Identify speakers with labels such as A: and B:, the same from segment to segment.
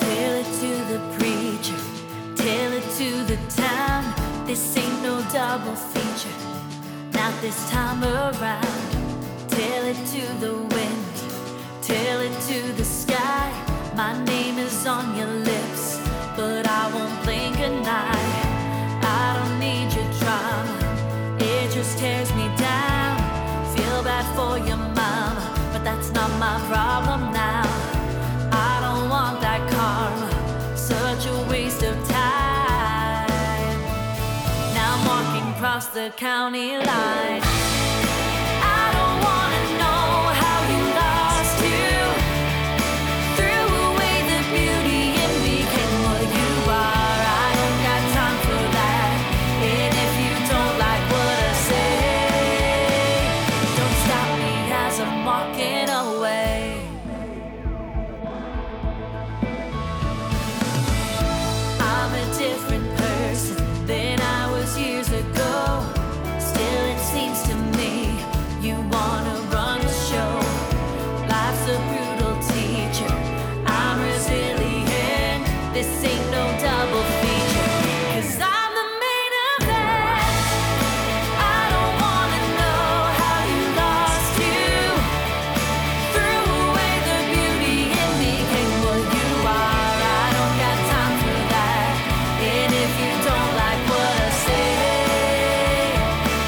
A: Tell it to the preacher, tell it to the town. This ain't no double feature, not this time around. Tell it to the wind, tell it to the sky. My name is on your lips, but I won't blink an eye. I don't need your drama, it just tears me down. Feel bad for your mom, but that's not my problem now. I don't want that karma, such a waste of time. Now I'm walking across the county line. I don't wanna know how you lost you. Threw away the beauty and became what you are. I don't got time for that. And if you don't like what I say, don't stop me as I'm walking away. I'm a different person than I was years ago. Still, it seems to me you wanna run the show. Life's a brutal teacher. I'm resilient. This ain't no double feature. Cause I'm the main event. I don't wanna know how you lost you. Threw away the beauty in me, came what you are. I don't got time for that. And if you don't like what I say,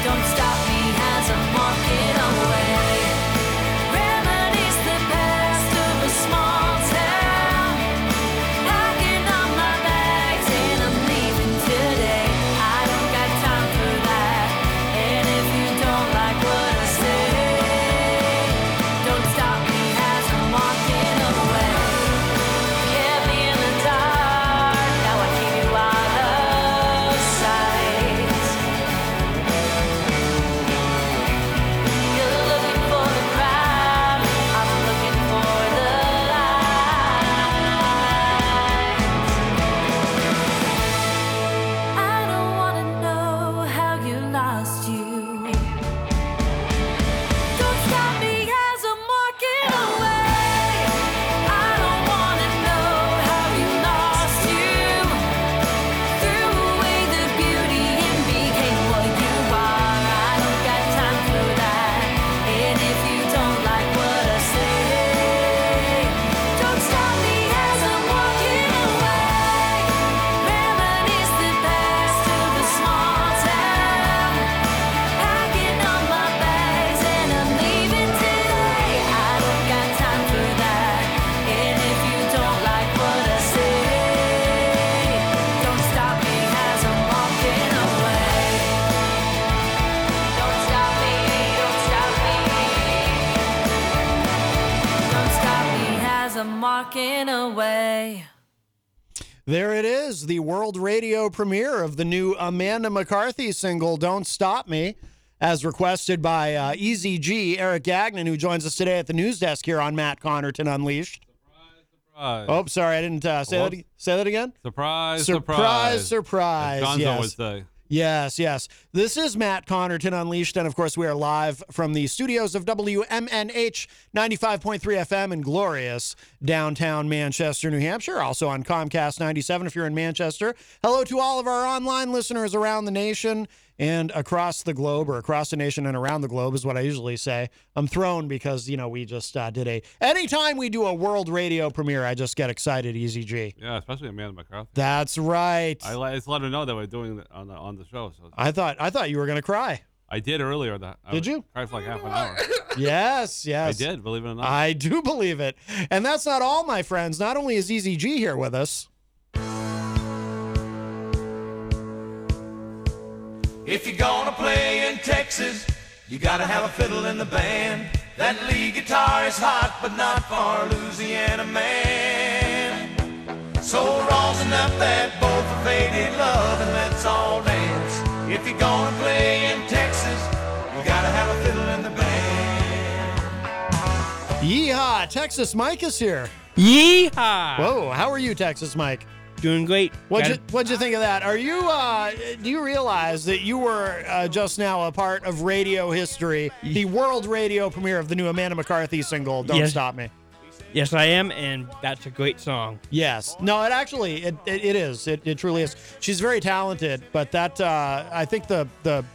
A: don't stop me as I'm walking away. Reminisce the past of a small town. Packing up my bags and I'm leaving today. I don't got time for that. And if you don't like what I say. Don't stop me as I'm walking away. Get me in the dark. Now I keep you out of sight. You're looking for the crowd. I'm looking for the light. I don't wanna know how you lost you. Don't stop me as I'm walking away. I don't wanna know how you lost you. Threw away the beauty and became what you are. I don't got time for that. And if you don't like what I say, don't stop me as I'm walking away. Reminisce the past of a small town. Packing all my bags and I'm leaving today. I don't got time for that. And if you don't like what I say, don't stop me as I'm walking away. Don't stop me, don't stop me. Don't stop me as I'm walking away.
B: There it is, the world radio premiere of the new Amanda McCarthy single, Don't Stop Me, as requested by uh, Easy G, Eric Gagnon, who joins us today at the news desk here on Matt Connerton Unleashed.
C: Surprise.
B: Oh, sorry, I didn't uh, say, that,
C: Whoop.
B: ag- say that again.
C: surprise, surprise.
B: surprise, surprise,
C: As Gonzo
B: yes.
C: would say.
B: Yes, yes. This is Matt Connerton Unleashed, and of course, we are live from the studios of WMNH 95.3 FM in glorious downtown Manchester, New Hampshire. Also on Comcast 97 if you're in Manchester. Hello to all of our online listeners around the nation and across the globe, or across the nation and around the globe is what I usually say. I'm thrown because, you know, we just uh, did a. Anytime we do a world radio premiere, I just get excited, Easy G.
C: Yeah, especially Amanda McCarthy.
B: That's right.
C: I let, just let her know that we're doing it on the on the show. So
B: I thought I thought you were gonna cry.
C: I did earlier that. I
B: Did you?
C: Cried for like half an hour.
B: Yes,
C: I
B: yes.
C: did, believe it or not.
B: I do believe it. And that's not all, my friends. Not only is EZG here with us,
D: If you're gonna play in Texas, you gotta have a fiddle in the band. That lead guitar is hot, but not for a Louisiana man. So rosin up that bowl for faded love, and let's all dance. If you're gonna play in Texas, you gotta have a fiddle in the band.
B: Yeehaw, Texas Mike is here.
E: Yeehaw!
B: Whoa, how are you, Texas Mike?
E: Doing great.
B: What'd you,
E: Got
B: what'd you think of that? Are you, uh, do you realize that you were uh, just now a part of radio history, the world radio premiere of the new Amanda McCarthy single, Don't
E: Yes.
B: Stop Me?
E: it. Yes, I am, and that's a great song.
B: Yes. No, it actually it, it, it is. It, it truly is. She's very talented, but that uh, I think the the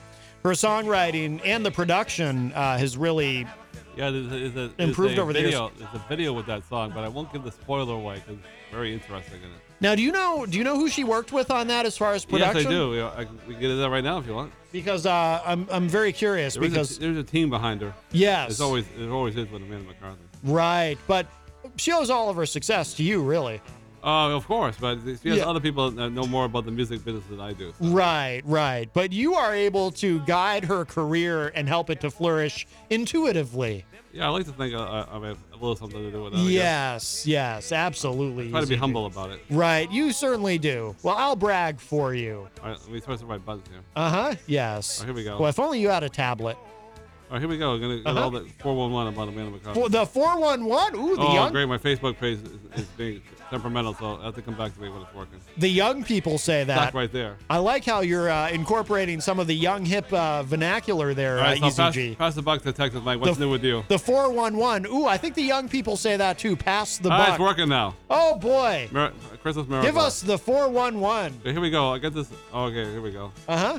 B: her songwriting and the production uh, has really
C: yeah, there's, a- there's a, there's
B: Improved
C: a
B: over the years.
C: video, There's a video with that song, but I won't give the spoiler away because it's very interesting in it.
B: Now, do you know do you know who she worked with on that as far as production?
C: Yes, I do. Yeah, I, we can get it that right now if you want.
B: Because uh, I'm I'm very curious
C: There is
B: because
C: a, there's a team behind her.
B: yes,
C: There's always there always is with Amanda McCarthy.
B: right, but she owes all of her success to you, really.
C: Uh, of course, but she has
B: Yeah.
C: other people that know more about the music business than I do. so-
B: Right, right. But you are able to guide her career and help it to flourish intuitively.
C: Yeah, I like to think I, I, I have a little something to do with that. I guess.
B: Yes, yes, absolutely.
C: Try to be
B: EZG.
C: humble about it.
B: Right, you certainly do. Well, I'll brag for you.
C: All right, let me try some of my buttons here.
B: Uh huh. Yes.
C: Oh, here we go.
B: Well, if only you had a tablet.
C: All right, here we go. I'm gonna get all the 411 about Amanda McCarthy.
B: For the four one one. Ooh, Uh-huh. the
C: oh,
B: young
C: great! My Facebook page is, is being temperamental, so I have to come back to me when it's working.
B: the young people say that.
C: Back right there.
B: I like how you're uh, incorporating some of the young hip uh, vernacular there,
C: All right,
B: uh,
C: so pass,
B: EZG.
C: pass the buck to Texas Mike. What's
B: The-
C: new with you?
B: The four one one. Ooh, I think the young people say that too. Pass the
C: All right,
B: buck.
C: Ah, it's working now.
B: Oh boy.
C: Mer- Christmas miracle.
B: Give us the four one one.
C: Okay, here we go. I get this. Oh, okay, here we go.
B: Uh huh.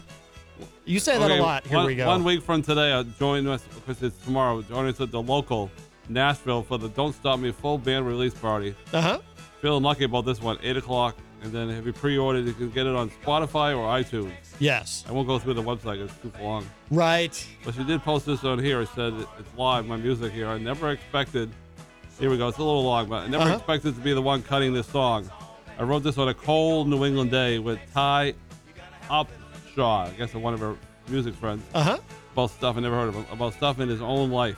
B: You say that
C: Okay,
B: a lot. Here
C: one,
B: we go.
C: One week from today, uh, join us because it's tomorrow. Join us at the local Nashville for the Don't Stop Me full band release party.
B: Uh huh.
C: Feeling lucky about this one. Eight o'clock, and then if you pre-ordered, you can get it on Spotify or iTunes.
B: Yes.
C: I won't go through the website; it's too long.
B: Right.
C: But she did post this on here. It said it's live, my music here. I never expected. Here we go. It's a little long, but I never
B: Uh-huh.
C: expected to be the one cutting this song. I wrote this on a cold New England day with Ty Upshaw, I guess one of her music friends,
B: Uh huh.
C: about stuff I never heard of him, about stuff in his own life.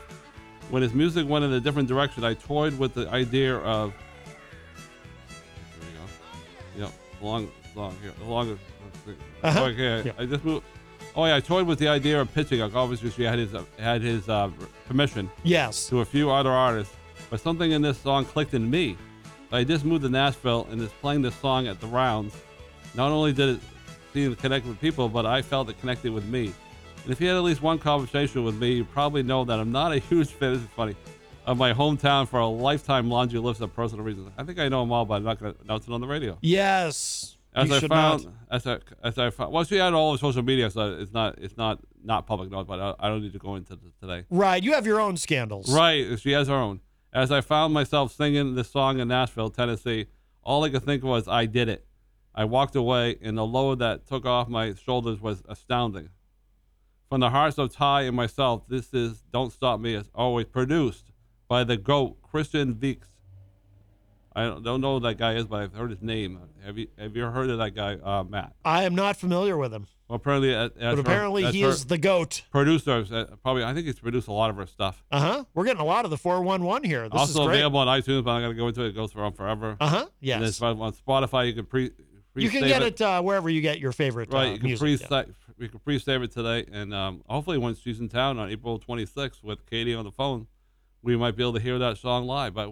C: When his music went in a different direction, I toyed with the idea of. Here we go. Yep, long, long here, long.
B: Uh-huh.
C: Okay,
B: Yeah.
C: I just moved. Oh yeah, I toyed with the idea of pitching. Like obviously, she had his uh, had his uh, permission
B: Yes.
C: to a few other artists, but something in this song clicked in me. I just moved to Nashville and is playing this song at the rounds. Not only did it seem to connect with people, but I felt it connected with me. And if you had at least one conversation with me, you probably know that I'm not a huge fan. This is funny. Of my hometown for a lifetime laundry list of personal reasons. I think I know them all, but I'm not going to announce it on the radio.
B: Yes.
C: As
B: you
C: I
B: should
C: found,
B: not.
C: as I as I found, well, she had all the social media, so it's not it's not not public knowledge, but I, I don't need to go into this today.
B: Right. You have your own scandals.
C: Right, she has her own. As I found myself singing this song in Nashville, Tennessee, all I could think was, I did it. I walked away, and the load that took off my shoulders was astounding. From the hearts of Ty and myself, this is Don't Stop Me, as always, produced by the GOAT, Christian Veeks. I don't don't know who that guy is, but I've heard his name. Have you, have you heard of that guy, uh, Matt?
B: I am not familiar with him,
C: Well, apparently, uh,
B: but apparently he is the goat.
C: producer. of- uh, Probably, I think he's produced a lot of her stuff.
B: Uh huh. We're getting a lot of the four one one here. This
C: also
B: is great.
C: available on iTunes, but I'm not going to go into it. It goes on forever.
B: Uh huh.
C: And
B: Yes.
C: it's on on Spotify. You can pre. pre
B: You can get it uh, wherever you get your favorite
C: right.
B: uh,
C: you can
B: music,
C: pre.
B: yeah.
C: You can pre-save it today, and um, hopefully, once she's in town on April 26th with Katie on the phone, we might be able to hear that song live. But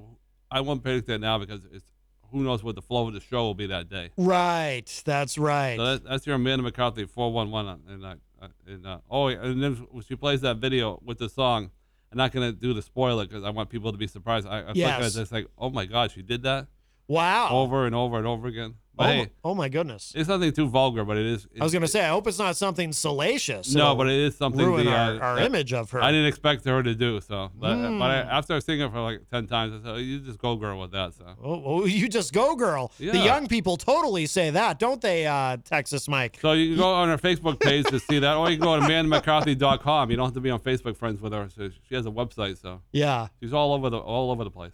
C: I won't predict that now because it's who knows what the flow of the show will be that day.
B: Right. That's right.
C: So that, that's your Amanda McCarthy 411. on- And, uh, and uh, oh, yeah, and then when she plays that video with the song, I'm not going to do the spoiler because I want people to be surprised. I, I was looking at
B: Yes.
C: this like, oh my God, she did that
B: wow.
C: over and over and over again. But
B: oh,
C: hey,
B: my, oh my goodness.
C: it's nothing too vulgar, but it is.
B: I was gonna say, I hope it's not something salacious.
C: No,
B: It'll
C: but it is something
B: ruin
C: the,
B: our,
C: uh,
B: our
C: that
B: image of her.
C: I didn't expect her to do so. But, but I,
B: Mm.
C: after seeing it for like 10 times, I said, oh, you just go girl with that. So.
B: Oh, oh, you just go, girl. The
C: Yeah.
B: young people totally say that, don't they, uh, Texas Mike?
C: So you can go on her Facebook page to see that, or you can go to amandamccarthy.com. You don't have to be on Facebook friends with her. So she has a website, so
B: Yeah.
C: she's all over the all over the place.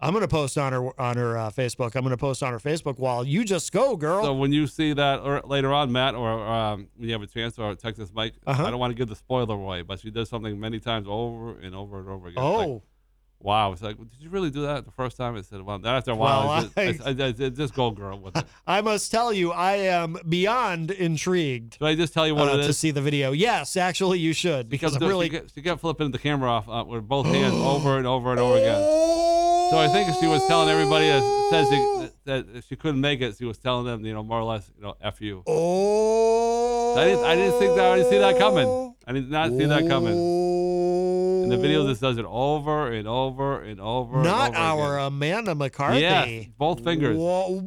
B: I'm gonna post on her on her uh, Facebook. I'm gonna post on her Facebook wall. You just go, girl.
C: So when you see that or later on, Matt, or um, when you have a chance, or Texas Mike,
B: Uh-huh.
C: I don't want to give the spoiler away, but she does something many times over and over and over again. It's like,
B: oh,
C: wow! It's like, did you really do that the first time? I said, well, then after a
B: Well,
C: while, it's just,
B: I-
C: I, I, I- just go girl with it.
B: I must tell you, I am beyond intrigued
C: Should I just tell you what
B: uh,
C: it is?
B: to see the video. Yes, actually, you should because
C: She
B: I'm
C: kept-
B: really.
C: she kept, she kept flipping the camera off uh, with both hands over and over and over again. So I think she was telling everybody that says she, that if she couldn't make it, she was telling them, you know, more or less, you know, f you.
B: oh,
C: I didn't, I didn't think that I didn't see that coming. I did not see that coming. And the video just does it over and over and over. and
B: Not
C: over
B: our
C: again.
B: Amanda McCarthy.
C: Yes, both fingers.
B: Whoa,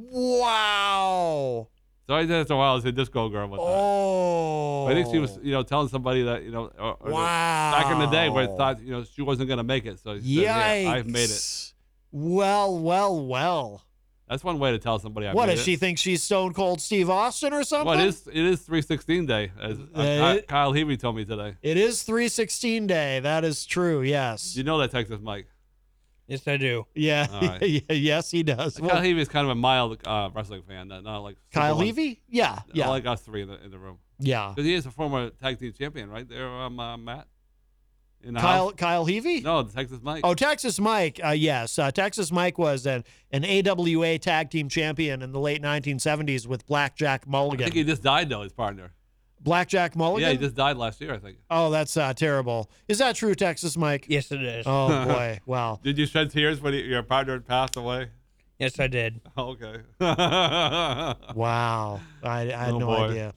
B: wow.
C: So I did after a while. I said, "Just go, girl." With that.
B: Oh.
C: I think she was, you know, telling somebody that, you know, or, or
B: Wow.
C: back in the day where it thought, you know, she wasn't gonna make it. So she said, yeah, I've made it.
B: Yikes. Well, well, well.
C: That's one way to tell somebody. I
B: what
C: made
B: does
C: it.
B: she think she's Stone Cold Steve Austin or something?
C: Well, it is it is 316 day, as uh,
B: Uh,
C: Ky- Kyle Heavey told me today.
B: It is 316 day. That is true. Yes.
C: You know that Texas Mike.
E: Yes, I do.
B: Yeah.
C: All right.
B: yes, he does.
C: Kyle
B: Well,
C: Heavey is kind of a mild uh, wrestling fan, not, not like super
B: Kyle
C: one-
B: Levy? Yeah.
C: not
B: Yeah.
C: like us three in the, in the room.
B: yeah.
C: Because he is a former tag team champion, right there, um, uh, Matt. In the
B: Kyle
C: house?
B: Kyle Levy?
C: No, the Texas Mike.
B: Oh, Texas Mike. Uh, yes, uh, Texas Mike was an, an AWA tag team champion in the late 1970s with Blackjack
C: I
B: Mulligan.
C: think he just died though. His partner.
B: Blackjack Mulligan.
C: Yeah, he just died last year. I think.
B: oh, that's uh, terrible. Is that true, Texas Mike?
E: Yes, it is.
B: Oh boy. wow.
C: Did you shed tears when he, your partner had passed away?
E: Yes, I did.
C: Okay. All
B: Wow. I, I had
C: Oh,
B: no
C: boy.
B: idea.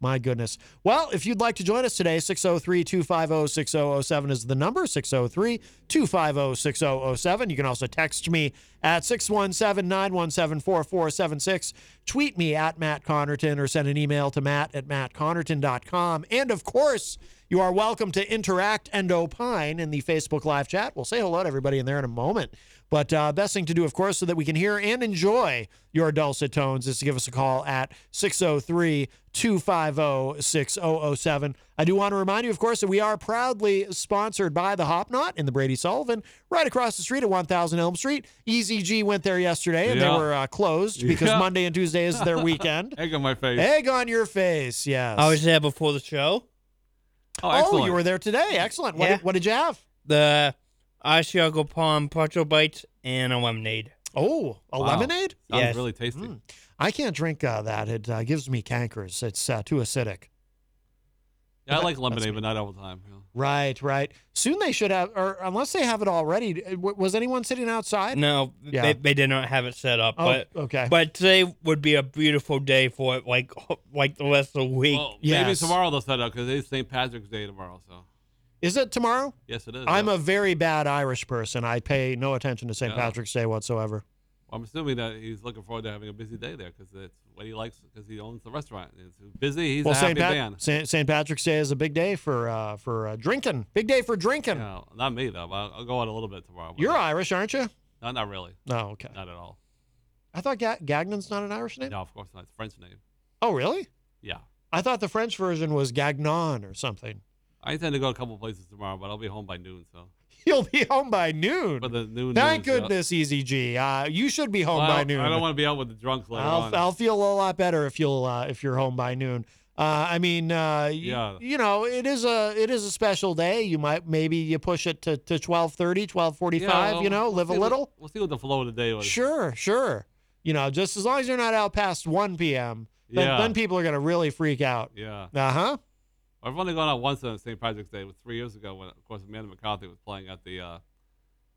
B: My goodness. Well, if you'd like to join us today, 603 250 6007 is the number 603 250 6007. You can also text me at 617 917 4476. Tweet me at Matt Connerton or send an email to matt at mattconnerton.com. And of course, you are welcome to interact and opine in the Facebook live chat. We'll say hello to everybody in there in a moment. But uh, best thing to do, of course, so that we can hear and enjoy your dulcet tones is to give us a call at 603 250 6007. I do want to remind you, of course, that we are proudly sponsored by the Hopknot and the Brady Sullivan right across the street at 1000 Elm Street. EZG went there yesterday and
C: Yeah.
B: they were uh, closed because
C: Yeah.
B: Monday and Tuesday is their weekend.
C: Egg on my face.
B: Egg on your face, yes.
E: I was there before the show.
C: Oh,
B: Oh,
C: excellent.
B: you were there today. Excellent. What,
E: Yeah.
B: did, what did you have?
E: The Asiago Palm Pretzel Bites and a lemonade.
B: Oh, a
C: Wow.
B: lemonade?
C: Sounds
E: Yes.
C: really tasty.
B: Mm. I can't drink uh, that. It uh, gives me cankers. It's uh, too acidic.
C: Yeah, I
B: That-
C: like
B: that's
C: lemonade, but not all the time. you know.
B: Right, right. Soon they should have, or unless they have it already. eh, W- was anyone sitting outside?
E: No,
B: Yeah.
E: they, they did not have it set up.
B: Oh,
E: but
B: okay.
E: but today would be a beautiful day for it, like like the rest of the week.
C: Well, maybe
B: Yes.
C: tomorrow they'll set up because it's St. Patrick's Day tomorrow. So
B: Is it tomorrow?
C: yes, it is.
B: I'm
C: yeah.
B: a very bad Irish person. I pay no attention to St.
C: Yeah.
B: Patrick's Day whatsoever.
C: I'm assuming that he's looking forward to having a busy day there because that's what he likes because he owns the restaurant. It's busy. He's
B: well,
C: a happy
B: St.
C: man.
B: Pat- St. St. Patrick's Day is a big day for uh, for uh, drinking. Big day for drinking.
C: Yeah, not me though. but I'll, I'll go out a little bit tomorrow. but
B: You're
C: not-
B: Irish, aren't you?
C: No, not really.
B: No, okay.
C: Not at all.
B: I thought Ga- Gagnon's not an Irish name.
C: No, of course not. It's a French name.
B: Oh, really?
C: Yeah.
B: I thought the French version was Gagnon or something.
C: I intend to go a couple places tomorrow, but I'll be home by noon. So,
B: You'll be home by noon.
C: but the noon.
B: Thank
C: news, uh,
B: goodness, EZG. Uh, you should be home
C: well, I
B: by
C: don't-
B: noon.
C: I don't want to be out with the drunks later on.
B: I'll, I'll feel a lot better if you'll uh, if you're home by noon. Uh, I mean, uh, y-
C: Yeah.
B: you know, it is a it is a special day. You might maybe you push it to to 12:30, 12:45,
C: Yeah, well,
B: you know,
C: we'll
B: live a
C: see what-
B: little.
C: we'll see what the flow of the day was.
B: Sure, sure. You know, just as long as you're not out past 1 p.m., then,
C: Yeah.
B: then people are going to really freak out.
C: Yeah.
B: Uh-huh.
C: I've only gone out once on St. Patrick's Day, it was three years ago when, of course, Amanda McCarthy was playing at the uh,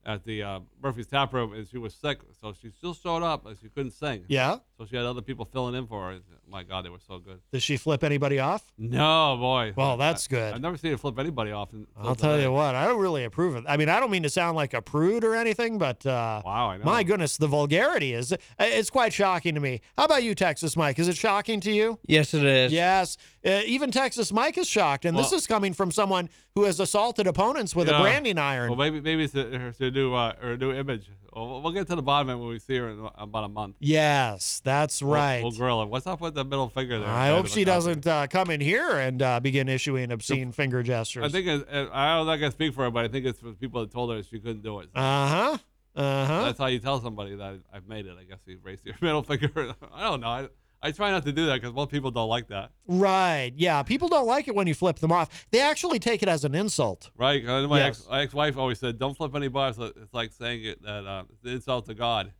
C: at the uh, Murphy's Tap Room, and she was sick, so she still showed up, but she couldn't sing.
B: Yeah?
C: So she had other people filling in for her. uh, My God, they were so good.
B: Does she flip anybody off?
C: No, boy.
B: Well, that's good.
C: I've never seen her flip anybody off. until
B: I'll tell
C: today.
B: you what, I don't really approve of. I mean, I don't mean to sound like a prude or anything, but uh,
C: Wow, I know.
B: my goodness, the vulgarity is it's quite shocking to me. How about you, Texas Mike? Is it shocking to you?
E: Yes, it is.
B: Yes, uh, even Texas Mike is shocked, and this
C: Well-
B: is coming from someone who has assaulted opponents with a
C: Yeah.
B: branding iron.
C: Well, maybe maybe it's her, her new uh, her new image. We'll, we'll get to the bottom of it when we see her in uh, about a month.
B: yes, that's
C: We'll-
B: right.
C: We'll, grill her. What's up with the middle finger there?
B: I hope she
C: Kind of a
B: doesn't uh, come in here and uh, begin issuing obscene finger gestures.
C: I think it, it- I'm not gonna speak for her, but I think it's for the people that told her she couldn't do it.
B: Uh huh. Uh huh.
C: That's how you tell somebody that I've made it. I guess you raise your middle finger. I don't know. I, I try not to do that because most people don't like that,
B: Right. Yeah. People don't like it when you flip them off. They actually take it as an insult.
C: right? I know my
B: Yes.
C: ex my ex-wife always said, "Don't flip any bars." So It's like saying it that uh, it's an insult to God.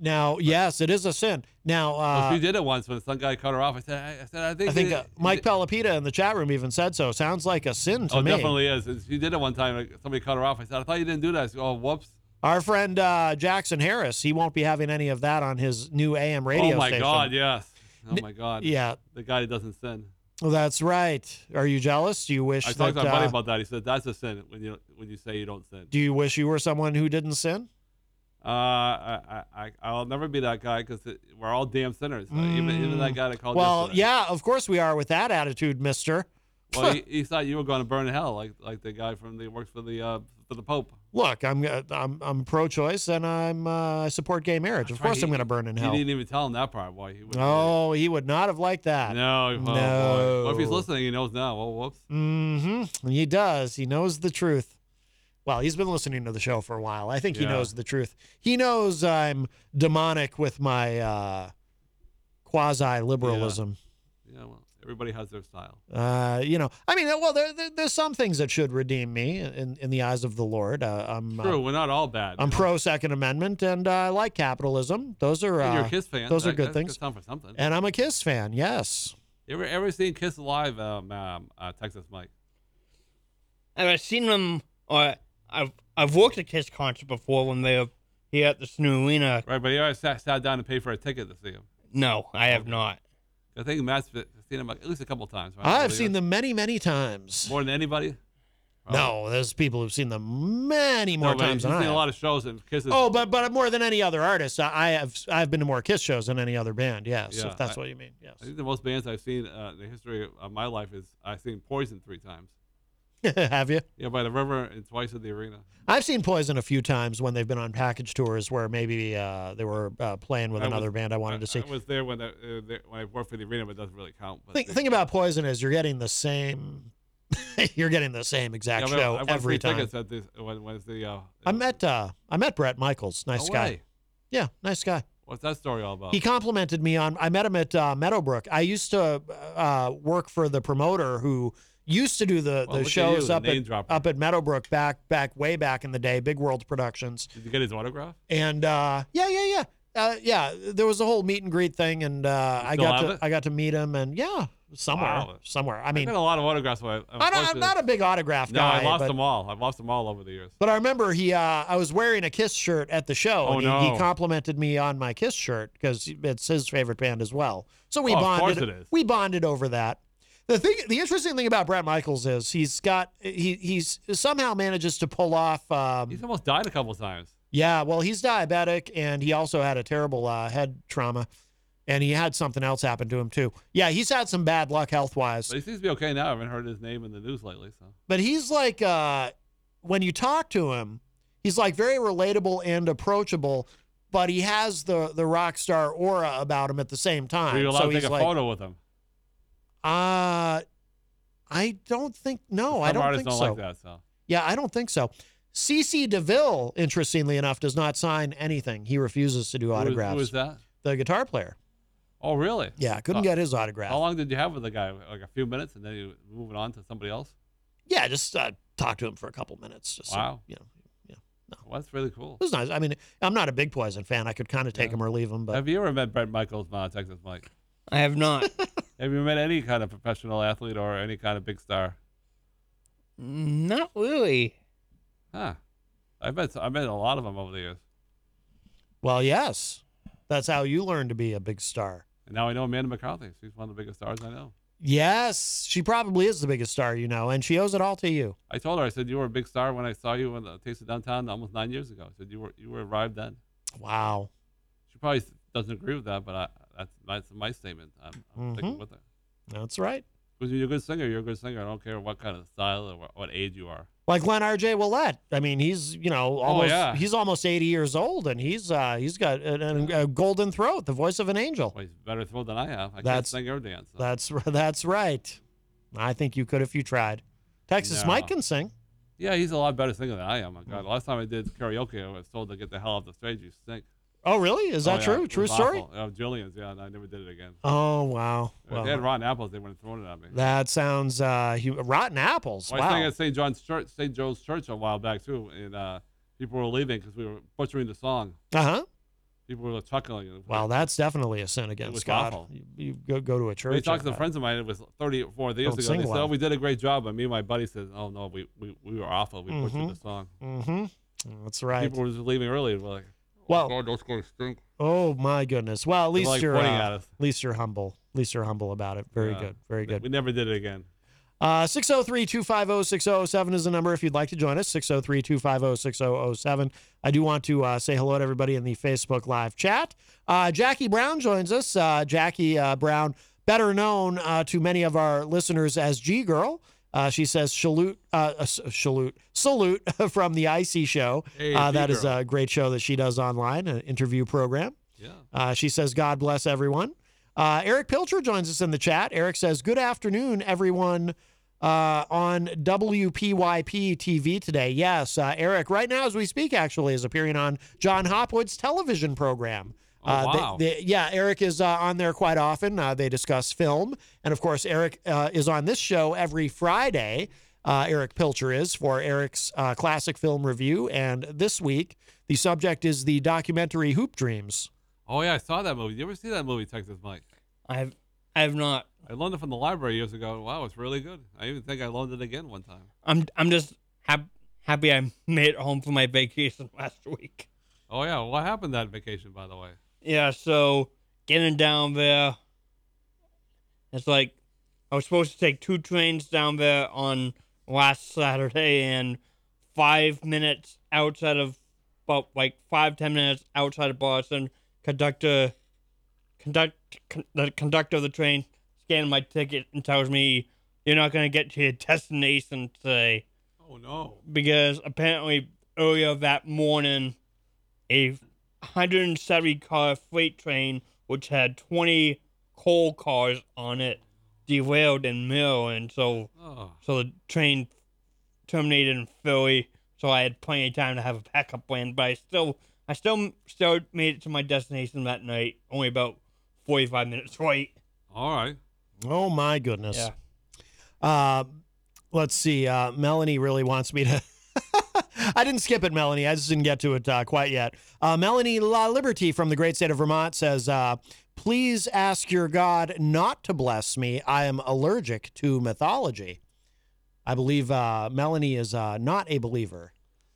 B: Now, yes, it is a sin. Now,
C: Well,
B: uh,
C: she did it once when some guy cut her off. I said, "I, I said, I think."
B: I think
C: they-
B: uh, Mike Pelopita in the chat room even said so. Sounds like a sin to
C: Oh,
B: me.
C: definitely is. And She did it one time. like, Somebody cut her off. I said, I thought you didn't do that. She said, oh, whoops.
B: Our friend uh, Jackson Harris, he won't be having any of that on his new AM radio
C: oh, my
B: station.
C: God. Yes. Oh, my God.
B: Yeah,
C: The guy that doesn't sin.
B: well, that's right. Are you jealous? Do you wish
C: I
B: that?
C: talked to my buddy
B: uh,
C: about that. He said, that's a sin when you when you say you don't sin.
B: do you wish you were someone who didn't sin?
C: Uh, I, I, I- I'll never be that guy because we're all damn sinners. Like, even, even that guy that called
B: Well,
C: yesterday.
B: yeah, of course we are with that attitude, Mister.
C: Well, he, he thought you were going to burn in hell, like like the guy from the works for the uh, for the Pope.
B: Look, I'm uh, I'm I'm pro-choice and I'm uh, I support gay marriage. Of course,
C: He-
B: I'm going to burn in hell.
C: You didn't even tell him that part. Why he was
B: Oh, he would not have liked that.
C: No, oh, boy.
B: Uh, No.
C: Well, if he's listening, he knows now. Well, whoops.
B: Mm-hmm. He does. He knows the truth. Well, he's been listening to the show for a while. I think he
C: Yeah.
B: knows the truth. He knows I'm demonic with my uh, quasi liberalism.
C: Yeah, well, everybody has their style.
B: Uh, you know, I mean, well, there, there, there's some things that should redeem me in, in the eyes of the Lord. Uh, I'm uh,
C: True, we're not all bad.
B: I'm
C: you know?
B: pro Second Amendment, and I like capitalism. Those are
C: And
B: uh,
C: you're a Kiss fan.
B: Those are
C: That-
B: good
C: that's a
B: things.
C: Time for something.
B: And I'm a Kiss fan. Yes.
C: You ever ever seen Kiss live, um, um, uh, Texas Mike?
E: I've seen them, or I've I've worked a Kiss concert before when they were here at the Snow Arena.
C: Right, but you always sat, sat down and paid for a ticket to see him.
E: No, I have not.
C: I think Matt's been- seen him like, at least a couple times. Right?
B: I've
C: Really?
B: seen them many, many times.
C: more than anybody.
B: no, there's people who've seen them many more
C: no, but
B: times
C: he's
B: than I
C: seen
B: have.
C: a lot of shows and Kiss. is-
B: Oh, but but more than any other artist, I I have I've been to more Kiss shows than any other band. Yes,
C: Yeah,
B: if that's
C: I-
B: what you mean. Yes.
C: I think the most bands I've seen uh, in the history of my life is I've seen Poison three times.
B: have you?
C: Yeah, by the river and twice at the arena.
B: I've seen Poison a few times when they've been on package tours where maybe uh, they were uh, playing with
C: I was-
B: another band I wanted to see.
C: I was there when I, uh, there, when I worked for the arena, but it doesn't really count. But
B: think think about Poison as you're getting the same, you're getting the same
C: Yeah,
B: exact
C: but I-
B: show
C: I won
B: every
C: free
B: time.
C: tickets at this when, when it's the. Uh,
B: I met uh, I met Brett Michaels,
C: no
B: nice guy.
C: way.
B: Yeah, nice guy.
C: What's that story all about?
B: He complimented me on. I met him at uh, Meadowbrook. I used to uh, work for the promoter who used to do the,
C: Well, look
B: the
C: at
B: shows
C: you, the
B: up
C: name
B: at
C: dropper.
B: up at Meadowbrook back back way back in the day, Big World Productions.
C: Did you get his autograph?
B: And uh, yeah, yeah, yeah, uh, yeah. There was a whole meet and greet thing, and uh, I
C: still
B: got
C: have
B: to
C: it?
B: I got to meet him, and yeah, somewhere,
C: Wow.
B: somewhere. I
C: I
B: mean,
C: got a lot of autographs. When I,
B: I don't, I'm
C: unfortunately-
B: not a big autograph
C: No,
B: guy.
C: I lost
B: but,
C: them all. I've lost them all over the years.
B: But I remember he, uh, I was wearing a Kiss shirt at the show.
C: Oh,
B: and he,
C: no.
B: he complimented me on my Kiss shirt because it's his favorite band as well. So we
C: Oh, of
B: bonded.
C: course it is.
B: We bonded over that. The thing, the interesting thing about Brad Michaels is he's got he he's somehow manages to pull off. Um,
C: He's almost died a couple times.
B: yeah, well, he's diabetic and he also had a terrible uh, head trauma, and he had something else happen to him too. Yeah, he's had some bad luck health wise.
C: But he seems to be okay now. I haven't heard his name in the news lately. So
B: but he's like uh when you talk to him he's like very relatable and approachable but he has the the rock star aura about him at the same time
C: were you allowed
B: so
C: to take
B: he's
C: a
B: like
C: photo with him?
B: uh i don't think no
C: Some
B: Oh, i don't
C: artists
B: think
C: don't
B: so
C: like that. So
B: yeah i don't think so cc deville interestingly enough does not sign anything he refuses to do
C: Who is-
B: autographs
C: Who is that?
B: the guitar player
C: Oh, really?
B: yeah couldn't
C: Uh,
B: get his autograph
C: How long did you have with the guy? Like a few minutes, and then you moving on to somebody else.
B: yeah just uh, talk to him for a couple minutes just so,
C: Wow.
B: you know
C: Well, Oh, that's really cool.
B: it was nice i mean i'm not a big poison fan i could kind of take him or leave him but
C: Have you ever met Brett Michaels, uh, Texas Mike?
E: I have not.
C: Have you met any kind of professional athlete or any kind of big star?
E: not really.
C: Huh. I've met I've met a lot of them over the years.
B: Well, yes. That's how you learn to be a big star.
C: And now I know Amanda McCarthy. She's one of the biggest stars I know.
B: Yes, she probably is the biggest star you know, and she owes it all to you.
C: I told her I said you were a big star when I saw you in the Taste of Downtown almost nine years ago. I said you were you were arrived then.
B: Wow.
C: She probably doesn't agree with that, but I, that's that's my statement. I'm, I'm sticking
B: Mhm.
C: with it.
B: That's right.
C: Because you're a good singer. You're a good singer. I don't care what kind of style or what, what age you are.
B: Like Len R.J. Willette. I mean, he's you know almost
C: Oh, yeah.
B: he's almost eighty years old, and he's uh, he's got a, a, a golden throat, the voice of an angel.
C: Well, he's better throw than I have. I
B: That's-
C: can't sing or dance. so-
B: That's that's right. I think you could if you tried. Texas
C: No.
B: Mike can sing.
C: Yeah, he's a lot better singer than I am. My
B: Mm.
C: God, last time I did karaoke, I was told to get the hell off the stage. You stink.
B: Oh, really? Is
C: Oh,
B: that
C: yeah, it
B: true?
C: was
B: True story.
C: awful. Uh, Jillian's, yeah, and I never did it again.
B: Oh wow.
C: If
B: Well,
C: they had rotten apples, they wouldn't have thrown it at me.
B: that sounds uh, hu- rotten apples.
C: Well, I sang
B: wow.
C: at St. John's Church, St. Joe's Church a while back too, and uh, people were leaving because we were butchering the song.
B: Uh huh.
C: People were chuckling. It was-
B: Well, that's definitely a sin
C: was
B: against God.
C: awful.
B: You, you go, go to a church.
C: They talked
B: and
C: to
B: that.
C: friends of mine. It was 34 years
B: Don't
C: ago.
B: sing
C: They said,
B: well.
C: "Oh, we did a great job," but me and my buddy said, "Oh no, we we, we were awful. We butchered the song."
B: Mm-hmm. That's right.
C: People were just leaving early. We're like, "Oh,
B: well,
C: "God, that's gonna stink."
B: oh my goodness. Well, at least
C: like
B: you're
C: pointing
B: uh,
C: at us.
B: at least you're humble. At least you're humble about it. Very
C: Yeah.
B: good. Very
C: We
B: good.
C: never did it again.
B: Uh oh, 603-250-6007 is the number if you'd like to join us. 603-250-6007. I do want to uh, say hello to everybody in the Facebook live chat. Uh, Jackie Brown joins us. Uh, Jackie uh, Brown, better known uh, to many of our listeners as G Girl. Uh, she says salute, uh, uh, salute, salute from the Icy Show.
C: Hey,
B: uh, that is
C: G-Girl.
B: a great show that she does online, an interview program.
C: Yeah.
B: Uh, she says, God bless everyone. Uh, Eric Pilcher joins us in the chat. Eric says, Good afternoon, everyone uh, on WPYP TV today. Yes, uh, Eric, right now as we speak, actually, is appearing on John Hopwood's television program.
C: Oh,
B: Uh, they-
C: wow.
B: they- yeah, Eric is uh, on there quite often. Uh, they discuss film. And of course, Eric uh, is on this show every Friday. Uh, Eric Pilcher is for Eric's uh, classic film review. And this week, the subject is the documentary Hoop Dreams.
C: Oh yeah, I saw that movie. You ever see that movie, Texas Mike?
E: I have, I have not.
C: I loaned it from the library years ago. Wow, it's really good. I even think I loaned it again one time.
E: I'm, I'm just hap- happy I made it home from my vacation last week.
C: Oh yeah, what happened that vacation, by the way?
E: Yeah, so getting down there, it's like I was supposed to take two trains down there on last Saturday, and five minutes outside of, about like five ten minutes outside of Boston, conductor, conduct con- the conductor of the train scans my ticket and tells me you're not gonna get to your destination today
C: Oh no.
E: because apparently earlier that morning, a 170 car freight train, which had 20 coal cars on it, derailed in Mill, and so
C: Oh.
E: so the train terminated in Philly. So I had plenty of time to have a backup plan, but I still I still still made it to my destination that night, only about 45 minutes late.
C: All right.
B: Oh my goodness.
E: Yeah.
B: Uh, let's see. Uh, Melanie really wants me to. I didn't skip it, Melanie. I just didn't get to it uh, quite yet. Uh, Melanie La Liberty from the great state of Vermont says, uh, "Please ask your God not to bless me. I am allergic to mythology." I believe uh, Melanie is uh, not a believer.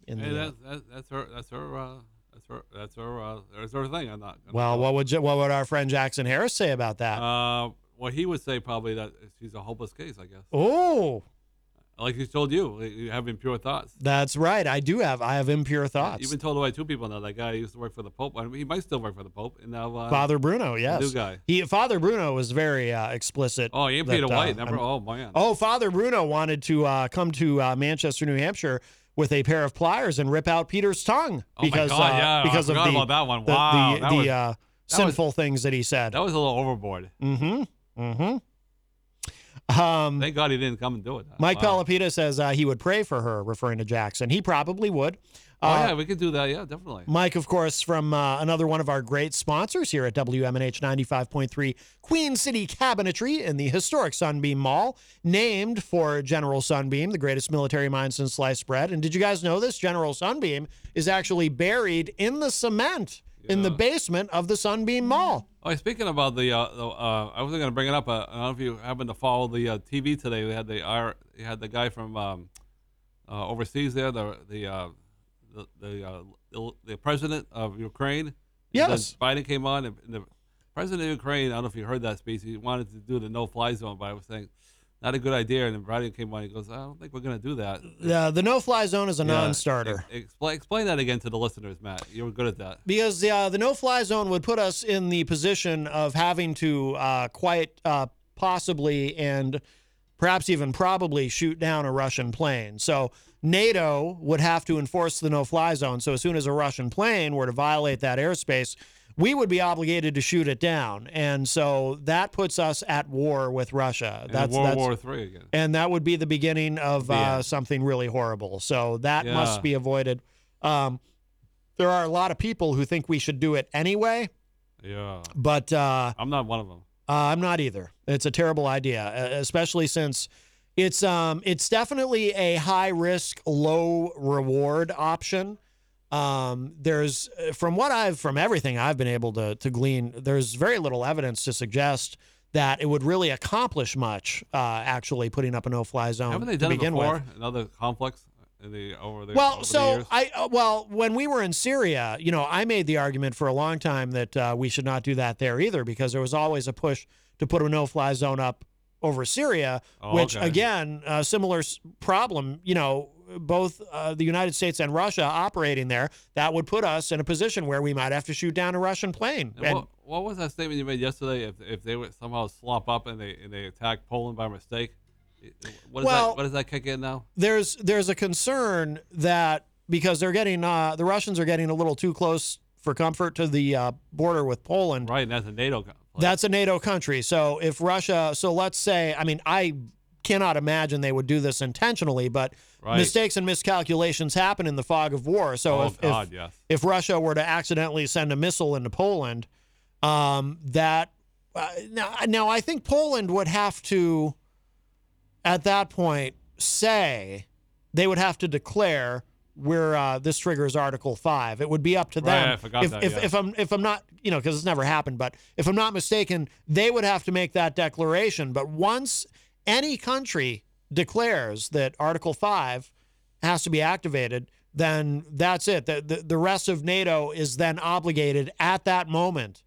B: In
C: Hey,
B: the, uh,
C: that's, that's that's her that's her uh, that's her that's her uh, that's her thing. I'm not. I'm
B: uh, well,
C: not-
B: what would you, what would our friend Jackson Harris say about that?
C: Uh, well, he would say probably that she's a hopeless case. I guess.
B: oh,
C: Like he told you, like, you have impure thoughts.
B: that's right. I do have I have impure thoughts.
C: You've been told away two people now. That guy used to work for the Pope. I mean, he might still work for the Pope. And now, uh,
B: Father Bruno, yes.
C: new guy.
B: He Father Bruno was very uh, explicit.
C: oh, and
B: that,
C: Peter
B: uh,
C: White. Remember?
B: I'm-
C: Oh man.
B: oh, Father Bruno wanted to uh, come to uh, Manchester, New Hampshire with a pair of pliers and rip out Peter's tongue
C: Oh my
B: because
C: God,
B: uh,
C: yeah, I
B: because of
C: forgot
B: the
C: about that one.
B: the-
C: Wow,
B: the,
C: that
B: the,
C: was-
B: uh,
C: was-
B: sinful things that he said.
C: That was a little overboard.
B: mm-hmm. Mm-hmm. Um,
C: Thank God he didn't come and do it.
B: Mike
C: Uh, Wow.
B: Palapita says uh, he would pray for her, referring to Jackson. He probably would.
C: Oh
B: Uh,
C: yeah, we could do that. Yeah, definitely.
B: Mike, of course, from uh, another one of our great sponsors here at WMNH 95.3 Queen City Cabinetry in the historic Sunbeam Mall, named for General Sunbeam, the greatest military mind since sliced bread. And did you guys know this? General Sunbeam is actually buried in the cement in the basement of the Sunbeam Mall.
C: Oh, speaking about the, uh, the uh, I wasn't going to bring it up. Uh, I don't know if you happened to follow the uh, TV today. We had the R, you had the guy from um, uh, overseas there, the the uh, the the, uh, il- the president of Ukraine. And
B: Yes.
C: Then Biden came on, and, and the president of Ukraine. I don't know if you heard that speech. He wanted to do the no-fly zone, but I was saying not a good idea. And then Biden came on. He goes, I don't think we're going to do that.
B: Uh, the no-fly zone is a
C: Yeah,
B: non-starter.
C: ex- expla- explain that again to the listeners, Matt. You were good at that.
B: because the uh, the no fly zone would put us in the position of having to uh, quite uh, possibly and perhaps even probably shoot down a Russian plane. So NATO would have to enforce the no fly zone. So as soon as a Russian plane were to violate that airspace, we would be obligated to shoot it down. And so that puts us at war with Russia.
C: In World War Three again.
B: And that would be the beginning of
C: Yeah.
B: uh, something really horrible. So that
C: Yeah.
B: must be avoided. Um, there are a lot of people who think we should do it anyway,
C: Yeah.
B: but uh,
C: I'm not one of them.
B: uh, I'm not either. It's a terrible idea, e- especially since it's um, it's definitely a high risk, low reward option. Um, there's uh, from what I've from everything I've been able to to glean, there's very little evidence to suggest that it would really accomplish much. Uh, actually, putting up a no fly zone
C: Haven't they
B: Um, to
C: done it
B: begin
C: before?
B: with.
C: In other conflicts in the over the over
B: Well,
C: the
B: so
C: years?
B: I uh, well when we were in Syria, you know, I made the argument for a long time that uh, we should not do that there either because there was always a push to put a no-fly zone up over Syria,
C: Oh,
B: which
C: okay.
B: again, a similar s- problem. You know, both uh, the United States and Russia operating there that would put us in a position where we might have to shoot down a Russian plane.
C: And what, what was that statement you made yesterday? If, if they would somehow slop up and they and they attack Poland by mistake, It- what does
B: Well-
C: that what does that kick in now?
B: there's there's a concern that because they're getting uh, the Russians are getting a little too close for comfort to the uh, border with Poland.
C: Right, and that's a NATO conflict.
B: That's a NATO country. So if Russia, so let's say, I mean, I cannot imagine they would do this intentionally, but
C: Right.
B: mistakes and miscalculations happen in the fog of war. So
C: Oh,
B: if,
C: God,
B: if,
C: yes.
B: if Russia were to accidentally send a missile into Poland, um, that uh, now, now I think Poland would have to, at that point, say they would have to declare where uh, this triggers Article Five. It would be up to
C: Right,
B: them.
C: I forgot
B: if,
C: that,
B: if,
C: yeah.
B: if I'm if I'm not you know because it's never happened, but if I'm not mistaken, they would have to make that declaration. But once any country declares that Article Five has to be activated, then that's it. The, the, the rest of NATO is then obligated at that moment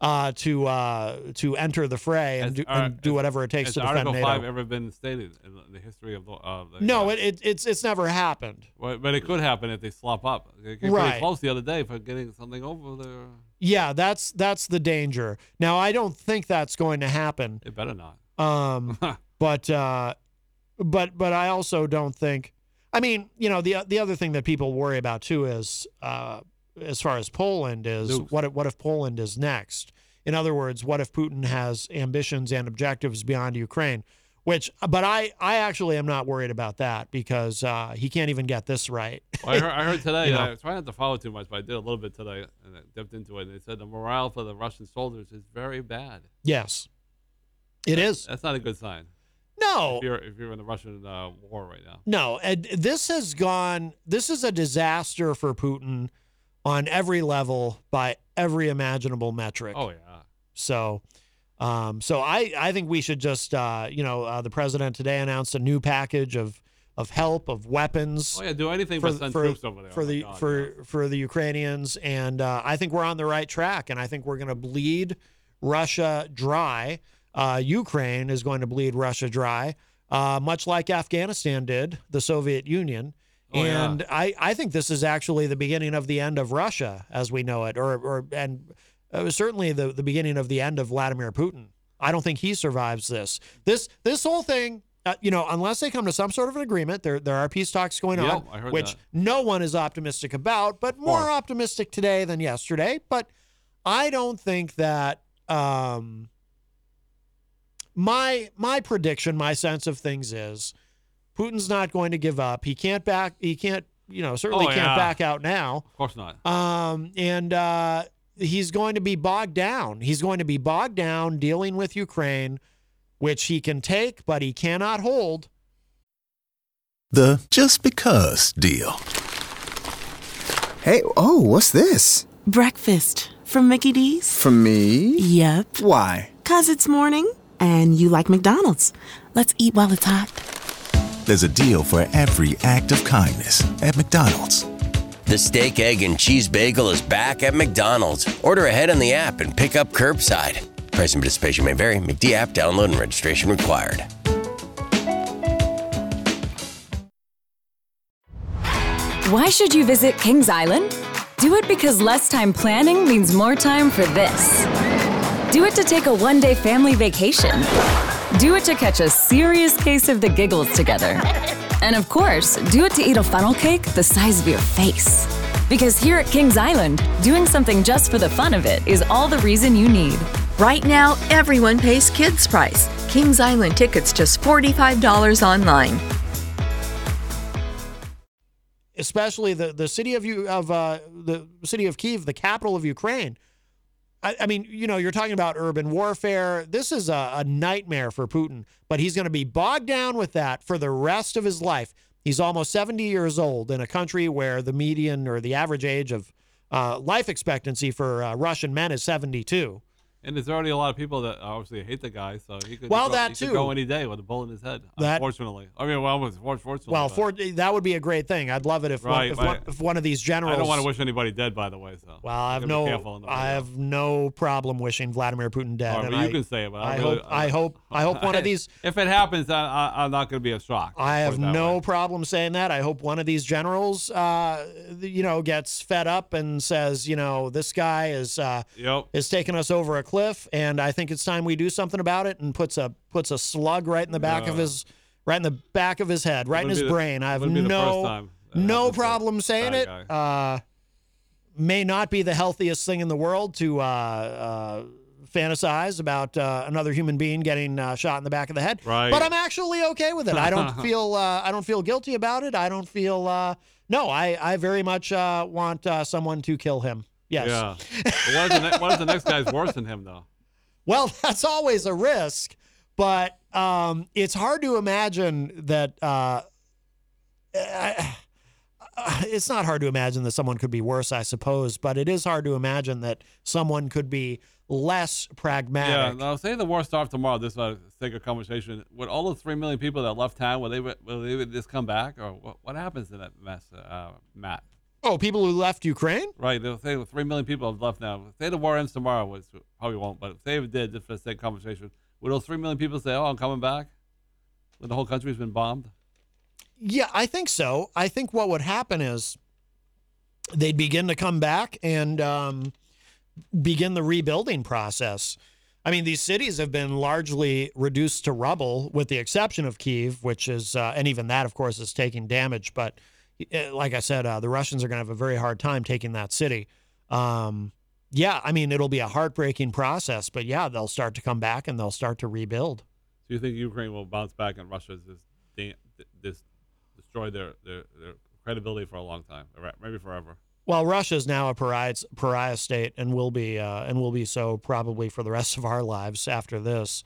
B: uh, to uh, to enter the fray and,
C: Has
B: do,
C: Ar-
B: and do whatever it takes
C: Has
B: to defend
C: Article
B: NATO.
C: Five ever been stated in the- the history of the? Of the
B: no,
C: uh,
B: it, it, it's it's never happened.
C: Well, but it could happen if they slop up. It came
B: Right.
C: pretty close the other day for getting something over there.
B: Yeah, that's that's the danger. Now, I don't think that's going to happen.
C: It better not.
B: Um, but uh, but but I also don't think. I mean, you know, the the other thing that people worry about too is, uh, as far as Poland is,
C: Nukes.
B: what if, what if Poland is next? In other words, what if Putin has ambitions and objectives beyond Ukraine? Which, but I I actually am not worried about that because uh, he can't even get this right.
C: Well, I, heard, I heard today.
B: You
C: and
B: know.
C: I try not to follow too much, but I did a little bit today and I dipped into it. And they said the morale for the Russian soldiers is very bad.
B: yes, it is.
C: That's not a good sign.
B: No,
C: If you're if you're in the Russian uh, war right now.
B: No, and this has gone. This is a disaster for Putin on every level by every imaginable metric.
C: Oh yeah.
B: So, um, so I I think we should just uh, you know uh, the president today announced a new package of of help of weapons
C: Oh yeah. Do anything
B: for
C: but send
B: for-
C: troops over there.
B: for
C: Oh, my
B: the
C: God,
B: for for the Ukrainians, and uh, I think we're on the right track, and I think we're going to bleed Russia dry. Uh, Ukraine is going to bleed Russia dry, uh, much like Afghanistan did the Soviet Union.
C: Oh, yeah.
B: and I, I think this is actually the beginning of the end of Russia as we know it, or or and uh, certainly the the beginning of the end of Vladimir Putin. I don't think he survives this. This this whole thing, uh, you know, unless they come to some sort of an agreement, there there are peace talks going
C: Yep,
B: on,
C: I heard
B: which
C: that.
B: no one is optimistic about, but more optimistic today than yesterday. But I don't think that um, my my prediction, my sense of things is Putin's not going to give up. He can't back. He can't. You know, certainly
C: Oh,
B: can't
C: yeah.
B: back out now.
C: Of course not.
B: Um, and uh, he's going to be bogged down. He's going to be bogged down dealing with Ukraine, which he can take, but he cannot hold.
F: The just because deal.
G: Hey, oh, what's this?
H: Breakfast from Mickey D's.
G: For me?
H: Yep.
G: Why?
H: Cause it's morning and you like McDonald's. Let's eat while it's hot.
F: There's a deal for every act of kindness at McDonald's.
I: The steak, egg, and cheese bagel is back at McDonald's. Order ahead on the app and pick up curbside. Price and participation may vary. McD app download and registration required.
J: Why should you visit Kings Island? Do it because less time planning means more time for this. Do it to take a one day family vacation. Do it to catch a serious case of the giggles together. And of course, do it to eat a funnel cake the size of your face. Because here at Kings Island, doing something just for the fun of it is all the reason you need.
K: Right now, everyone pays kids' price. Kings Island tickets just $45 online.
B: especially the, the city of you of uh, the city of Kiev, the capital of Ukraine. I, I mean, you know, you're talking about urban warfare. This is a, a nightmare for Putin, but he's going to be bogged down with that for the rest of his life. He's almost 70 years old in a country where the median or the average age of uh, life expectancy for uh, Russian men is 72.
C: And there's already a lot of people that obviously hate the guy, so he could
B: Well,
C: go,
B: that
C: he could
B: too.
C: go any day with a bullet in his head.
B: That-
C: unfortunately, I mean, well, almost fortunately.
B: Well,
C: but
B: for, that would be a great thing. I'd love it if, one,
C: Right,
B: if, one,
C: right.
B: if one of these generals.
C: I don't want to wish anybody dead, by the way. So
B: Well, I have
C: gotta be careful
B: no,
C: in the way
B: I
C: you-
B: have no problem wishing Vladimir Putin dead.
C: All right,
B: and
C: well, you
B: I-
C: can say it, but I
B: I,
C: really-
B: hope, I hope, I hope one of these.
C: If it happens, I, I, I'm not going to be a shock.
B: I
C: Put it
B: have
C: that
B: no
C: way.
B: problem saying that. I hope one of these generals, uh, you know, gets fed up and says, you know, this guy is uh,
C: Yep.
B: is taking us over a cliff, and I think it's time we do something about it. And puts a puts a slug right in the back of
C: Yeah.
B: his right in the back of his head, right in
C: Wouldn't
B: his
C: be the-
B: brain. I have
C: wouldn't be the first
B: no
C: time that
B: no
C: happens to
B: problem
C: a
B: saying it.
C: Uh, bad
B: Uh, may not be the healthiest thing in the world to uh, uh, fantasize about uh, another human being getting uh, shot in the back of the head.
C: Right.
B: But I'm actually okay with it. I don't feel uh, I don't feel guilty about it. I don't feel uh, no. I I very much uh, want uh, someone to kill him. Yes.
C: Yeah. But what, if the ne- what if the next guy's worse than him, though?
B: Well, that's always a risk, but um, it's hard to imagine that. Uh, I- uh, it's not hard to imagine that someone could be worse, I suppose, but it is hard to imagine that someone could be less
C: Yeah.
B: pragmatic.
C: Now, say the war starts tomorrow. This uh, sake of conversation. Would all the three million people that left town, will they will they just come back, or what, what happens to that mess, uh, Matt?
B: Oh, people who left Ukraine?
C: Right. They'll say three million people have left now. Say the war ends tomorrow, which probably won't, but say it did, just for the sake of conversation, would those three million people say, "Oh, I'm coming back"? When the whole country's been bombed.
B: Yeah, I think so. I think what would happen is they'd begin to come back and um, begin the rebuilding process. I mean, these cities have been largely reduced to rubble, with the exception of Kiev, which is, uh, and even that, of course, is taking damage. But eh, like I said, uh, the Russians are going to have a very hard time taking that city. Um, yeah, I mean, it'll be a heartbreaking process, but yeah, they'll start to come back and they'll start to rebuild.
C: Do you think Ukraine will bounce back and Russia's just da- this destroy their, their their credibility for a long time, or maybe forever?
B: Well, Russia's now a pariah, pariah state, and will be uh, and will be so probably for the rest of our lives after this.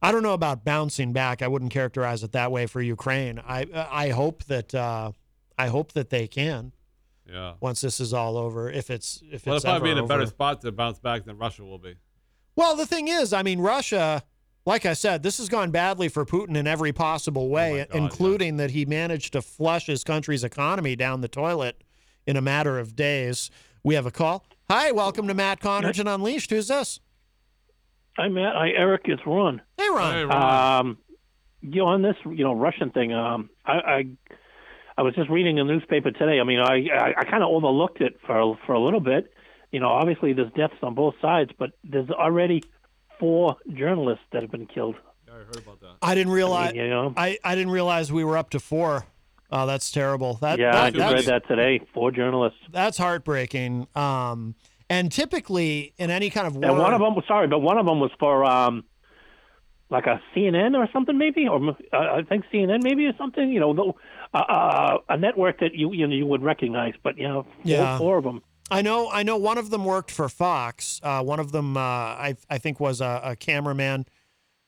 B: I don't know about bouncing back. I wouldn't characterize it that way for Ukraine. I I hope that uh, I hope that they can
C: Yeah.
B: once this is all over. If it's if
C: Well,
B: it's
C: they'll probably be
B: ever
C: in a better
B: over.
C: spot to bounce back than Russia will be.
B: Well, the thing is, I mean, Russia, like I said, this has gone badly for Putin in every possible way,
C: Oh God,
B: including that he managed to flush his country's economy down the toilet in a matter of days. We have a call. Hi, welcome to Matt Connerton Unleashed. Who's this?
L: Hi, Matt. Hi, Eric. It's Ron.
B: Hey, Ron. Uh,
C: Hey, Ron.
L: Um, you know, on this, you know, Russian thing. Um, I, I, I was just reading the newspaper today. I mean, I, I, I kind of overlooked it for for a little bit. You know, obviously there's deaths on both sides, but there's already four journalists that have been killed.
C: yeah, I heard about that.
B: I didn't realize.
L: you know,
B: I, I didn't realize we were up to four. Oh, that's terrible. That,
L: yeah,
B: that-
L: I just
B: that's-
L: read that today. Four journalists,
B: That's heartbreaking. Um, and typically in any kind of war,
L: and one of them. Sorry, but one of them was for um, like a CNN or something, maybe, or uh, I think CNN maybe or something. You know, the, uh, uh, a network that you you know you would recognize, but you know, four,
B: Yeah.
L: four of them.
B: I know. I know. One of them worked for Fox. Uh, one of them, uh, I I think, was a, a cameraman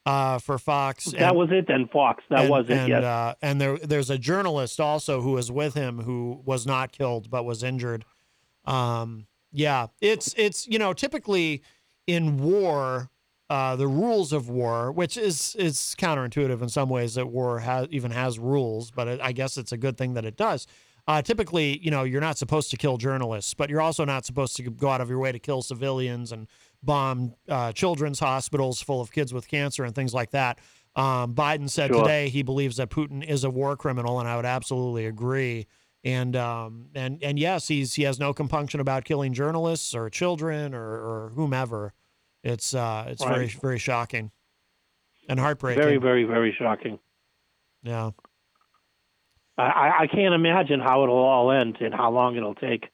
B: uh, for Fox.
L: That was it then, Fox. That
B: and,
L: was it.
B: And,
L: yes.
B: uh, and there there's a journalist also who was with him who was not killed but was injured. Um, yeah, it's it's you know typically in war. Uh, the rules of war, which is is counterintuitive in some ways, that war has even has rules, but it, I guess it's a good thing that it does. Uh, typically, you know, you're not supposed to kill journalists, but you're also not supposed to go out of your way to kill civilians and bomb uh, children's hospitals full of kids with cancer and things like that. Um, Biden said
M: Sure.
B: today he believes that Putin is a war criminal, and I would absolutely agree. And um, and and yes, he's he has no compunction about killing journalists or children or, or whomever. It's uh, it's very
L: Right.
B: very shocking and heartbreaking.
L: Very, very, very shocking.
B: Yeah.
L: I- I, I can't imagine how it'll all end and how long it'll take.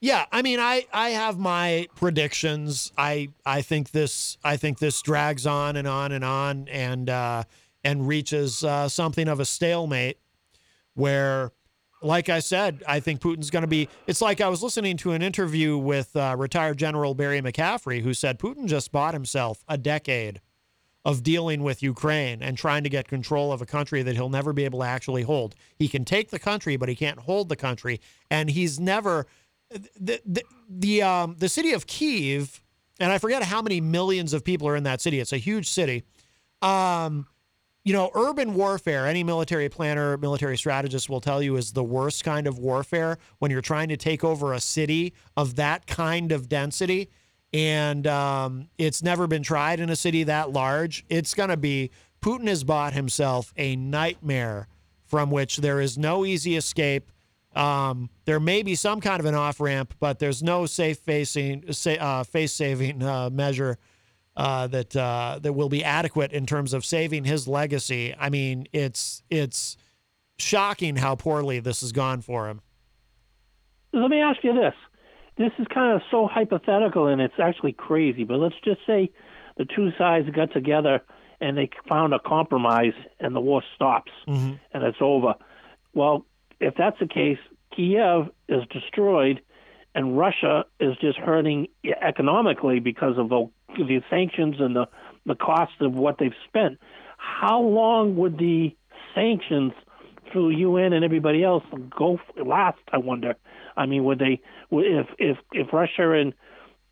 B: Yeah, I mean, I I have my predictions. I I think this I think this drags on and on and on and uh, and reaches uh, something of a stalemate, where, like I said, I think Putin's going to be. It's like I was listening to an interview with uh, retired General Barry McCaffrey, who said Putin just bought himself a decade of dealing with Ukraine and trying to get control of a country that he'll never be able to actually hold. He can take the country, but he can't hold the country. And he's never the the the, um, the city of Kiev, and I forget how many millions of people are in that city. It's a huge city. Um, you know, urban warfare, any military planner, military strategist will tell you is the worst kind of warfare when you're trying to take over a city of that kind of density. And um, it's never been tried in a city that large. It's going to be, Putin has bought himself a nightmare from which there is no easy escape. Um, there may be some kind of an off ramp, but there's no safe facing, sa- uh, face saving uh, measure uh, that uh, that will be adequate in terms of saving his legacy. I mean, it's it's shocking how poorly this has gone for him.
L: Let me ask you this. This is kind of so hypothetical and it's actually crazy, but let's just say the two sides got together and they found a compromise and the war stops
B: Mm-hmm.
L: and it's over. Well, if that's the case, Kiev is destroyed and Russia is just hurting economically because of the, the sanctions and the, the cost of what they've spent. How long would the sanctions through UN and everybody else go f- last? I wonder. I mean, would they would- if if if Russia and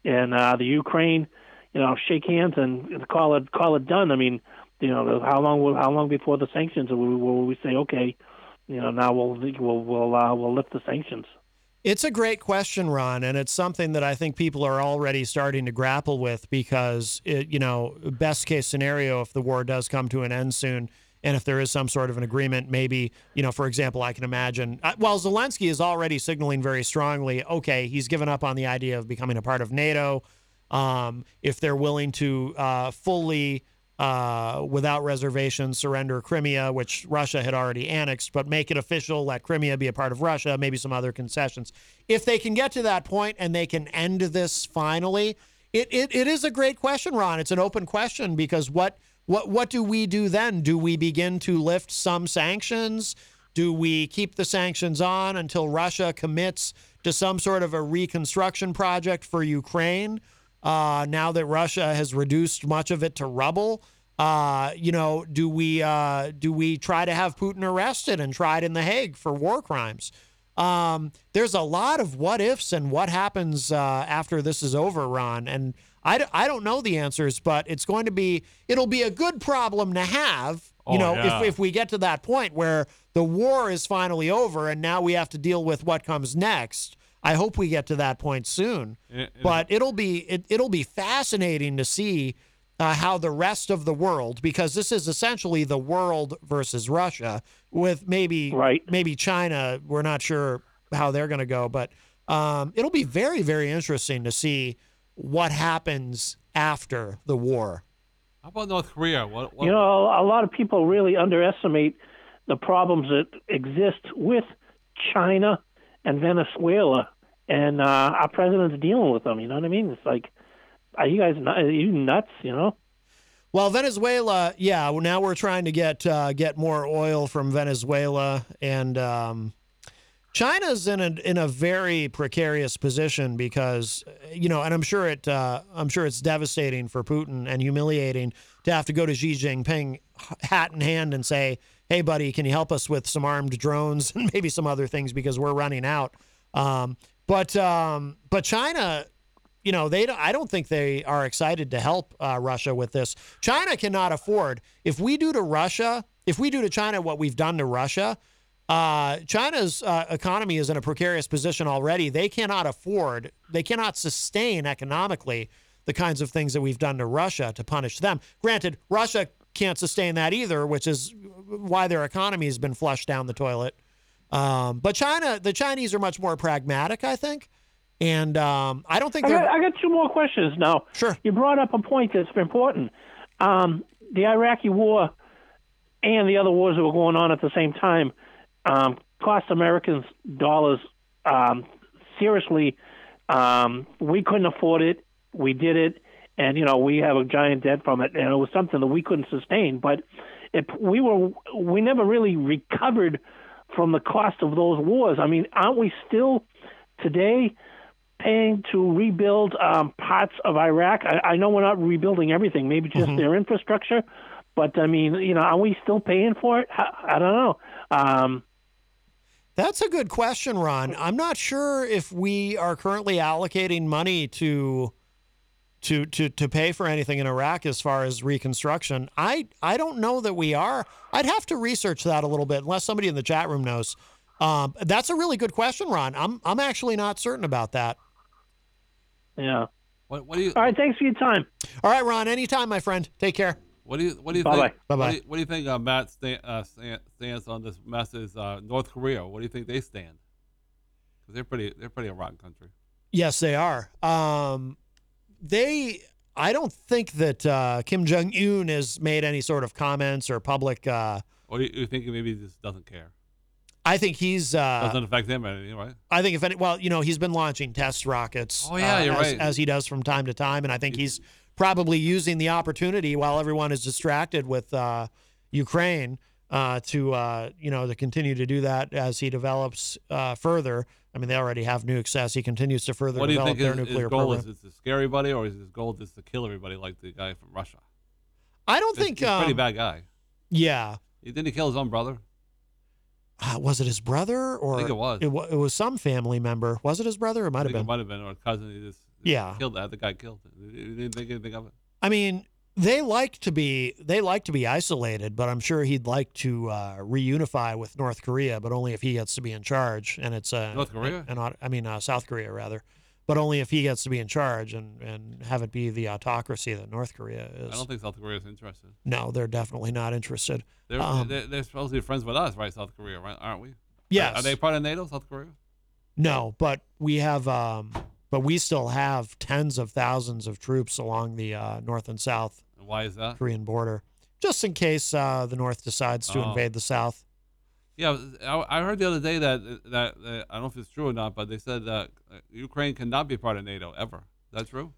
L: and uh, the Ukraine, you know, shake hands and call it call it done? I mean, you know, how long will how long before the sanctions will, we- will we say okay? You know, now we'll we'll we'll, uh, we'll lift the sanctions.
B: It's a great question, Ron, and it's something that I think people are already starting to grapple with because, it, you know, best case scenario, if the war does come to an end soon, and if there is some sort of an agreement, maybe, you know, for example, I can imagine. uh, Well, Zelensky is already signaling very strongly, okay, he's given up on the idea of becoming a part of NATO. Um, if they're willing to uh, fully uh, without reservation surrender Crimea, which Russia had already annexed, but make it official, let Crimea be a part of Russia, maybe some other concessions. If they can get to that point and they can end this finally, it, it, it is a great question, Ron. It's an open question because what what what do we do then? Do we begin to lift some sanctions? Do we keep the sanctions on until Russia commits to some sort of a reconstruction project for Ukraine? Uh, now that Russia has reduced much of it to rubble, uh, you know, do we uh, do we try to have Putin arrested and tried in the Hague for war crimes? Um, there's a lot of what ifs and what happens uh, after this is over, Ron. And I, d- I don't know the answers, but it's going to be it'll be a good problem to have. You
N: Oh,
B: know,
N: yeah.
B: if, if we get to that point where the war is finally over and now we have to deal with what comes next. I hope we get to that point soon.
C: It- it-
B: but it'll be it, it'll be fascinating to see uh, how the rest of the world, because this is essentially the world versus Russia, with maybe right. maybe China. We're not sure how they're going to go, but um, it'll be very very interesting to see what happens after the war.
C: How about North Korea? What, what
L: You know, a lot of people really underestimate the problems that exist with China and Venezuela, and uh, our president's dealing with them. You know what I mean? It's like, are you guys not, are you nuts? You know?
B: Well, Venezuela, yeah. well, Now we're trying to get uh, get more oil from Venezuela, and um, China's in a in a very precarious position because you know, and I'm sure it uh, I'm sure it's devastating for Putin and humiliating to have to go to Xi Jinping h- hat in hand and say, "Hey, buddy, can you help us with some armed drones and maybe some other things because we're running out." Um, but um, but China you know they don't, i don't think they are excited to help uh, russia with this china cannot afford if we do to russia if we do to china what we've done to russia Uh, China's uh, economy is in a precarious position already. They cannot afford, they cannot sustain economically the kinds of things that we've done to Russia to punish them. Granted, Russia can't sustain that either, which is why their economy has been flushed down the toilet. Um, but China, the Chinese are much more pragmatic, I think. And um, I don't think
L: I
B: they're.
L: got, I got two more questions now.
B: Sure.
L: You brought up a point that's important. Um, the Iraqi war and the other wars that were going on at the same time um, cost Americans dollars. Um, seriously, um, we couldn't afford it. We did it, and you know we have a giant debt from it, and it was something that we couldn't sustain. But if we were, we never really recovered from the cost of those wars. I mean, aren't we still today? paying to rebuild um, parts of Iraq. I, I know we're not rebuilding everything, maybe just
O: Mm-hmm.
L: their infrastructure, but I mean, you know, are we still paying for it? I, I don't know. Um,
B: That's a good question, Ron. I'm not sure if we are currently allocating money to to to to pay for anything in Iraq as far as reconstruction. I I don't know that we are. I'd have to research that a little bit, unless somebody in the chat room knows. Um, that's a really good question, Ron. I'm I'm actually not certain about that.
L: Yeah.
C: What, what do you?
L: All right. Thanks for your time.
B: All right, Ron. Anytime, my friend. Take care.
C: What do you What do you
B: Bye-bye.
C: think?
B: Bye-bye.
C: What do you, what do you think uh, Matt sta- uh, stan- stance on this mess is uh, North Korea? What do you think they stand? Because they're pretty they're pretty a rotten country.
B: Yes, they are. Um, they, I don't think that uh, Kim Jong Un has made any sort of comments or public. Uh,
C: Or do you, you think maybe he just doesn't care?
B: I think he's. Uh,
C: Doesn't affect him or anything, right?
B: I think if any, well, you know, he's been launching test rockets. uh,
C: Oh, yeah, you're
B: as,
C: right.
B: As he does from time to time, and I think he's probably using the opportunity while everyone is distracted with uh, Ukraine uh, to uh, you know to continue to do that as he develops uh, further. I mean, they already have nukes as he continues to further
C: What do you
B: develop
C: think
B: their
C: his, his
B: nuclear
C: goal
B: program.
C: is? Is to scare everybody, or is his goal just to kill everybody, like the guy from Russia?
B: I don't
C: He's-
B: think.
C: he's a pretty
B: um,
C: bad guy.
B: Yeah.
C: He- Didn't he kill his own brother?
B: Uh, was it his brother or
C: think it was.
B: It, wa- it was some family member. Was it his brother? It
C: I
B: might have
C: think
B: been.
C: It might have been, or a cousin. He just
B: Yeah.
C: killed that. The guy killed. It. He didn't think anything of it.
B: I mean, they like to be they like to be isolated, but I'm sure he'd like to uh, reunify with North Korea, but only if he gets to be in charge. And it's uh,
C: North Korea?
B: and I mean uh, South Korea rather, but only if he gets to be in charge and and have it be the autocracy that North Korea is.
C: I don't think South Korea is interested.
B: No, they're definitely not interested.
C: They're,
B: Um,
C: they're, they're supposed to be friends with us, right? South Korea, right? Aren't we?
B: Yes.
C: Are, are they part of NATO, South Korea?
B: No, but we have, um, but we still have tens of thousands of troops along the uh, north and south
C: And Why is that?
B: Korean border, just in case uh, the north decides to
C: Oh.
B: invade the south.
C: Yeah, I, I heard the other day that that uh, I don't know if it's true or not, but they said that uh, Ukraine cannot be part of NATO ever. Is that true?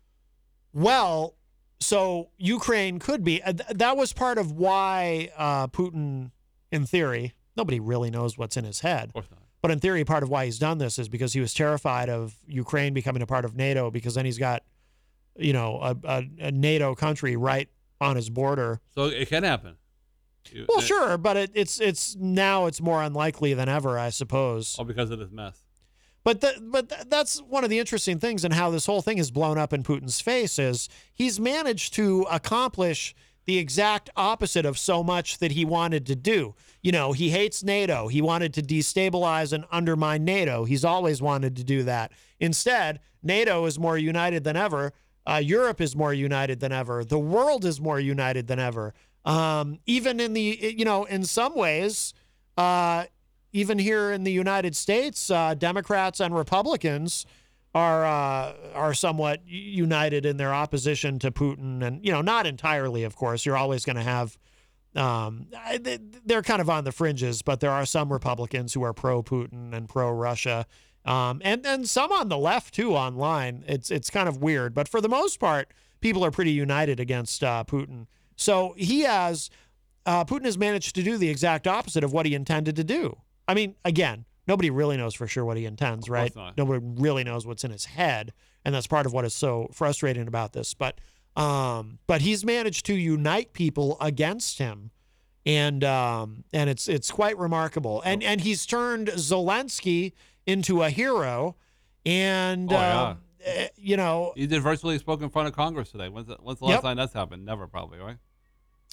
B: Well, so Ukraine could be. uh, th- that was part of why uh, Putin, in theory, nobody really knows what's in his head. Of
C: course not.
B: But in theory, part of why he's done this is because he was terrified of Ukraine becoming a part of NATO because then he's got, you know, a, a, a NATO country right on his border.
C: So it can happen. You- uh,
B: Well,
C: it-
B: sure, but it, it's it's now it's more unlikely than ever, I suppose.
C: All because of this mess.
B: But th- but th- that's one of the interesting things in how this whole thing is blown up in Putin's face is he's managed to accomplish the exact opposite of so much that he wanted to do. You know, he hates NATO. He wanted to destabilize and undermine NATO. He's always wanted to do that. Instead, NATO is more united than ever. Uh, Europe is more united than ever. The world is more united than ever. Um, even in the you know, in some ways, uh, even here in the United States, uh, Democrats and Republicans are uh, are somewhat u- united in their opposition to Putin, and you know, not entirely, of course. You're always going to have um, I- th- they're kind of on the fringes, but there are some Republicans who are pro Putin and pro Russia, um, and and some on the left too. Online, it's it's kind of weird, but for the most part, people are pretty united against uh, Putin. So he has uh, Putin has managed to do the exact opposite of what he intended to do. I mean, again, nobody really knows for sure what he intends, right?
C: not.
B: Nobody really knows what's in his head, and that's part of what is so frustrating about this. But um, but he's managed to unite people against him, and um, and it's it's quite remarkable. And and he's turned Zelensky into a hero, and
C: Oh, yeah.
B: um, eh, you know
C: He did virtually spoke in front of Congress today. When's the, when's the last
B: Yep.
C: time that's happened? Never, probably, right?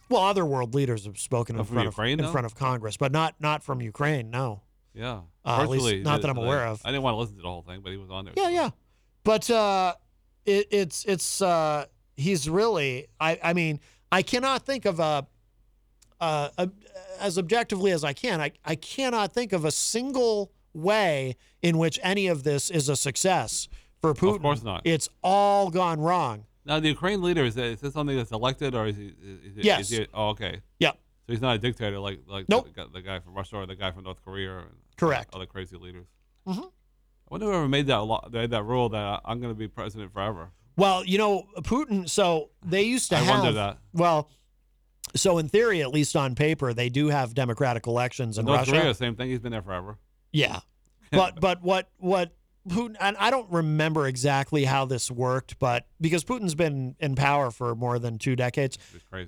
B: Well, other world leaders have spoken
C: Oh,
B: in
C: from
B: front
C: Ukraine,
B: of in
C: though?
B: front of Congress, but not not from Ukraine. No.
C: Yeah.
B: Uh, at least
C: Virtually, the-
B: not that I'm
C: the-
B: aware of.
C: I didn't want to listen to the whole thing, but he was on there.
B: Yeah, yeah. But uh, it, it's it's uh, he's really. I I mean, I cannot think of a, uh, ob- as objectively as I can. I I cannot think of a single way in which any of this is a success for Putin. Of course
C: not.
B: It's all gone wrong.
C: Now, the Ukraine leader is, is this something that's elected or is he? Is, is
B: Yes.
C: he, oh, okay.
B: Yep.
C: So he's not a dictator like like
B: Nope.
C: the, guy- the guy from Russia or the guy from North Korea. Or
B: Correct.
C: Other crazy leaders.
B: Mhm.
C: I wonder whoever made that law, made that rule that I- I'm going to be president forever.
B: Well, you know, Putin. So they used to
C: I
B: have.
C: wonder that.
B: Well, so in theory, at least on paper, they do have democratic elections in
C: North
B: Russia.
C: Korea, same thing. He's been there forever.
B: Yeah. But but what what Putin and I don't remember exactly how this worked, but because Putin's been in power for more than two decades,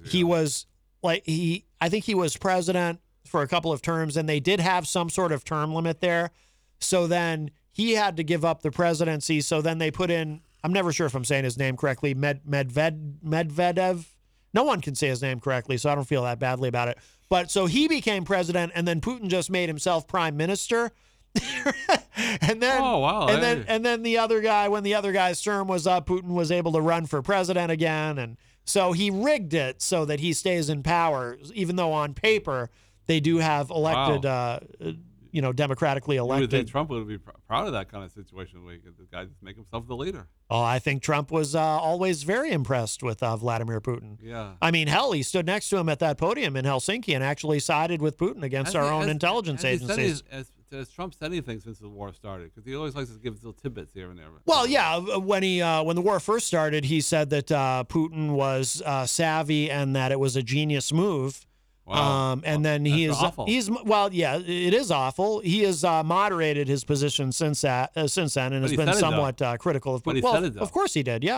B: he was like he I think he was president for a couple of terms and they did have some sort of term limit there. So then he had to give up the presidency. So then they put in I'm never sure if I'm saying his name correctly, Med Medved Medvedev. No one can say his name correctly, so I don't feel that badly about it. But so he became president and then Putin just made himself prime minister. and then
C: Oh, wow,
B: and then
C: hey.
B: and then the other guy when the other guy's term was up putin was able to run for president again and so he rigged it so that he stays in power even though on paper they do have elected uh, you know democratically
C: You would think
B: elected
C: Trump would be pr- proud of that kind of situation. where he could- the guy just make himself the leader.
B: oh i think trump was uh, always very impressed with uh, vladimir putin
C: Yeah.
B: I mean, hell, he stood next to him at that podium in Helsinki and actually sided with Putin against
C: Has
B: our
C: he-
B: own
C: has-
B: intelligence
C: has he said
B: agencies.
C: any- has, has Trump said anything since the war started? Because he always likes to give little tidbits here and there.
B: Well, yeah. uh, When he uh, when the war first started, he said that uh, Putin was uh, savvy and that it was a genius move.
C: Wow.
B: Um, and then he
C: That's
B: is
C: awful.
B: he's well, yeah, it is awful. He has uh, moderated his position since that uh, since then, and
C: But
B: has
C: he
B: been
C: said it, though.
B: somewhat uh, critical of
C: But
B: Putin.
C: he
B: well,
C: said it, though.
B: of course he did. Yeah,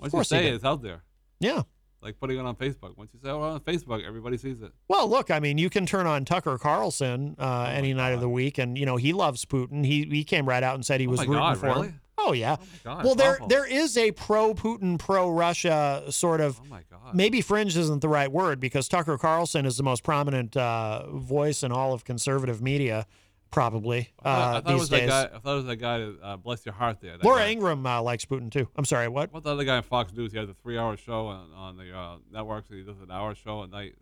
C: Once
B: of
C: you
B: course he
C: say it,
B: did.
C: it's out there.
B: yeah.
C: Like putting it on Facebook. Once you say, "Oh, on Facebook," everybody sees it.
B: Well, look, I mean, you can turn on Tucker Carlson
C: Oh,
B: uh, any night of the week, and you know he loves Putin. He he came right out and said he was
C: Oh, my
B: rooting
C: God,
B: for
C: really?
B: him. Oh yeah.
C: God,
B: well,
C: it's
B: there
C: awful.
B: there is a pro Putin, pro Russia sort
C: Oh,
B: of. Maybe fringe isn't the right word because Tucker Carlson is the most prominent uh, voice in all of conservative media, probably uh,
C: I thought it
B: these
C: was that
B: days.
C: guy. I thought it was that guy. Uh, bless your heart, there. That
B: Laura
C: guy.
B: Ingram uh, likes Putin too. I'm sorry, what?
C: What's the other guy on Fox News? He has a three-hour show on, on the uh, networks. He does an hour show at night.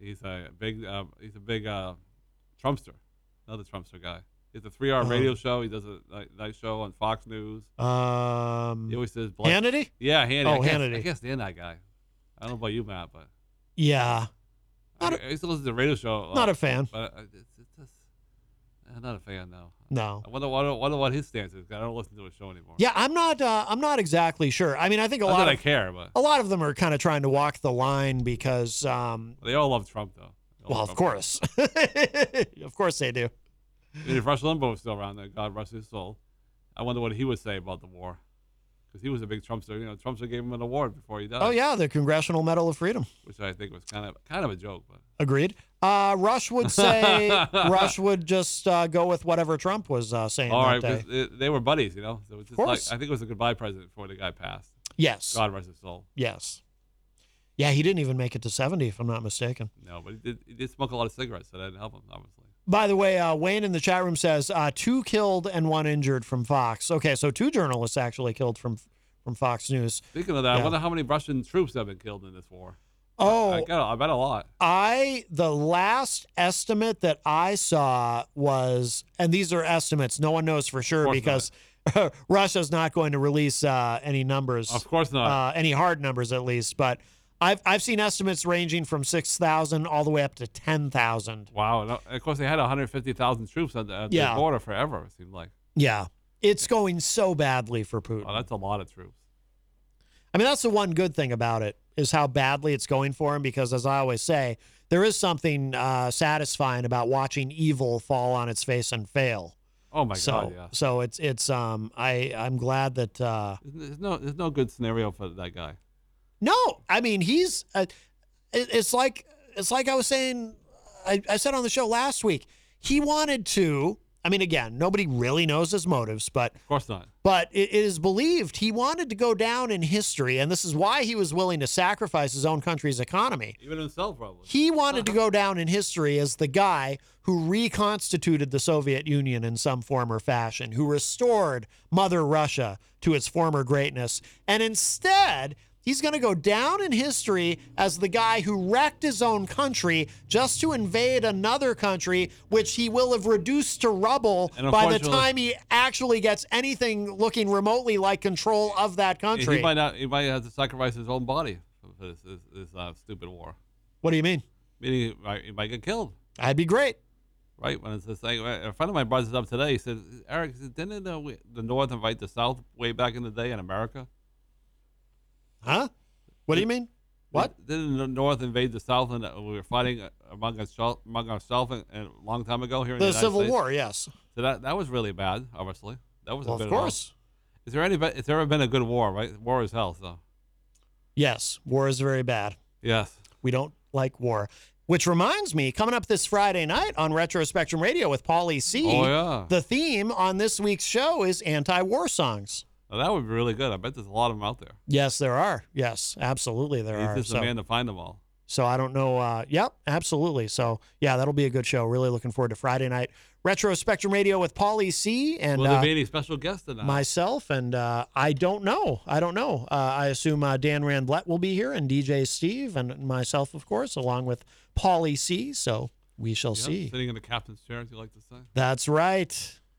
C: He's a big. Uh, he's a big uh, Trumpster. Another Trumpster guy. He's a three-hour
B: Uh-huh.
C: radio show. He does a night, night show on Fox News.
B: Um,
C: he always says bless-
B: Hannity?
C: Yeah, Hannity.
B: Oh,
C: I can't, I
B: Hannity.
C: can't stand that guy. I don't know about you, Matt, but
B: Yeah.
C: I, I used to listen to the radio show.
B: Not a fan.
C: But I- it's, it's just, I'm not a fan now.
B: No.
C: I wonder, wonder, wonder what his stance is. 'cause I don't listen to his show anymore.
B: Yeah, I'm not. Uh, I'm not exactly sure. I mean, I think a
C: Not
B: lot.
C: that
B: of,
C: I care, but-
B: a lot of them are kind of trying to walk the line because, um,
C: They all love Trump, though. They all
B: well,
C: love
B: of
C: Trump.
B: course,
C: Uh,
B: of course they do.
C: I mean, if Rush Limbaugh was still around, then God rest his soul, I wonder what he would say about the war. Because he was a big Trumpster. You know, Trumpster gave him an award before he died.
B: Oh yeah, the Congressional Medal of Freedom.
C: Which I think was kind of kind of a joke, but
B: Agreed. Uh, Rush would say Rush would just uh, go with whatever Trump was uh, saying
C: all right,
B: that
C: because
B: day.
C: they were buddies, you know. So it's just like
B: course.
C: I think it was a goodbye present before the guy passed.
B: Yes.
C: God rest his soul.
B: Yes. Yeah, he didn't even make it to 70, if I'm not mistaken.
C: No, but he did, he did smoke a lot of cigarettes, so that didn't help him, obviously.
B: By the way, uh, Wayne in the chat room says uh, two killed and one injured from Fox. Okay, so two journalists actually killed from from Fox News.
C: Speaking of that, I
B: Yeah.
C: wonder how many Russian troops have been killed in this war.
B: Oh,
C: I, got, I bet a lot.
B: I the last estimate that I saw was, and these are estimates. No one knows for sure because Russia's not going to release uh, any numbers.
C: Of course not.
B: Uh, any hard numbers, at least. But I've I've seen estimates ranging from six thousand all the way up to ten thousand.
C: Wow. And uh, of course, they had 150,000 troops at the, at
B: Yeah.
C: the border forever, it seemed like.
B: Yeah, it's going so badly for Putin.
C: Oh, that's a lot of troops.
B: I mean, that's the one good thing about it is how badly it's going for him. Because as I always say, there is something uh, satisfying about watching evil fall on its face and fail.
C: Oh, my
B: so,
C: God, yeah.
B: So it's it's um I I'm glad that uh,
C: There's no, there's no good scenario for that guy.
B: no, I mean he's uh, it, it's like it's like I was saying I, I said on the show last week. He wanted to. I mean, again, nobody really knows his motives, but of
C: course not.
B: But it it is believed he wanted to go down in history, and this is why he was willing to sacrifice his own country's economy.
C: Even himself, probably.
B: He wanted to
C: Uh-huh.
B: go down in history as the guy who reconstituted the Soviet Union in some form or fashion, who restored Mother Russia to its former greatness. And instead, he's going to go down in history as the guy who wrecked his own country just to invade another country, which he will have reduced to rubble
C: And
B: by the
C: unfortunately-
B: time he actually gets anything looking remotely like control of that country.
C: He might not. He might have to sacrifice his own body for this, this, this uh, stupid war.
B: what do you mean?
C: Meaning, right, he might get killed.
B: That'd be great.
C: Right when it's this thing. A friend of mine brought this up today. He said, "Eric, he said, didn't the, we- the North invite the South way back in the day in America?"
B: Huh? What do you mean?
C: What didn't the North invade the South and uh, we were fighting uh, among ourselves among ourselves and, and a long time ago here in the,
B: The
C: United
B: Civil
C: States?
B: War, yes.
C: So that that was really bad. Obviously, that was
B: Well,
C: a bit
B: of course.
C: Is there any? Has there ever been a good war? Right, war is hell. So
B: Yes, war is very bad.
C: yes,
B: We don't like war. Which reminds me, coming up this Friday night on Retro Spectrum Radio with Paulie C.
C: Oh, yeah.
B: The theme on this week's show is anti-war songs.
C: Now, that would be really good. I bet there's a lot of them out there.
B: Yes, there are. Yes, absolutely there
C: He's
B: are.
C: just
B: So-
C: a man to find them all.
B: So I don't know. Uh, yep, absolutely. So yeah, that'll be a good show. Really looking forward to Friday night Retro Spectrum Radio with Paulie C. And
C: Will there
B: uh,
C: be any special guests tonight?
B: myself, and uh, I don't know. I don't know. Uh, I assume uh, Dan Randlett will be here, and DJ Steve, and myself, of course, along with Paulie C. So we shall
C: Yep,
B: see.
C: Sitting in the captain's chair, as you like to say.
B: That's right.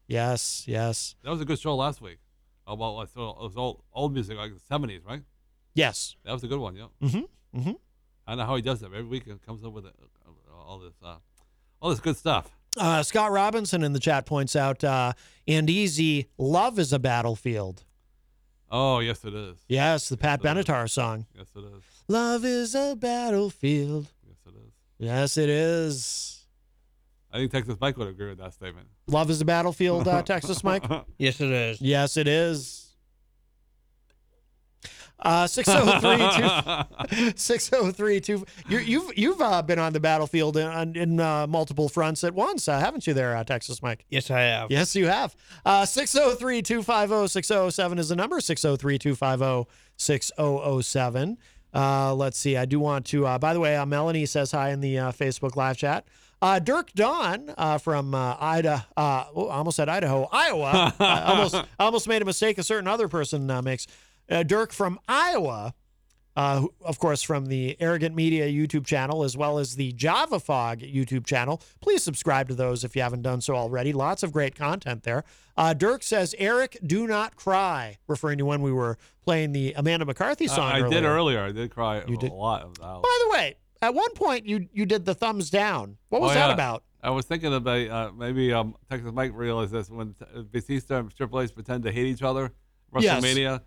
B: Yes, yes,
C: That was a good show last week. Uh, About like, so it was old, old music, like the seventies, right?
B: yes.
C: That was a good one. Yeah.
B: Mm-hmm. Mm-hmm.
C: I don't know how he does that. Every week he comes up with uh, all this, uh, all this good stuff.
B: Uh, Scott Robinson in the chat points out, uh, and easy, love is a battlefield.
C: Oh yes, it is.
B: Yes, the Pat Benatar song.
C: Yes, it is.
B: Love is a battlefield.
C: Yes, it is.
B: Yes, it is.
C: I think Texas Mike would agree with that statement.
B: Love is a battlefield, uh, Texas Mike.
E: Yes, it is.
B: Yes, it is. Uh, 603 603 two, you, You've, you've uh, been on the battlefield in, in uh, multiple fronts at once, uh, haven't you, there, uh, Texas Mike?
E: Yes, I have.
B: Yes, you have. Uh, 603 250 6007 is the number 603 250 6007. Uh, Let's see. I do want to, uh, by the way, uh, Melanie says hi in the uh, Facebook live chat. Uh, Dirk Don uh, from uh, Ida, uh, oh, I almost said Idaho, Iowa. I almost, I almost made a mistake a certain other person uh, makes. Uh, Dirk from Iowa, uh, who- of course, from the Arrogant Media YouTube channel, as well as the Java Fog YouTube channel. Please subscribe to those if you haven't done so already. Lots of great content there. Uh, Dirk says, Eric, do not cry, referring to when we were playing the Amanda McCarthy song.
C: I, I
B: earlier.
C: did earlier. I did cry a lot. Of that.
B: By the way, at one point you you did the thumbs down. What was
C: Oh,
B: that
C: yeah.
B: about?
C: I was thinking about uh, maybe um, Texas Mike realized this when T- Batista and Triple H pretend to hate each other.
B: Yes.
C: WrestleMania,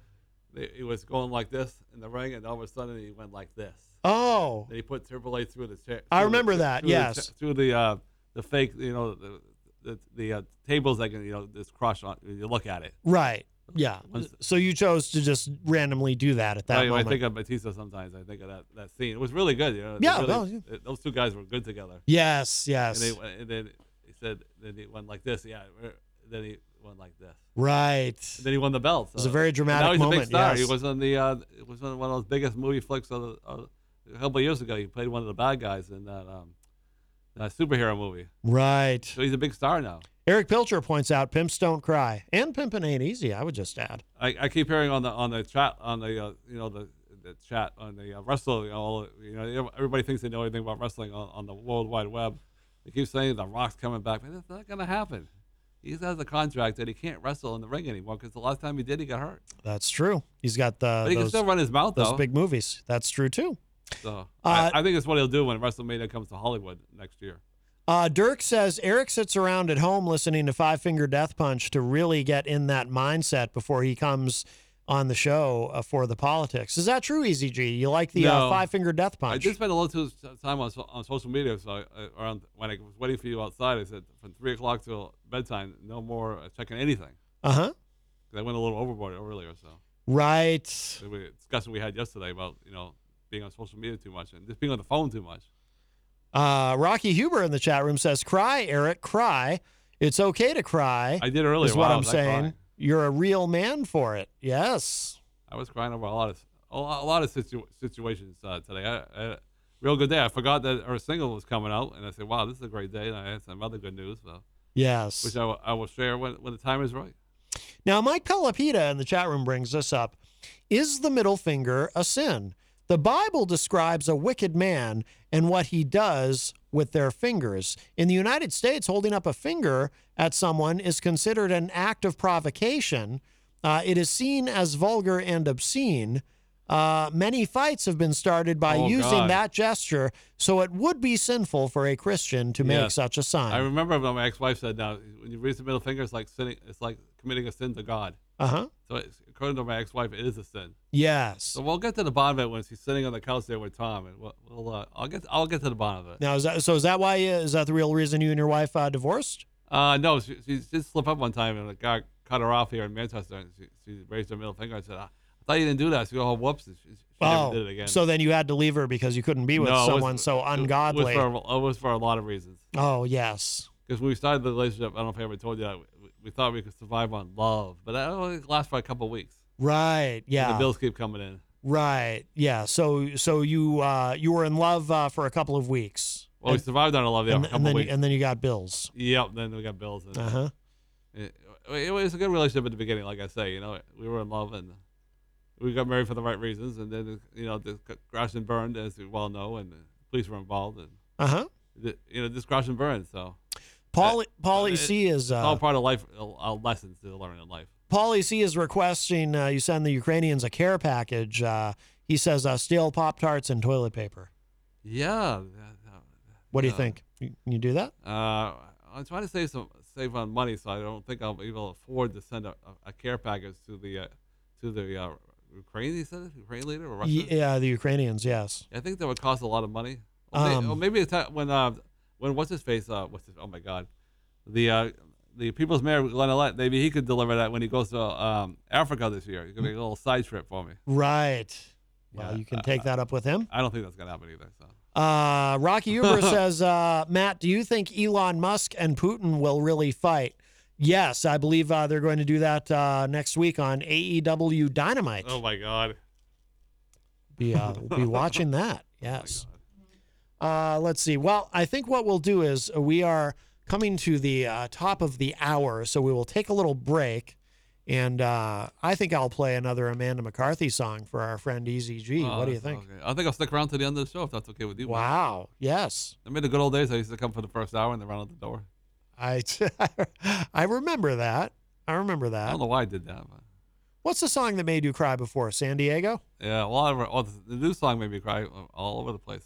C: they, he was going like this in the ring, and all of a sudden he went like this.
B: Oh.
C: Then he put Triple H through the chair.
B: I
C: through the-
B: remember that,
C: through the
B: yes.
C: cha- through the uh, the fake, you know, the the, the uh, tables that can, you know, just crush on. You look at it.
B: Right. Yeah. So you chose to just randomly do that at that
C: I, I
B: moment.
C: think of Batista sometimes. I think of that, that scene. It was really good. You know, it
B: Yeah,
C: really-
B: well, yeah.
C: th- those two guys were good together.
B: Yes, yes.
C: And, they, and then he said, then he went like this. Yeah. er, Then he went like this.
B: right.
C: And then he won the belt.
B: It was
C: so-
B: a very
C: and
B: dramatic
C: now he's
B: moment.
C: a big star.
B: yes.
C: He was on the uh, it was on one of those biggest movie flicks of, the- of a couple of years ago. He played one of the bad guys in that um, that superhero movie.
B: Right.
C: So he's a big star now.
B: Eric Pilcher points out pimps don't cry. And pimping ain't easy, I would just add.
C: I, I keep hearing on the on the chat on the uh, you know the the chat on the uh, wrestling you know, all you know everybody thinks they know everything about wrestling on, on the world wide web. They keep saying the Rock's coming back, but that's not gonna happen. He has a contract that he can't wrestle in the ring anymore because the last time he did, he got hurt.
B: That's true. He's got the
C: But he can
B: those-
C: still run his mouth,
B: those
C: though.
B: big movies. That's true too.
C: So
B: Uh,
C: I, I think it's what he'll do when WrestleMania comes to Hollywood next year.
B: Uh, Dirk says Eric sits around at home listening to Five Finger Death Punch to really get in that mindset before he comes on the show uh, for the politics. Is that true, EZG? You like the uh,
C: No.
B: Five Finger Death
C: I
B: Punch?
C: did spend a little too much time on, so- on social media, so I, I- around when I was waiting for you outside, I said from three o'clock till bedtime, no more uh, checking anything.
B: Uh huh.
C: 'Cause I went a little overboard earlier, so.
B: Right.
C: the we- discussion we had yesterday about you know being on social media too much and just being on the phone too much.
B: Uh, Rocky Huber in the chat room says, "Cry, Eric, cry." It's okay to cry.
C: I did earlier
B: Is
C: while
B: what
C: I
B: I'm
C: was, I
B: saying.
C: cried.
B: You're a real man for it. Yes.
C: I was crying over a lot of a lot, a lot of situ- situations uh, today. I, I, real good day. I forgot that our single was coming out, and I said, "Wow, this is a great day." And I had some other good news, so
B: Yes.
C: which I will- I will share when when the time is right.
B: Now, Mike Pelopita in the chat room brings this up. Is the middle finger a sin? The Bible describes a wicked man and what he does with their fingers. In the United States, holding up a finger at someone is considered an act of provocation. Uh, it is seen as vulgar and obscene. Uh, many fights have been started by
C: Oh,
B: using
C: God.
B: that gesture, so it would be sinful for a Christian to
C: Yeah.
B: make such a
C: I
B: sign.
C: remember when my ex-wife said, "Now, when you raise the middle finger, it's like sinning. It's like committing a sin to God."
B: Uh-huh.
C: So, it's, according to my ex-wife, it is a sin.
B: Yes.
C: So we'll get to the bottom of it when she's sitting on the couch there with Tom, and we'll, we'll uh, I'll get I'll get to the bottom of it.
B: Now, is that so? Is that why? uh, Is that the real reason you and your wife uh, divorced?
C: Uh, no, she, she did slip up one time and a guy cut her off here in Manchester, and she, she raised her middle finger. I said, "Ah, "I thought you didn't do that." She goes, "Oh, whoops!" and She, she never did it again.
B: Oh, so then you had to leave her because you couldn't be with
C: No, it was-
B: someone so ungodly.
C: It was, for, it was for a lot of reasons.
B: oh yes,
C: Because when we started the relationship, I don't know if I ever told you that we, we thought we could survive on love, but that only lasts for a couple of weeks.
B: right,
C: And
B: yeah,
C: the bills keep coming in.
B: right, yeah. So so you uh, you were in love uh, for a couple of weeks.
C: Well, we
B: and,
C: survived on a love yeah,
B: and,
C: for a couple
B: and then
C: of weeks.
B: and then you got bills.
C: Yep. Then we got bills. And,
B: Uh-huh.
C: It, it was a good relationship at the beginning, like I say. You know, we were in love and we got married for the right reasons, and then you know, the crash and burned, as we well know, and the police were involved, and
B: Uh-huh.
C: the- you know, just crash and burn. So, Uh,
B: Paul Paul
C: it-
B: EC is
C: it's all
B: uh,
C: part of life, uh, uh, lessons to learn in life.
B: Paul EC is requesting uh, you send the Ukrainians a care package. Uh, he says uh, steal pop tarts and toilet paper.
C: Yeah.
B: What do you
C: Yeah.
B: think? You, you do that?
C: Uh, I'm trying to save some save on money, so I don't think I'll be able to afford to send a, a, a care package to the uh, to the uh, Ukraine. He said Ukraine leader or Russia.
B: Yeah, the Ukrainians. Yes.
C: I think that would cost a lot of money. Or may-
B: Um,
C: or maybe it's not- when uh, when what's his face? Uh, what's his, oh my God, the uh, the People's Mayor Glenn Ouellette, Maybe he could deliver that when he goes to um, Africa this year. It could be a little side trip for me.
B: Right. Well, you can take that up with him.
C: I don't think that's gonna happen either. So.
B: Uh, Rocky Uber says, uh, Matt, do you think Elon Musk and Putin will really fight? Yes, I believe uh, they're going to do that uh, next week on AEW Dynamite.
C: Oh my God.
B: Be, uh, we'll be watching that. Yes.
C: Oh
B: uh, let's see. Well, I think what we'll do is uh, we are coming to the uh, top of the hour, so we will take a little break. And uh, I think I'll play another Amanda McCarthy song for our friend EZG.
C: Oh,
B: what do you
C: that's
B: think?
C: okay. I think I'll stick around to the end of the show if that's okay with you. Mike.
B: Wow. Yes.
C: I mean, the good old days. I used to come for the first hour and then run out the door.
B: I, I remember that. I remember
C: I
B: that.
C: don't know why I did that. But
B: What's the song that made you cry before? San Diego?
C: yeah, a lot of oh, the new song made me cry all over the place.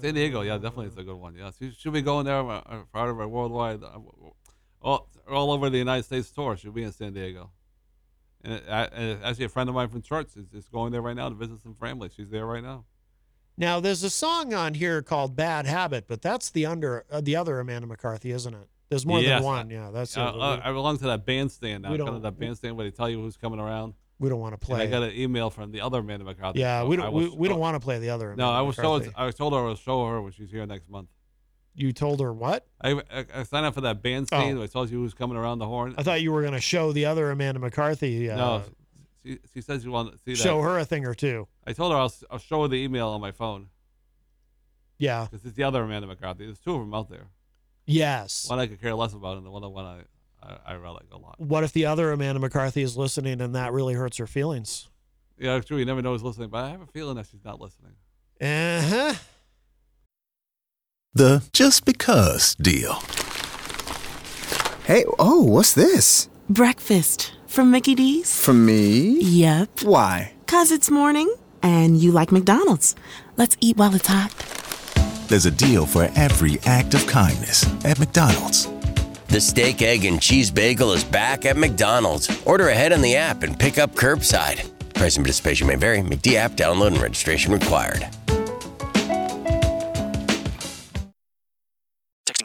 C: San Diego, yeah, definitely, it's a good one. Yeah, she should be going there uh, uh, part of our worldwide, uh, all, all over the United States tour. She'll be in San Diego, and, it, I, and actually, a friend of mine from church is, is going there right now to visit some family. She's there right now.
B: Now there's a song on here called "Bad Habit," but that's the under uh, the other Amanda McCarthy, isn't it? There's more
C: Yes, Uh,
B: than one. Yeah, that's
C: I,
B: it.
C: I, I belong to that bandstand now.
B: we
C: We kind
B: don't-
C: of that bandstand where they tell you who's coming around.
B: we, we don't want to
C: And I
B: play.
C: got an email from the other Amanda McCarthy.
B: yeah,
C: so
B: we
C: I will
B: don't we, we
C: show-
B: don't want to play the other.
C: No,
B: Amanda
C: I was told
B: McCarthy.
C: I was told her I will show her when she's here next month.
B: You told her what?
C: I, I, I signed up for that bandstand. I told you who's coming around the horn.
B: Oh. I thought you were going to show the other Amanda McCarthy. Uh,
C: no, she, she says you want to see that.
B: show her a thing or two.
C: I told her I'll, s- I'll show her the email on my phone
B: Yeah.
C: because it's the other Amanda McCarthy. There's two of them out there.
B: Yes.
C: One I could care less about, and the one the one I I, I really like a lot.
B: What if the other Amanda McCarthy is listening and that really hurts her feelings?
C: Yeah, it's true. You never know who's listening, but I have a feeling that she's not listening.
B: Uh huh.
F: The just because deal.
G: Hey, oh, what's this?
H: Breakfast from Mickey D's.
G: For me?
H: Yep.
G: Why?
H: Cause it's morning and you like McDonald's. Let's eat while it's hot.
F: There's a deal for every act of kindness at McDonald's.
I: The steak, egg, and cheese bagel is back at McDonald's. Order ahead on the app and pick up curbside. Price and participation may vary. McD app download and registration required.
M: and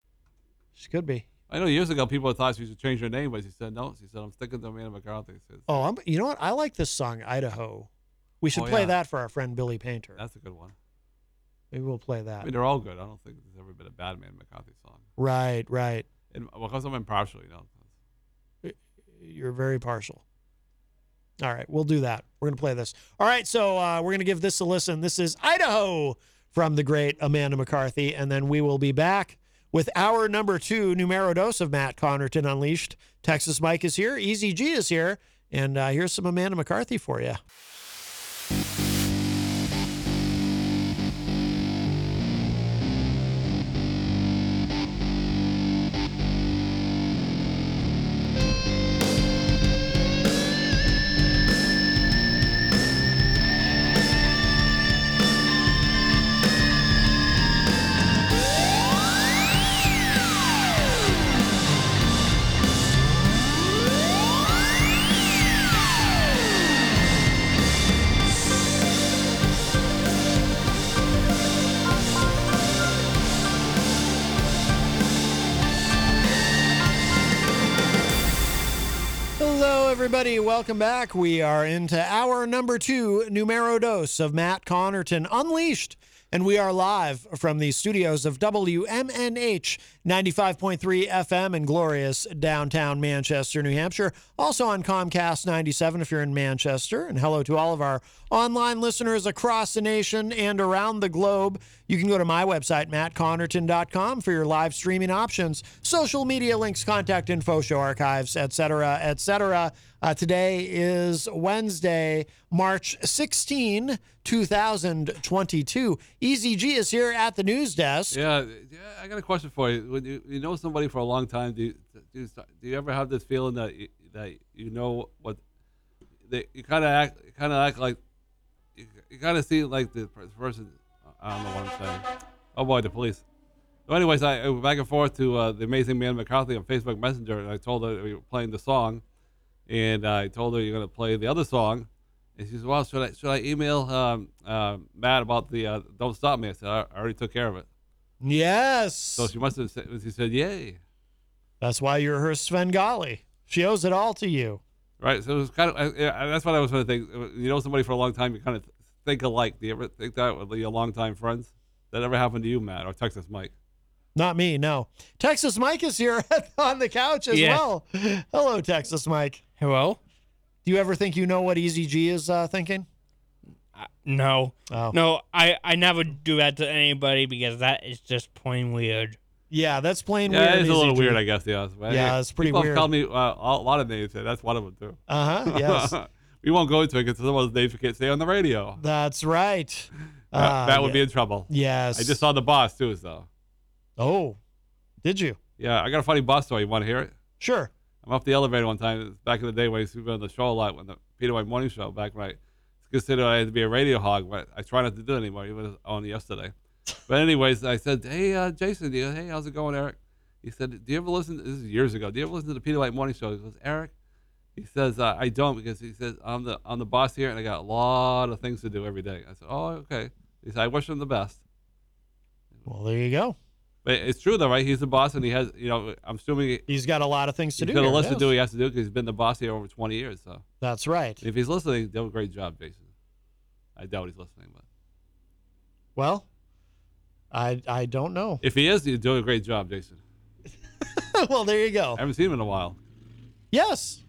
B: She could be.
C: I know years ago people thought she should change her name, but she said no. She said I'm sticking to Amanda McCarthy. She said,
B: Oh, I'm, you know what? I like this song, Idaho. We should
C: Oh,
B: play
C: yeah.
B: that for our friend Billy Painter.
C: That's a good one.
B: Maybe we'll play that.
C: I mean, they're all good. I don't think there's ever been a bad Amanda McCarthy song.
B: Right, right.
C: And well, because I'm impartial, you know.
B: You're very partial. All right, we'll do that. We're going to play this. All right, so uh, we're going to give this a listen. This is Idaho from the great Amanda McCarthy, and then we will be back with our number two numero dos of Matt Connerton Unleashed. Texas Mike is here, Easy G is here, and uh, here's some Amanda McCarthy for you. Hello, everybody. Welcome back. We are into hour number two, numero dos of Matt Connerton Unleashed. And we are live from the studios of WMNH 95.3 FM in glorious downtown Manchester, New Hampshire. Also on Comcast 97 if you're in Manchester. And hello to all of our online listeners across the nation and around the globe. You can go to my website, mattconnerton.com, for your live streaming options, social media links, contact info, show archives, etc., etc. Uh, today is Wednesday, March 16, 2022. EZG E is here at the news desk.
C: Yeah, yeah. I got a question for you. When you, you know somebody for a long time, do you, do you, do you ever have this feeling that you, that you know what they you kind of act kind of act like you, you kind of see like the per- person. I don't know what I'm saying. Oh boy, the police. So, anyways, I, I went back and forth to uh, the amazing man McCarthy on Facebook Messenger, and I told her we were playing the song, and I told her you're gonna play the other song, and she said, "Well, should I should I email um, uh, Matt about the uh, Don't Stop Me?" I said, "I I already took care of it."
B: Yes.
C: So she must have said, she said, yay.
B: That's why you're her Svengali. She owes it all to you.
C: Right. So it was kind of, I, I, that's what I was trying to think. You know somebody for a long time, you kind of think alike. Do you ever think that with your longtime friends? That ever happened to you, Matt, or Texas Mike?
B: Not me, no. Texas Mike is here on the couch as
C: Yes.
B: well. Hello, Texas Mike.
E: Hello.
B: Do you ever think you know what Easy G is uh, thinking?
E: No.
B: Oh.
E: No, I, I never do that to anybody because that is just plain weird.
B: Yeah, that's plain
C: Yeah,
B: weird.
C: it is a little
B: EZG.
C: weird, I guess. Yeah,
B: Yeah, it's pretty
C: People
B: weird.
C: have called me uh, a lot of names, and that's one of them too.
B: Uh-huh, yes.
C: we won't go into it because some of those names we can't say on the radio.
B: That's right.
C: Matt, Matt would
B: Ah, yeah.
C: be in trouble.
B: Yes.
C: I just saw the boss too, so.
B: Oh, did you?
C: Yeah, I got a funny boss story. You want to hear it?
B: Sure.
C: I'm off the elevator one time. It was back in the day when I used to be on the show a lot, when the Peter White Morning Show, back when I considered I had to be a radio hog, but I try not to do it anymore, even on yesterday. But anyways, I said, hey, uh, Jason, do you, hey, how's it going, Eric? He said, do you ever listen, this is years ago, do you ever listen to the Peter White Morning Show? He goes, Eric, he says, uh, I don't because he says, I'm the, I'm the boss here and I got a lot of things to do every day. I said, oh, okay. He said, I wish him the best.
B: Well, there you go.
C: But it's true though, right? He's the boss, and he has, you know, I'm assuming
B: he's got a lot of things to do
C: He's got
B: here,
C: a list to
B: yes.
C: do. He has to do because he's been the boss here over 20 years. So
B: That's right.
C: if he's listening, do a great job, Jason. I doubt he's listening, but
B: Well, I I don't know.
C: if he is, you do a great job, Jason.
B: well, there you go.
C: I haven't seen him in a while.
B: Yes.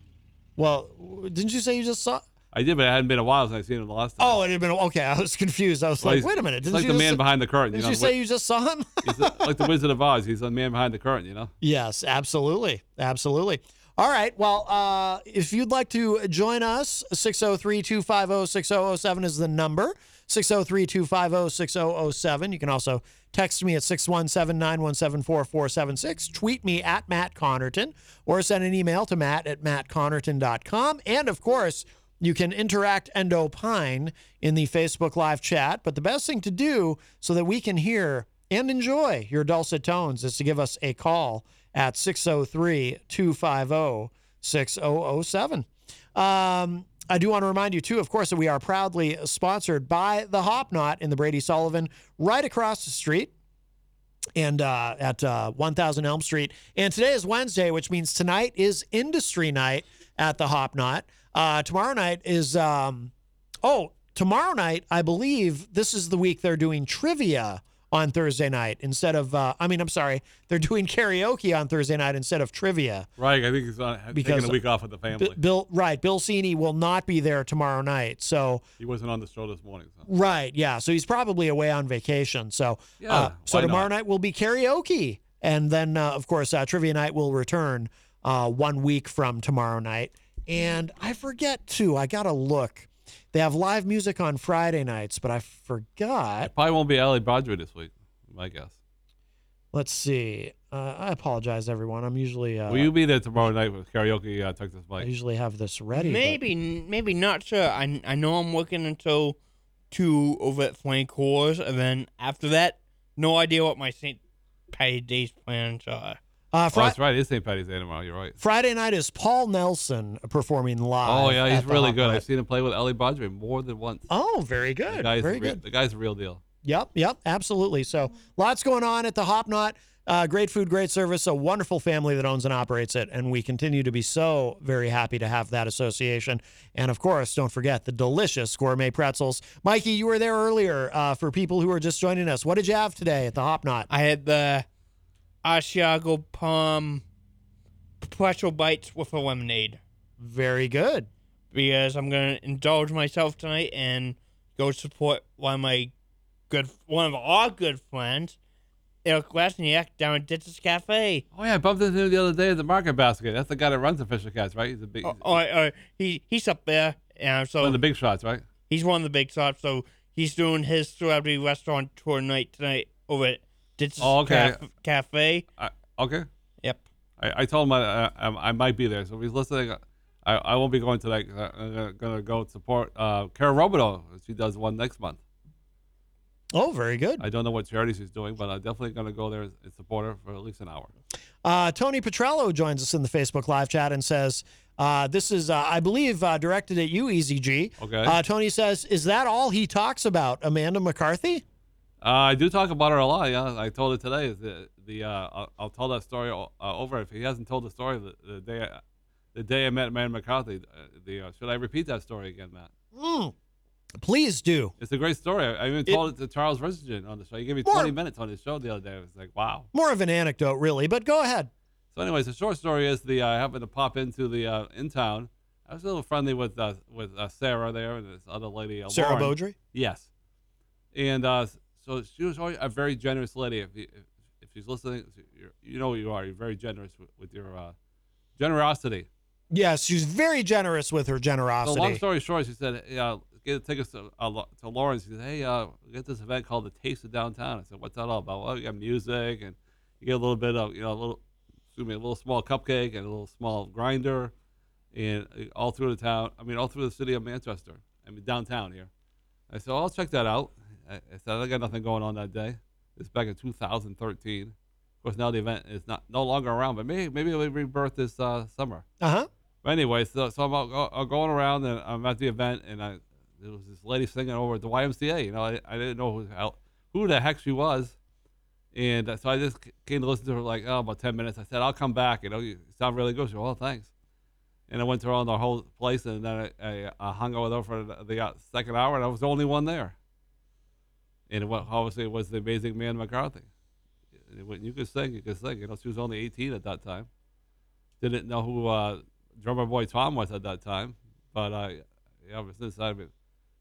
B: Well, w- didn't you say you just saw?
C: I did, but it hadn't been a while since I've seen him the last time.
B: Oh, it had been okay. I was confused. I was
C: Well,
B: like,
C: he's-
B: wait a minute.
C: he's
B: Didn't
C: like
B: you
C: the
B: just
C: man
B: say-
C: behind the curtain.
B: Did
C: you know,
B: you
C: wi-
B: say you just saw him?
C: he's the- like the Wizard of Oz. He's the man behind the curtain. You know.
B: Yes, absolutely. Absolutely. All right. Well, uh, if you'd like to join us, 603 250 6007 is the number. 603 250 6007. You can also text me at 617 917 4476. Tweet me at Matt Connerton or send an email to matt at mattconnerton.com. And of course, you can interact and opine in the Facebook live chat. But the best thing to do so that we can hear and enjoy your dulcet tones is to give us a call at 603 250 6007. Um, I do want to remind you, too, of course, that we are proudly sponsored by the Hopknot in the Brady Sullivan right across the street and uh, at uh, 1000 Elm Street. And today is Wednesday, which means tonight is industry night at the Hopknot. Uh, tomorrow night is, um, oh, tomorrow night, I believe this is the week they're doing trivia on Thursday night instead of, uh, I mean, I'm sorry, they're doing karaoke on Thursday night instead of trivia.
C: Right. I think he's on,
B: Because-
C: taking a week off with the family.
B: B- Bill, right. Bill Cini will not be there tomorrow night. So,
C: he wasn't on the show this morning. So.
B: Right. Yeah. So he's probably away on vacation. So
C: Yeah,
B: uh, so
C: why
B: tomorrow
C: not?
B: night will be karaoke, and then uh, of course uh, trivia night will return uh, one week from tomorrow night. And I forget too. I gotta look. They have live music on Friday nights, but I forgot.
C: Probably won't be Ali Broderick this week. My guess.
B: Let's see. Uh, I apologize, everyone. I'm usually uh,
C: Will you be there tomorrow night with karaoke uh, Texas
B: I
C: Mike?
B: usually have this ready. but-
E: Maybe, maybe not sure. I, I know I'm working until two over at Flame Coors, and then after that, no idea what my St. Patty's Day's plans are.
B: Uh,
C: oh,
B: Fri-
C: that's right. It's St. Patty's Day tomorrow. You're right.
B: Friday night is Paul Nelson performing live.
C: Oh yeah, he's
B: at the
C: really
B: Hot
C: good.
B: Pot.
C: I've seen him play with Ali Broderick more than once.
B: Oh, very
C: the
B: good.
C: guy's
B: Very
C: the real-
B: good.
C: The guy's the real deal.
B: Yep, yep, absolutely. So lots going on at the Hopknot. Uh, great food, great service, a wonderful family that owns and operates it. And we continue to be so very happy to have that association. And of course, don't forget the delicious gourmet pretzels. Mikey, you were there earlier uh, for people who are just joining us. What did you have today at the Hopknot?
E: I had the Asiago Palm pretzel bites with a lemonade.
B: Very good.
E: Because I'm gonna indulge myself tonight and go support one of my good, one of our good friends, Eric Lesniak, down at Ditches Cafe.
C: Oh yeah, I bumped into him the other day at the market basket. That's the guy that runs the Fisher Cats, right? He's a big.
E: Oh, oh, he he's up there, and so
C: One of the big shots, right?
E: He's one of the big shots, so he's doing his celebrity restaurant tour night tonight over at Ditches
C: Oh, okay.
E: Caf- Cafe.
C: I, okay.
E: Yep.
C: I, I told him I, I, I might be there, so if he's listening. uh, I, I won't be going tonight. 'cause I- I'm gonna- uh, gonna go support uh, Kara Robidoux. She does one next month.
B: Oh, very good.
C: I don't know what charity she's doing, but I'm definitely gonna go there and support her for at least an hour.
B: Uh, Tony Petrello joins us in the Facebook live chat and says, uh, "This is, uh, I believe, uh, directed at you, EZG."
C: Okay.
B: Uh, Tony says, "Is that all he talks about, Amanda McCarthy?"
C: Uh, I do talk about her a lot. Yeah, I told her today. The the uh, I'll, I'll tell that story o- uh, over. If he hasn't told the story the, the day, I- the day I met Man McCarthy. Uh, the uh, should I repeat that story again, Matt?
B: Mm. Please do.
C: It's a great story. I I even told it, to Charles Resident on the show. He gave me 20 minutes on his show the other day. I was like, wow.
B: More of an anecdote, really, but go ahead.
C: So, anyways, the short story is the uh, I happened to pop into the uh, in town. I was a little friendly with uh, with uh, Sarah there and this other lady. Uh,
B: Sarah
C: Lauren.
B: Beaudry?
C: Yes. And uh, s- so she was always a very generous lady. If, you, if, if she's listening, you're, you know who you are. You're very generous with, with your uh, generosity.
B: Yes, she's very generous with her generosity.
C: So long story short, she said, "Yeah, get tickets to, uh, Lo- to Lawrence." She said, "Hey, uh, we got this event called the Taste of Downtown." I said, "What's that all about?" Well, you got music, and you get a little bit of you know a little, excuse me, a little small cupcake and a little small grinder, and uh, all through the town. I mean, all through the city of Manchester. I mean, downtown here. I said, "I'll check that out." I, I said, "I got nothing going on that day." It's back in 2013. Of course, now the event is not no longer around, but maybe maybe it'll rebirth this uh, summer.
B: Uh huh.
C: But anyway, so, so I'm, out- I'm going around and I'm at the event and I there was this lady singing over at the YMCA. You know, I, I didn't know who, how, who the heck she was, and uh, so I just c- came to listen to her like oh about ten minutes. I said I'll come back. You know, you sound really good. She said, well, thanks. And I went around the whole place and then I, I, I hung out with her for the, the uh, second hour and I was the only one there. And it, wa- obviously it was the amazing man McCarthy. When you could sing, you could sing. You know, she was only 18 at that time. Didn't know who uh, drummer boy Tom was at that time, but I, yeah, ever since I've been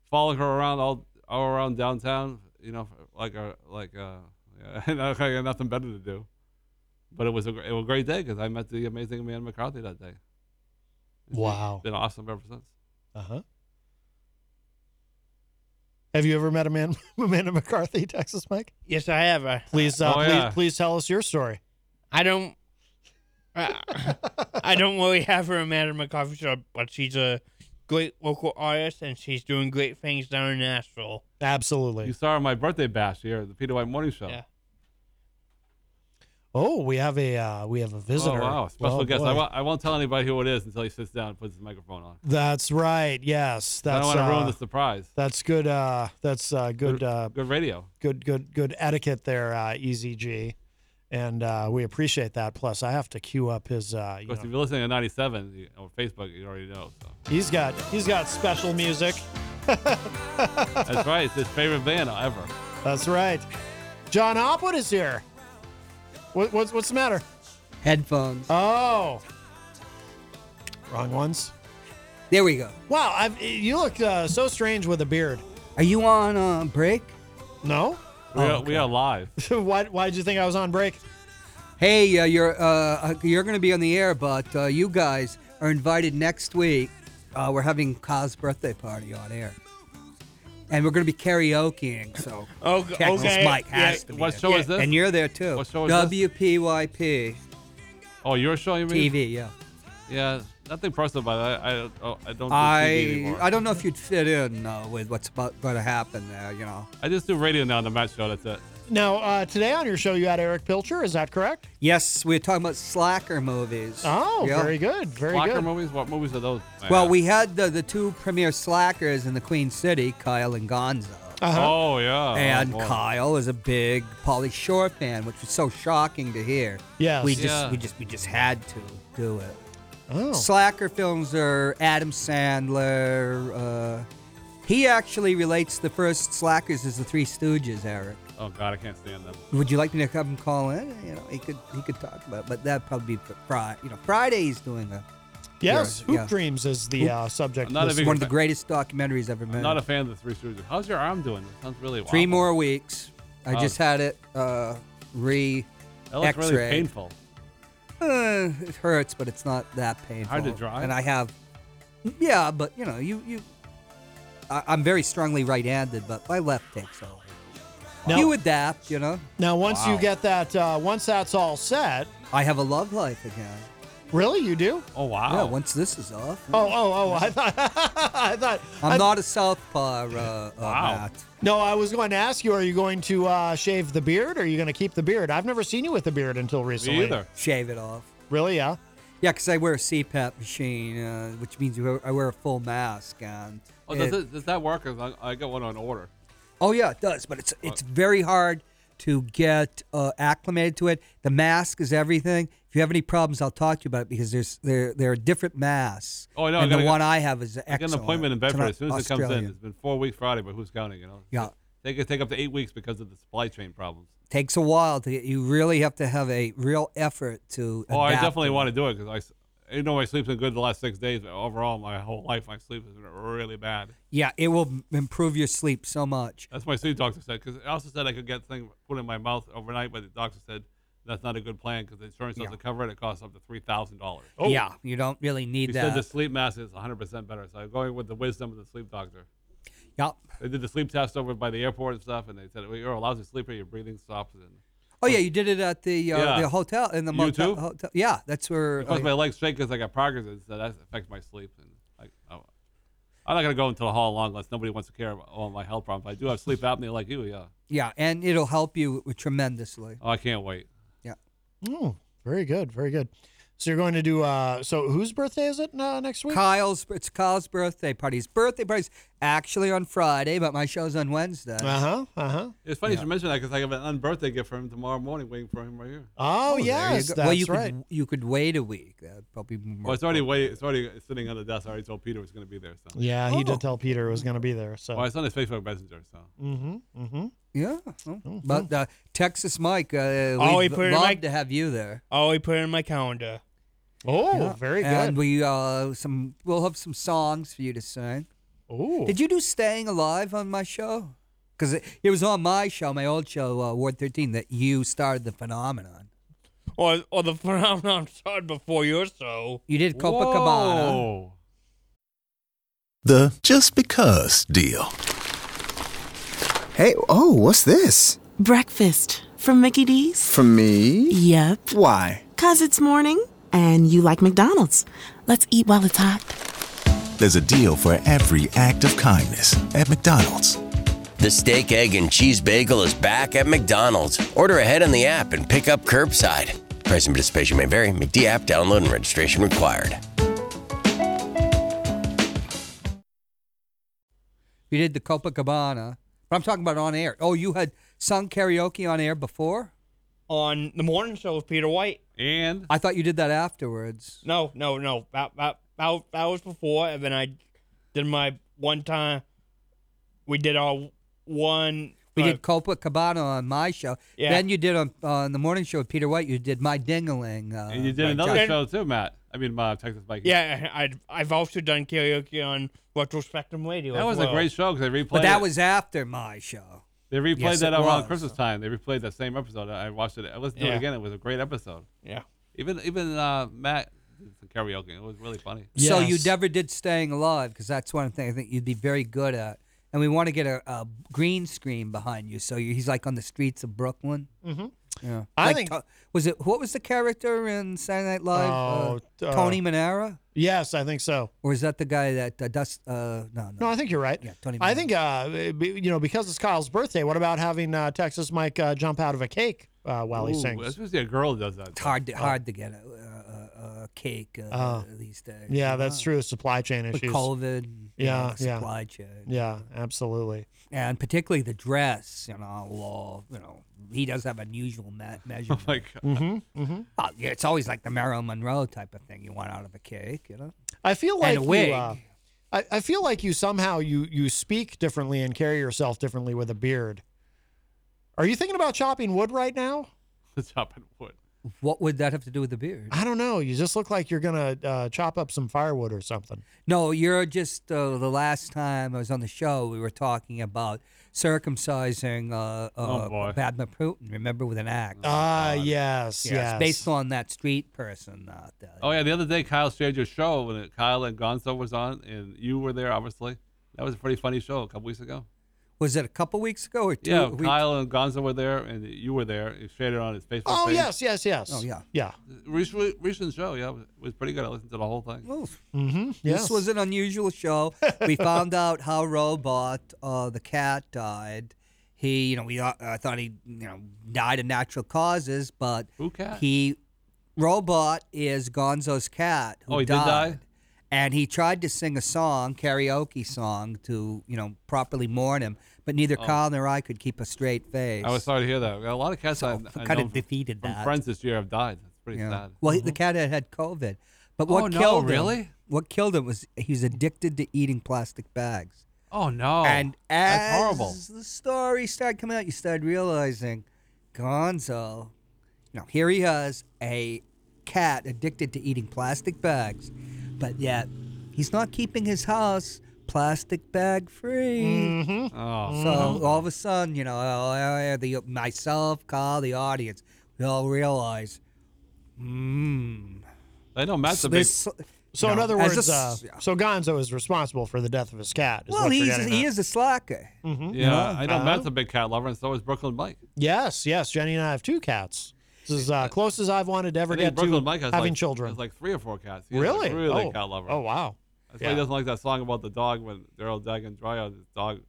C: following her around all all around downtown. You know, like a like uh, yeah, and I got nothing better to do. But it was a gr- it was a great day because I met the amazing man McCarthy that day. It's been-
B: Wow.
C: been awesome ever since.
B: Uh huh. Have you ever met Amanda, Amanda McCarthy, Texas Mike?
E: Yes, I have. I,
C: Oh,
B: Please, uh, please, please tell us your story.
E: I don't. I I don't really have her Amanda McCarthy shop, but she's a great local artist and she's doing great things down in Nashville.
B: Absolutely.
C: You saw her on my birthday bash here at the Peter White Morning Show.
E: Yeah.
B: Oh, we have a uh, we have a visitor.
C: Oh, wow. Special
B: Well,
C: guest. I
B: boy.
C: won't, I won't tell anybody who it is until he sits down and puts his microphone on.
B: That's right. Yes,
C: I
B: that's.
C: don't want to ruin
B: uh,
C: the surprise.
B: That's good. Uh, that's uh, good. Uh,
C: good radio.
B: Good, good, good etiquette there, uh, EZG, and uh, we appreciate that. Plus, I have to queue up his. Uh,
C: Of
B: you
C: course,
B: know,
C: if you're listening to 97 you- or Facebook, you already know. So.
B: he's got he's got special music.
C: That's right. It's his favorite band ever.
B: That's right. John Opwood is here. What, what's what's the matter?
O: Headphones.
B: Oh, wrong ones.
O: There we go.
B: Wow, I've, you look uh, so strange with a beard.
O: Are you on uh, break?
B: No.
C: We, are, we are live.
B: why why did you think I was on break?
O: Hey, uh, you're uh, uh, you're going to be on the air, but uh, you guys are invited next week. Uh, we're having Ka's birthday party on air, and we're going to be karaokeing. So
E: Oh,
O: Texas
E: okay.
O: Mike has
E: Yeah.
O: to be
E: What
O: there.
E: show is this?
O: And you're there too.
E: What show is this?
O: WPYP.
C: Oh, you're showing me?
O: TV. Yeah.
C: Yeah, nothing personal about it. I, I, oh, I don't do TV
O: I
C: anymore.
O: I don't know if you'd fit in uh, with what's about going to happen there. You know.
C: I just do radio now on the Matt Show. That's it.
B: Now uh, today on your show you had Eric Pilcher. Is that correct?
O: Yes, we were talking about slacker movies.
B: Oh,
O: Yeah.
B: very good, very
C: Locker
B: good.
C: movies? What movies are those?
O: Well,
C: Yeah.
O: we had the, the two premier slackers in the Queen City, Kyle and Gonzo.
B: Uh-huh.
C: Oh, yeah.
O: And
C: Oh, boy.
O: Kyle is a big Polly Shore fan, which was so shocking to hear.
B: Yes.
O: we just
B: Yeah.
O: we just we just had to do it.
B: Oh.
O: Slacker films are Adam Sandler. Uh, he actually relates the first slackers as the Three Stooges, Eric.
C: Oh, God, I can't stand them.
O: Would you like me to have him call in? You know, he could he could talk about, it, but that'd probably be Friday. You know, Friday he's doing a
B: Yes,
O: yeah,
B: Hoop
O: yeah.
B: Dreams is the
O: Hoop-
B: uh, subject.
C: I'm not a
O: This is
C: big
O: one of the
C: fan.
O: greatest documentaries ever made.
C: I'm not a fan of the Three Stooges. How's your arm doing? It sounds really
O: Three
C: wobbly.
O: more weeks. I
C: Oh.
O: just had it uh, re
C: That looks
O: X-ray.
C: really painful.
O: Uh, it hurts, but it's not that painful.
C: Hard to drive?
O: And I have, yeah, but you know, you you, I, I'm very strongly right-handed, but my left takes over.
B: Now-
O: you adapt, you know.
B: Now, once you
O: Wow.
B: get that, uh, once that's all set,
O: I have a love life again.
B: Really, you do?
C: Oh wow!
O: Yeah, once this is off.
B: Oh, oh, oh! I thought, I thought.
O: I'm
B: I-
O: not a southpaw. Uh, uh, Matt.
B: No, I was going to ask you: Are you going to uh, shave the beard? Or are you going to keep the beard? I've never seen you with a beard until recently.
O: Shave it off.
B: Really? Yeah.
O: Yeah, because I wear a CPAP machine, uh, which means you wear- I wear a full mask, and
C: Oh, does,
O: it-
C: it, does that work? 'Cause I, I got one on order.
O: Oh yeah, it does, but it's it's very hard to get uh, acclimated to it. The mask is everything. If you have any problems, I'll talk to you about it because there's there there are different masks.
C: Oh, I know. I
O: And the
C: gotta
O: one
C: go-
O: I have is
C: I got an
O: excellent.
C: appointment in
O: It's
C: Bedford
O: not
C: as soon as it comes in.
O: Australian.
C: It's been four weeks Friday, but who's counting? You know.
O: Yeah.
C: They could take up to eight weeks because of the supply chain problems.
O: Takes a while to get. You really have to have a real effort to.
C: Oh, I
O: adapt
C: definitely
O: it.
C: want to do it because I, s- you know, my sleep's been good the last six days. But overall, my whole life, my sleep has been really bad.
O: Yeah, it will m- improve your sleep so much.
C: That's what my sleep doctor said. Because I also said I could get thing put in my mouth overnight, but the doctor said that's not a good plan because the insurance doesn't cover it. It costs up to three thousand dollars.
O: Yeah, you don't really need
C: He
O: that.
C: Oh. said the sleep mask is 100% better. So I'm going with the wisdom of the sleep doctor.
O: Yep.
C: They did the sleep test over by the airport and stuff, and they said, well, you're a lousy sleeper, your breathing stops. And
O: oh yeah, you did it at the uh,
C: Yeah.
O: the hotel in the
C: You
O: motel.
C: too?
O: Hotel. Yeah, that's where.
C: of course,
O: oh,
C: my legs shake because I got Parkinson's, so that affects my sleep. And like, oh, I'm not going to go into the hall long unless nobody wants to care about all my health problems. I do have sleep apnea like you, yeah.
O: yeah, and it'll help you tremendously.
C: Oh, I can't wait.
B: Oh, very good, very good. So you're going to do. Uh, so whose birthday is it uh, next week?
O: Kyle's it's Kyle's birthday party. His birthday party's actually on Friday, but my show's on Wednesday.
B: Uh-huh, uh-huh.
C: It's funny you should mention that because I have an unbirthday gift for him tomorrow morning waiting for him right here.
B: Oh,
O: there you
B: yes,
O: go. well, you
B: that's right.
O: Could, you could wait a week. That'd probably be more
C: Well, it's already way, it's already sitting on the desk. I already told Peter it was going to be there. So.
B: Yeah, he did tell Peter it was going to be there. So.
C: Well, it's on his Facebook Messenger. So.
B: Mm-hmm. Mm-hmm.
O: Yeah, but uh, Texas Mike, uh, we'd
E: Oh, he put it in
O: love
E: my-
O: to have you there.
E: Oh, he put it in my calendar.
B: Oh,
O: Yeah. And we uh, some we'll have some songs for you to sing.
B: Oh,
O: did you do "Staying Alive" on my show? Because it, it was on my show, my old show, uh, Ward Thirteen, that you started the phenomenon.
E: Or, or the phenomenon started before your show.
O: You did Copacabana.
C: Whoa.
F: The just because deal.
G: Hey, oh, what's this?
H: Breakfast from Mickey D's.
G: For me?
H: Yep.
G: Why?
H: Cause it's morning and you like McDonald's. Let's eat while it's hot.
F: There's a deal for every act of kindness at McDonald's.
I: The steak, egg, and cheese bagel is back at McDonald's. Order ahead on the app and pick up curbside. Price and participation may vary. McD app download and registration required.
O: You did the Copacabana, but I'm talking about on air. Oh, you had sung karaoke on air before.
E: On the morning show with Peter White.
C: And
O: I thought you did that afterwards.
E: No, no, no. That, that, that, was- that was before, and then I did my one time. We did our one.
O: We
E: uh,
O: did Copacabana on my show.
E: Yeah.
O: Then you did on on the morning show with Peter White. You did my dingaling. Uh,
C: And you did
O: by
C: another
O: Josh-
C: show too, Matt. I mean, uh, Texas Mike.
E: Yeah, I, I've also done karaoke on Retrospectum Radio.
C: That
E: as
C: was a
E: well.
C: great show because they replayed.
O: But that
C: it.
O: was after my show.
C: They replayed
O: Yes,
C: that
O: it
C: around
O: was.
C: Christmas time. They replayed that same episode. I I watched it. I listened to it
E: Yeah.
C: again. It was a great episode.
E: Yeah.
C: Even even uh, Matt did some karaoke. It was really funny.
O: So you never did staying alive because that's one thing I think you'd be very good at. And we want to get a, a green screen behind you, so you, he's like on the streets of Brooklyn.
B: Mhm.
O: Yeah.
B: I
O: Like
B: think-
O: To- was it what was the character in Saturday Night
B: Oh,
O: Live?
B: t- uh,
O: Tony Manera,
B: Yes, I think so.
O: or is that the guy that uh, Dust? Uh, no, no.
B: No, I think you're right.
O: Yeah, Tony.
B: I
O: Manera.
B: think uh, be- you know because it's Kyle's birthday. What about having uh, Texas Mike uh, jump out of a cake uh, while he
C: Ooh,
B: sings?
C: Especially a girl does that. Oh.
O: it's hard to, hard to get a, a, a, a cake uh,
B: Oh.
O: these days.
B: Yeah,
O: you
B: that's
O: know?
B: true. Supply chain
O: With
B: issues.
O: COVID, you
B: Yeah,
O: know,
B: yeah.
O: supply chain.
B: Yeah, absolutely.
O: and particularly the dress, you know, well, you know, he does have unusual me- measurement.
C: Oh my god!
B: Mm-hmm, mm-hmm.
O: Oh, yeah, it's always like the Marilyn Monroe type of thing you want out of a cake, you know.
B: I feel
O: And
B: like
O: a wig.
B: you. Uh, I, I feel like you somehow you you speak differently and carry yourself differently with a beard. Are you thinking about chopping wood right now?
C: chopping wood.
O: What would that have to do with the beard?
B: I don't know. You just look like you're gonna uh, chop up some firewood or something.
O: No, you're just uh, the last time I was on the show, we were talking about circumcising uh, uh,
C: Oh, boy. Oh,
O: Padma Putin. Remember with an axe?
B: Ah, yes,
O: Yes,
B: yes.
O: based on that street person. Uh, that-
C: Oh yeah, the other day Kyle shared your show when it, Kyle and Gonzo was on, and you were there obviously. That was a pretty funny show a couple weeks ago.
O: was it a couple weeks ago or two?
C: yeah,
O: weeks?
C: Kyle and Gonzo were there, and you were there. He shared it on his Facebook.
B: oh
C: page.
B: yes, yes, yes.
O: Oh, yeah.
B: yeah.
C: recent, recent show. Yeah, it was- it was pretty good. I listened to the whole thing.
O: Oof.
B: Mm-hmm. Yes.
O: This was an unusual show. We found out how Robot, uh, the cat, died. He, you know, we thought- I thought he, you know, died of natural causes, but
C: Who cat?
O: he, Robot is Gonzo's cat. Who
C: Oh, he did die?
O: died, And he tried to sing a song, karaoke song, to you know properly mourn him, but neither Kyle nor I could keep a straight face.
C: Oh. I was sorry to hear that. A lot of cats I, I
O: kinda
C: know from-
O: defeated
C: from
O: that.
C: friends this year have died. That's pretty
O: Yeah.
C: sad.
O: Well, the cat had had COVID, but
C: Mm-hmm. Oh,
O: what
C: no,
O: killed him?
C: really?
O: What killed him was he was addicted to eating plastic bags.
C: Oh no!
O: And as
C: that's horrible.
O: the story started coming out, you started realizing Gonzo, you know, here he is, a cat addicted to eating plastic bags, but yet he's not keeping his house plastic bag free.
C: Oh,
O: Mm-hmm.
B: Mm-hmm.
O: So all of a sudden, you know, uh, the myself, Kyle, the audience, we all realize, mmm.
C: I know Matt's a big.
O: This,
B: So
O: you
B: in
O: know,
B: other
O: as
B: words,
O: a
B: uh,
O: s-
B: so Gonzo is responsible for the death of his cat. Is
O: well,
B: what you're
O: he's
B: getting
O: he
B: at.
O: is a slacker.
B: Mhm.
C: yeah, I know
B: Uh-huh.
C: Matt's a big cat lover, and so is Brooklyn Mike.
B: Yes, yes. Jenny and I have two cats. This is uh, closest I've wanted to
C: I
B: ever
C: think
B: get to
C: Brooklyn Mike has
B: having
C: like,
B: children.
C: Has like three or four cats. He's
B: really?
C: Like really
B: oh.
C: a cat lover.
B: Oh wow.
C: That's why he
B: Yeah.
C: doesn't like that song about the dog when Daryl Dagan Dryer, the dog,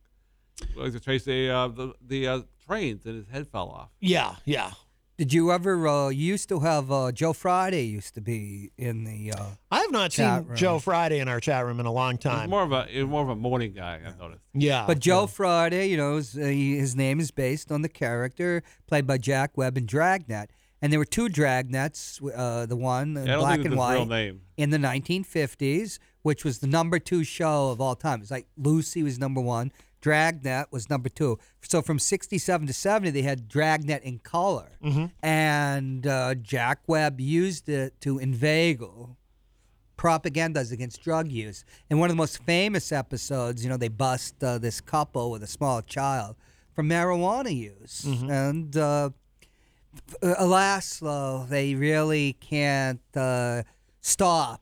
C: likes to chase the uh, the, the uh, trains, and his head fell off.
B: Yeah, yeah.
O: Did you ever? Uh, you used to have uh, Joe Friday used to be in the. Uh,
B: I have not
O: Chat
B: seen
O: room.
B: Joe Friday in our chat room in a long
C: He's
B: time.
C: more of a he's more of a morning guy. I've noticed.
B: Yeah,
O: but Joe Friday, you know, his, uh, he- his name is based on the character played by Jack Webb in Dragnet, and there were two Dragnets. Uh, the one uh,
C: Yeah, I don't
O: black
C: think
O: and
C: it's his
O: white
C: real name.
O: in the 1950s, which was the number two show of all time. It's like Lucy was number one, Dragnet was number two. So from 67 to 70, they had Dragnet in color. And uh, Jack Webb used it to inveigle propagandas against drug use. In one of the most famous episodes, you know, they bust uh, this couple with a small child for marijuana use. And uh, f- alas, though, they really can't uh, stop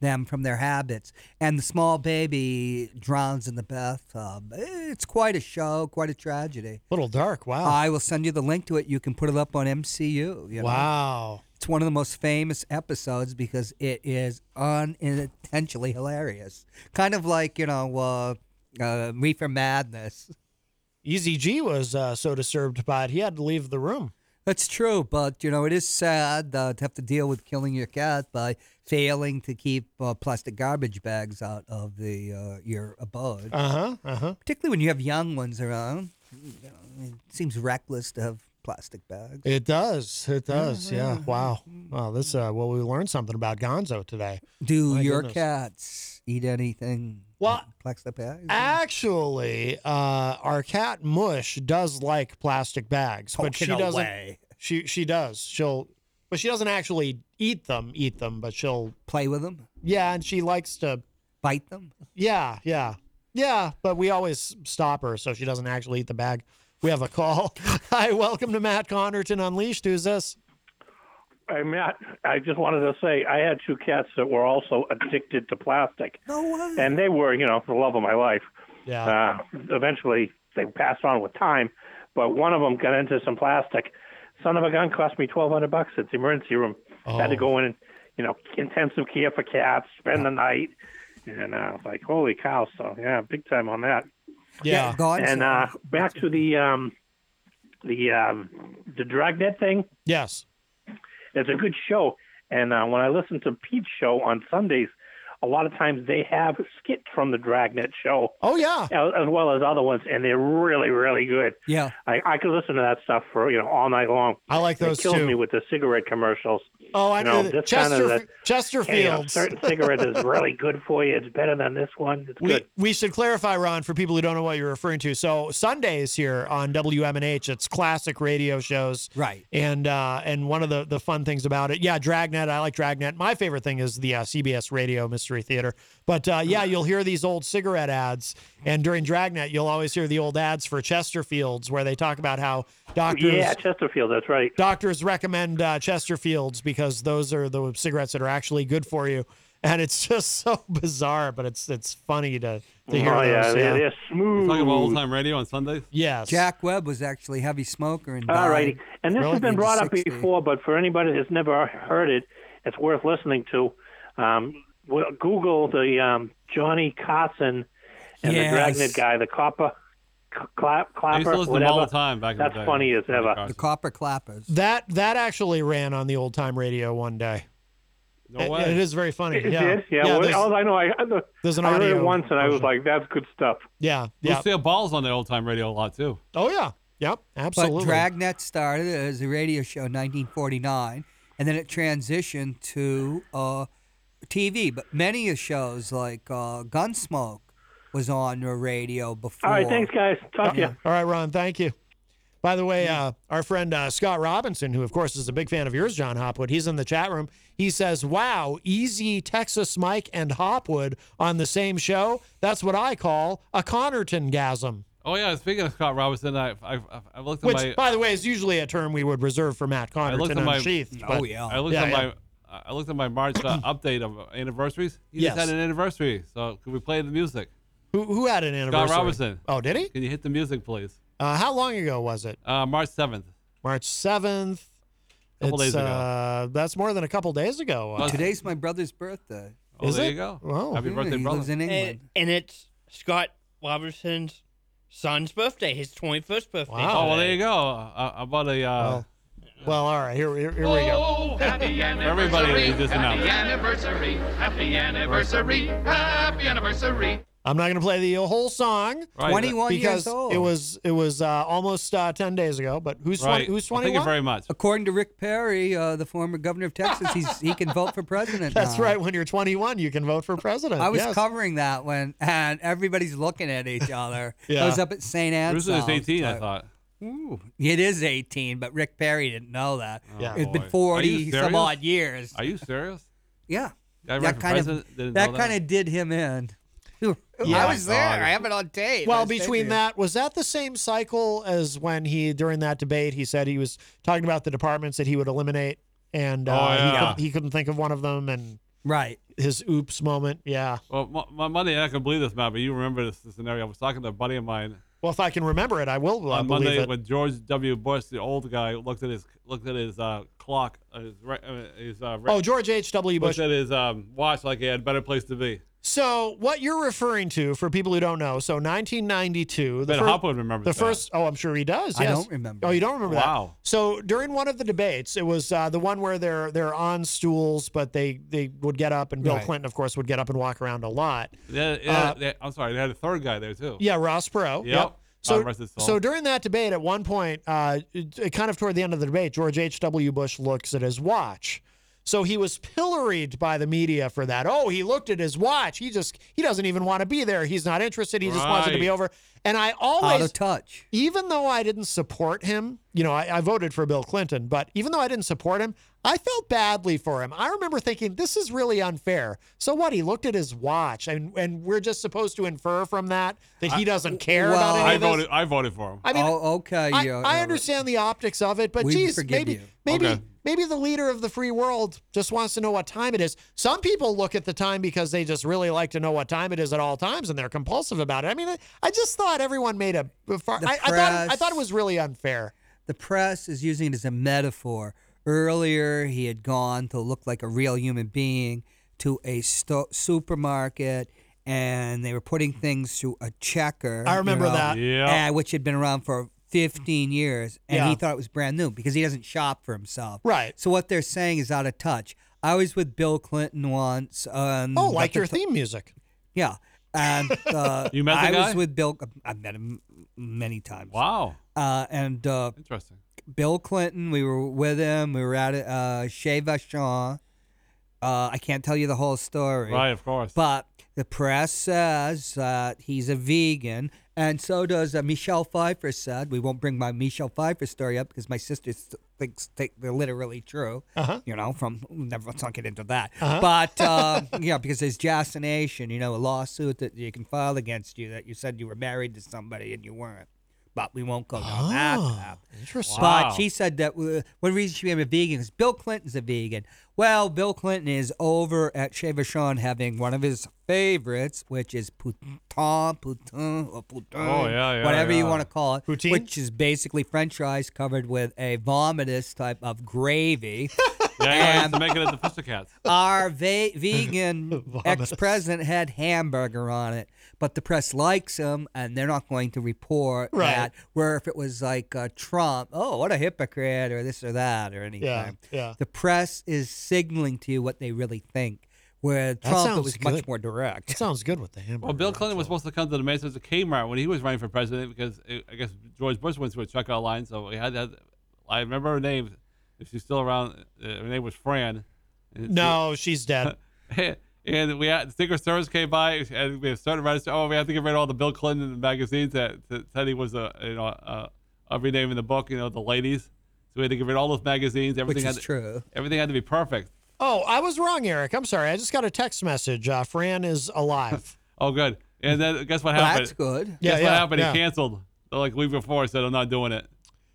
O: them from their habits. And the small baby drowns in the bathtub. It's quite a show, quite a tragedy.
B: little dark. Wow.
O: I will send you the link to it. You can put it up on MCU. you know?
B: Wow.
O: It's one of the most famous episodes because it is unintentionally hilarious. Kind of like, you know, uh, uh, Reefer Madness.
B: Easy G was uh, so disturbed by it, he had to leave the room.
O: That's true, but, you know, it is sad uh, to have to deal with killing your cat by failing to keep uh, plastic garbage bags out of the uh, your abode.
B: Uh huh. Uh huh.
O: Particularly when you have young ones around. You know, it seems reckless to have plastic bags.
B: It does. It does. Yeah. Wow. Wow. This. Uh, well, we learned something about Gonzo today.
O: Do
B: My
O: your
B: goodness.
O: cats eat anything?
B: Well,
O: plastic bags?
B: Actually, uh, our cat Mush does like plastic bags, but she
O: Poking
B: doesn't.
O: away.
B: She she does. She'll, but she doesn't actually eat them. Eat them, but she'll
O: play with them.
B: Yeah, and she likes to
O: bite them.
B: Yeah, yeah, yeah. But we always stop her so she doesn't actually eat the bag. We have a call. Hi, welcome to Matt Connerton Unleashed. Who's this?
L: Hey, Matt, I just wanted to say I had two cats that were also addicted to plastic.
O: No way. Ah.
L: And they were, you know, the love of my life.
B: Yeah.
L: Uh, eventually, they passed on with time, but one of them got into some plastic. Son of a gun cost me twelve hundred bucks at the emergency room. Uh, Had to
B: Oh.
L: go in and, you know, intensive care for cats, spend the night, and uh, I was like, holy cow! So yeah, big time on that.
B: Yeah.
O: Go on,
L: And
O: sir.
L: uh, back to the um, the um, the dragnet thing.
B: Yes.
L: It's a good show. And uh, when I listen to Pete's show on Sundays, a lot of times they have skits from the Dragnet show.
B: Oh yeah,
L: as, as well as other ones, and they're really, really good.
O: Yeah.
L: I, I could listen to that stuff for you know all night long.
B: I like those
L: It kills
B: too.
L: me with the cigarette commercials.
B: Oh, I
L: You
B: know.
L: know,
B: that
L: this kind of
B: Chesterf-
L: the- Hey, you know,
B: Chesterfields.
L: certain cigarette is really good for you. It's better than this one. It's
B: We,
L: good.
B: we should clarify, Ron, for people who don't know what you're referring to. So Sundays here on WMNH, it's classic radio shows,
O: Right.
B: And uh, and one of the the fun things about it, yeah, Dragnet. I like Dragnet. My favorite thing is the uh, CBS Radio Mystery Theater. But uh, yeah, you'll hear these old cigarette ads, and during Dragnet, you'll always hear the old ads for Chesterfields, where they talk about how doctors
L: Yeah, Chesterfield. That's right.
B: doctors recommend uh, Chesterfields because those are the cigarettes that are actually good for you. And it's just so bizarre, but it's it's funny to, to hear
L: oh yeah,
B: those.
L: they're,
B: yeah.
L: they're smooth.
C: Talking about old time radio on Sundays.
B: Yes.
O: Jack Webb was actually a heavy smoker and
L: All
O: died
L: righty. And this has
O: in
L: been
O: the
L: brought up
O: 60s.
L: before, but for anybody that's never heard it, it's worth listening to. Um, well, Google the um, Johnny Carson and
O: Yes.
L: the Dragnet guy, the copper, c- clap,
C: I used to
L: clapper,
C: listen to them all
L: whatever.
C: the time back in
L: That's
C: the day.
L: funny as ever.
O: The Copper Clappers.
B: That that actually ran on the old time radio one day.
C: No
B: It-
C: way.
B: it is very funny.
L: It
B: yeah.
L: did? Yeah. well,
B: there's-
L: all I know, I, I,
B: there's an
L: I heard
B: audio
L: it once and I was
B: version.
L: like, that's good stuff.
B: yeah.
C: We
B: Yeah.
C: used to have balls on the old time radio a lot too.
B: Oh yeah. Yep.
O: But
B: Absolutely.
O: Dragnet started as a radio show in 1949, and then it transitioned to uh, TV. But many of shows like uh, Gunsmoke was on the radio before.
L: All right. Thanks, guys. Talk to you.
B: All right, Ron. Thank you. By the way, uh, our friend uh, Scott Robinson, who of course is a big fan of yours, John Hopwood, he's in the chat room. He says, "Wow, easy Texas Mike and Hopwood on the same show. That's what I call a Connerton gasm."
C: Oh yeah. Speaking of Scott Robinson, I I, I looked at
B: Which,
C: my
B: by the way, is usually a term we would reserve for Matt
C: I looked
B: Connerton
C: at my
B: unsheathed.
O: Oh,
B: but-
O: yeah.
C: I looked
B: Mm, Yeah,
C: at
B: yeah.
C: my I looked at my March uh, update of anniversaries. You
B: Yes.
C: just had an anniversary, so could we play the music?
B: Who, who had an anniversary?
C: Scott Robinson.
B: Oh, did he?
C: Can you hit the music, please?
B: Uh, how long ago was it?
C: Uh, March seventh.
B: March seventh.
C: Couple days ago.
B: Uh, that's more than a couple days ago. Uh,
O: Today's my brother's birthday.
C: Oh,
B: Is
C: there
B: it?
C: you go.
B: Wow.
C: Happy
O: Yeah,
C: birthday,
O: he
C: brother.
O: lives in England.
E: And, and it's Scott Robertson's son's birthday, his 21st birthday.
B: Wow.
C: oh, well,
E: today.
C: there you go. Uh, about a uh,
B: Well, Well, all right, here, here, here we go.
D: Oh, Happy
B: Everybody,
D: anniversary,
B: you just
D: happy
B: announced.
D: anniversary, happy anniversary, happy anniversary.
B: I'm not going to play the whole song.
C: Right. 21 years
B: because
C: old.
B: it was it was uh, almost uh, 10 days ago. But who's 20,
C: Right.
B: who's
C: Well,
B: 21?
C: thank you very much.
O: According to Rick Perry, uh, the former governor of Texas, he's, he can vote for president.
B: That's
O: now.
B: right. When you're 21, you can vote for president.
O: I was
B: yes.
O: covering that when, and everybody's looking at each other.
B: Yeah.
O: I was up at St. Anne's.
C: Bruce is 18, I thought.
O: Ooh, it is 18, but Rick Perry didn't know that.
C: Yeah.
O: it's
C: Oh, Boy. Are
O: been 40
C: you
O: some
C: serious?
O: odd years.
C: Are you serious?
O: Yeah,
C: I ran
O: that
C: for
O: kind of
C: president, didn't
O: that,
C: know that.
O: kind of did him in.
B: Yeah.
O: I was there.
B: God.
O: I have it on tape. I
B: Well,
O: was
B: between
O: taping it.
B: that, was that the same cycle as when he during that debate he said he was talking about the departments that he would eliminate, and uh,
C: Oh,
B: he
C: yeah.
B: couldn't- he, couldn't think of one of them, and
O: right
B: his oops moment. Yeah.
C: Well, my, my money, I can believe this, Matt, but you remember this, this scenario. I was talking to a buddy of mine
B: Well, if I can remember it, I will uh,
C: on
B: believe
C: Monday
B: it.
C: when George W. Bush, the old guy, looked at his looked at his uh, clock. uh, His, re- uh, his, uh, re-
B: Oh, George H. W. Bush.
C: looked at his um, watch like he had a better place to be.
B: So what you're referring to, for people who don't know, so 1992.
C: Ben
B: fir-
C: Hopwood remembers
B: the
C: that.
B: first. Oh, I'm sure he does.
C: I
B: yes.
C: don't remember
B: Oh, you don't remember that.
C: Wow.
B: So during one of the debates, it was uh, the one where they're they're on stools, but they they would get up, and Bill
C: Right.
B: Clinton, of course, would get up and walk around a lot.
C: Yeah,
B: Uh,
C: yeah, they- I'm sorry, they had a third guy there too.
B: Yeah, Ross Perot.
C: Yep. God
B: So,
C: rest his soul.
B: so during that debate, at one point, uh, it- it kind of toward the end of the debate, George H.W. Bush looks at his watch. So he was pilloried by the media for that. Oh, he looked at his watch. He just he doesn't even want to be there. He's not interested. He just wants it to be
O: Right.
B: over. And I
O: out
B: always
O: of touch.
B: even though I didn't support him, you know, I, I voted for Bill Clinton, but even though I didn't support him, I felt badly for him. I remember thinking, this is really unfair. So what? He looked at his watch, and, and we're just supposed to infer from that that he doesn't care about any
C: I
B: of this?
C: voted. I voted for him.
B: I mean,
O: oh, okay.
B: I,
O: yeah,
B: I
O: yeah.
B: understand the optics of it, but
O: We
B: geez,
O: forgive
B: maybe
O: you.
B: maybe
C: Okay.
B: maybe the leader of the free world just wants to know what time it is. Some people look at the time because they just really like to know what time it is at all times, and they're compulsive about it. I mean, I- I just thought everyone made a. a far-
O: The
B: I, I thought I
O: press.
B: thought it was really unfair.
O: the press is using it as a metaphor. Earlier, he had gone to look like a real human being to a sto- supermarket, and they were putting things through a checker.
B: I remember
O: you know,
B: that.
C: Yeah.
O: uh, which had been around for 15 years, and
B: Yeah.
O: he thought it was brand new because he doesn't shop for himself.
B: Right.
O: So what they're saying is out of touch. I was with Bill Clinton once. Um,
B: Oh, like
O: got
B: your
O: to t-
B: theme music.
O: yeah. And uh,
C: You met the
O: I
C: guy?
O: was with Bill. I met him many times.
C: Wow.
O: Uh, and uh,
C: Interesting.
O: Bill Clinton. We were with him. We were at uh, Chez Vachon. Uh, I can't tell you the whole story.
C: Right, of course.
O: But the press says that he's a vegan, and so does uh, Michelle Pfeiffer said. We won't bring my Michelle Pfeiffer story up because my sister th- thinks think they're literally true.
B: Uh-huh.
O: You know, from never let's not get into that.
B: Uh-huh.
O: But uh, yeah, because there's jastination, you know, a lawsuit that you can file against you that you said you were married to somebody and you weren't. But we won't go down that
B: Oh,
O: path.
B: interesting.
O: But
B: Wow.
O: she said that uh, one reason she became a vegan is Bill Clinton's a vegan. Well, Bill Clinton is over at Chez Vachon having one of his favorites, which is poutine, poutine, or poutine,
C: Oh, yeah, yeah,
O: whatever you
C: yeah.
O: want to call it,
B: Poutine?
O: which is basically French fries covered with a vomitous type of gravy.
C: Yeah, yeah, I used to make it at the Pussycats.
O: Our va- vegan ex president had hamburger on it, but the press likes him, and they're not going to report
B: Right.
O: that. Where if it was like uh, Trump, oh, what a hypocrite, or this or that, or anything.
B: yeah.
O: The press is signaling to you what they really think. Where Trump, it
B: sounds
O: was
B: good.
O: much more direct.
B: sounds good with the hamburger.
C: Well, Bill Clinton was supposed to come to the Masons at Kmart when he was running for president because uh, I guess George Bush went through a checkout line. So he had that. I remember her name. If she's still around, uh, her name was Fran. And
B: No, she's dead.
C: she- and we had the Secret Service came by and we had started register. Oh, we had to get rid of all the Bill Clinton magazines that, that said he was a you know a, every name in the book. You know the ladies. So we had to get rid of all those magazines. Everything
O: Which
C: had
O: is
C: to,
O: true.
C: Everything had to be perfect.
B: Oh, I was wrong, Eric. I'm sorry. I just got a text message. Uh, Fran is alive.
C: Oh, good. And then guess what
O: Well,
C: happened?
O: that's good.
B: Yeah,
C: Guess
B: yeah,
C: what happened?
B: yeah.
C: He canceled. Like week before, said I'm not doing it.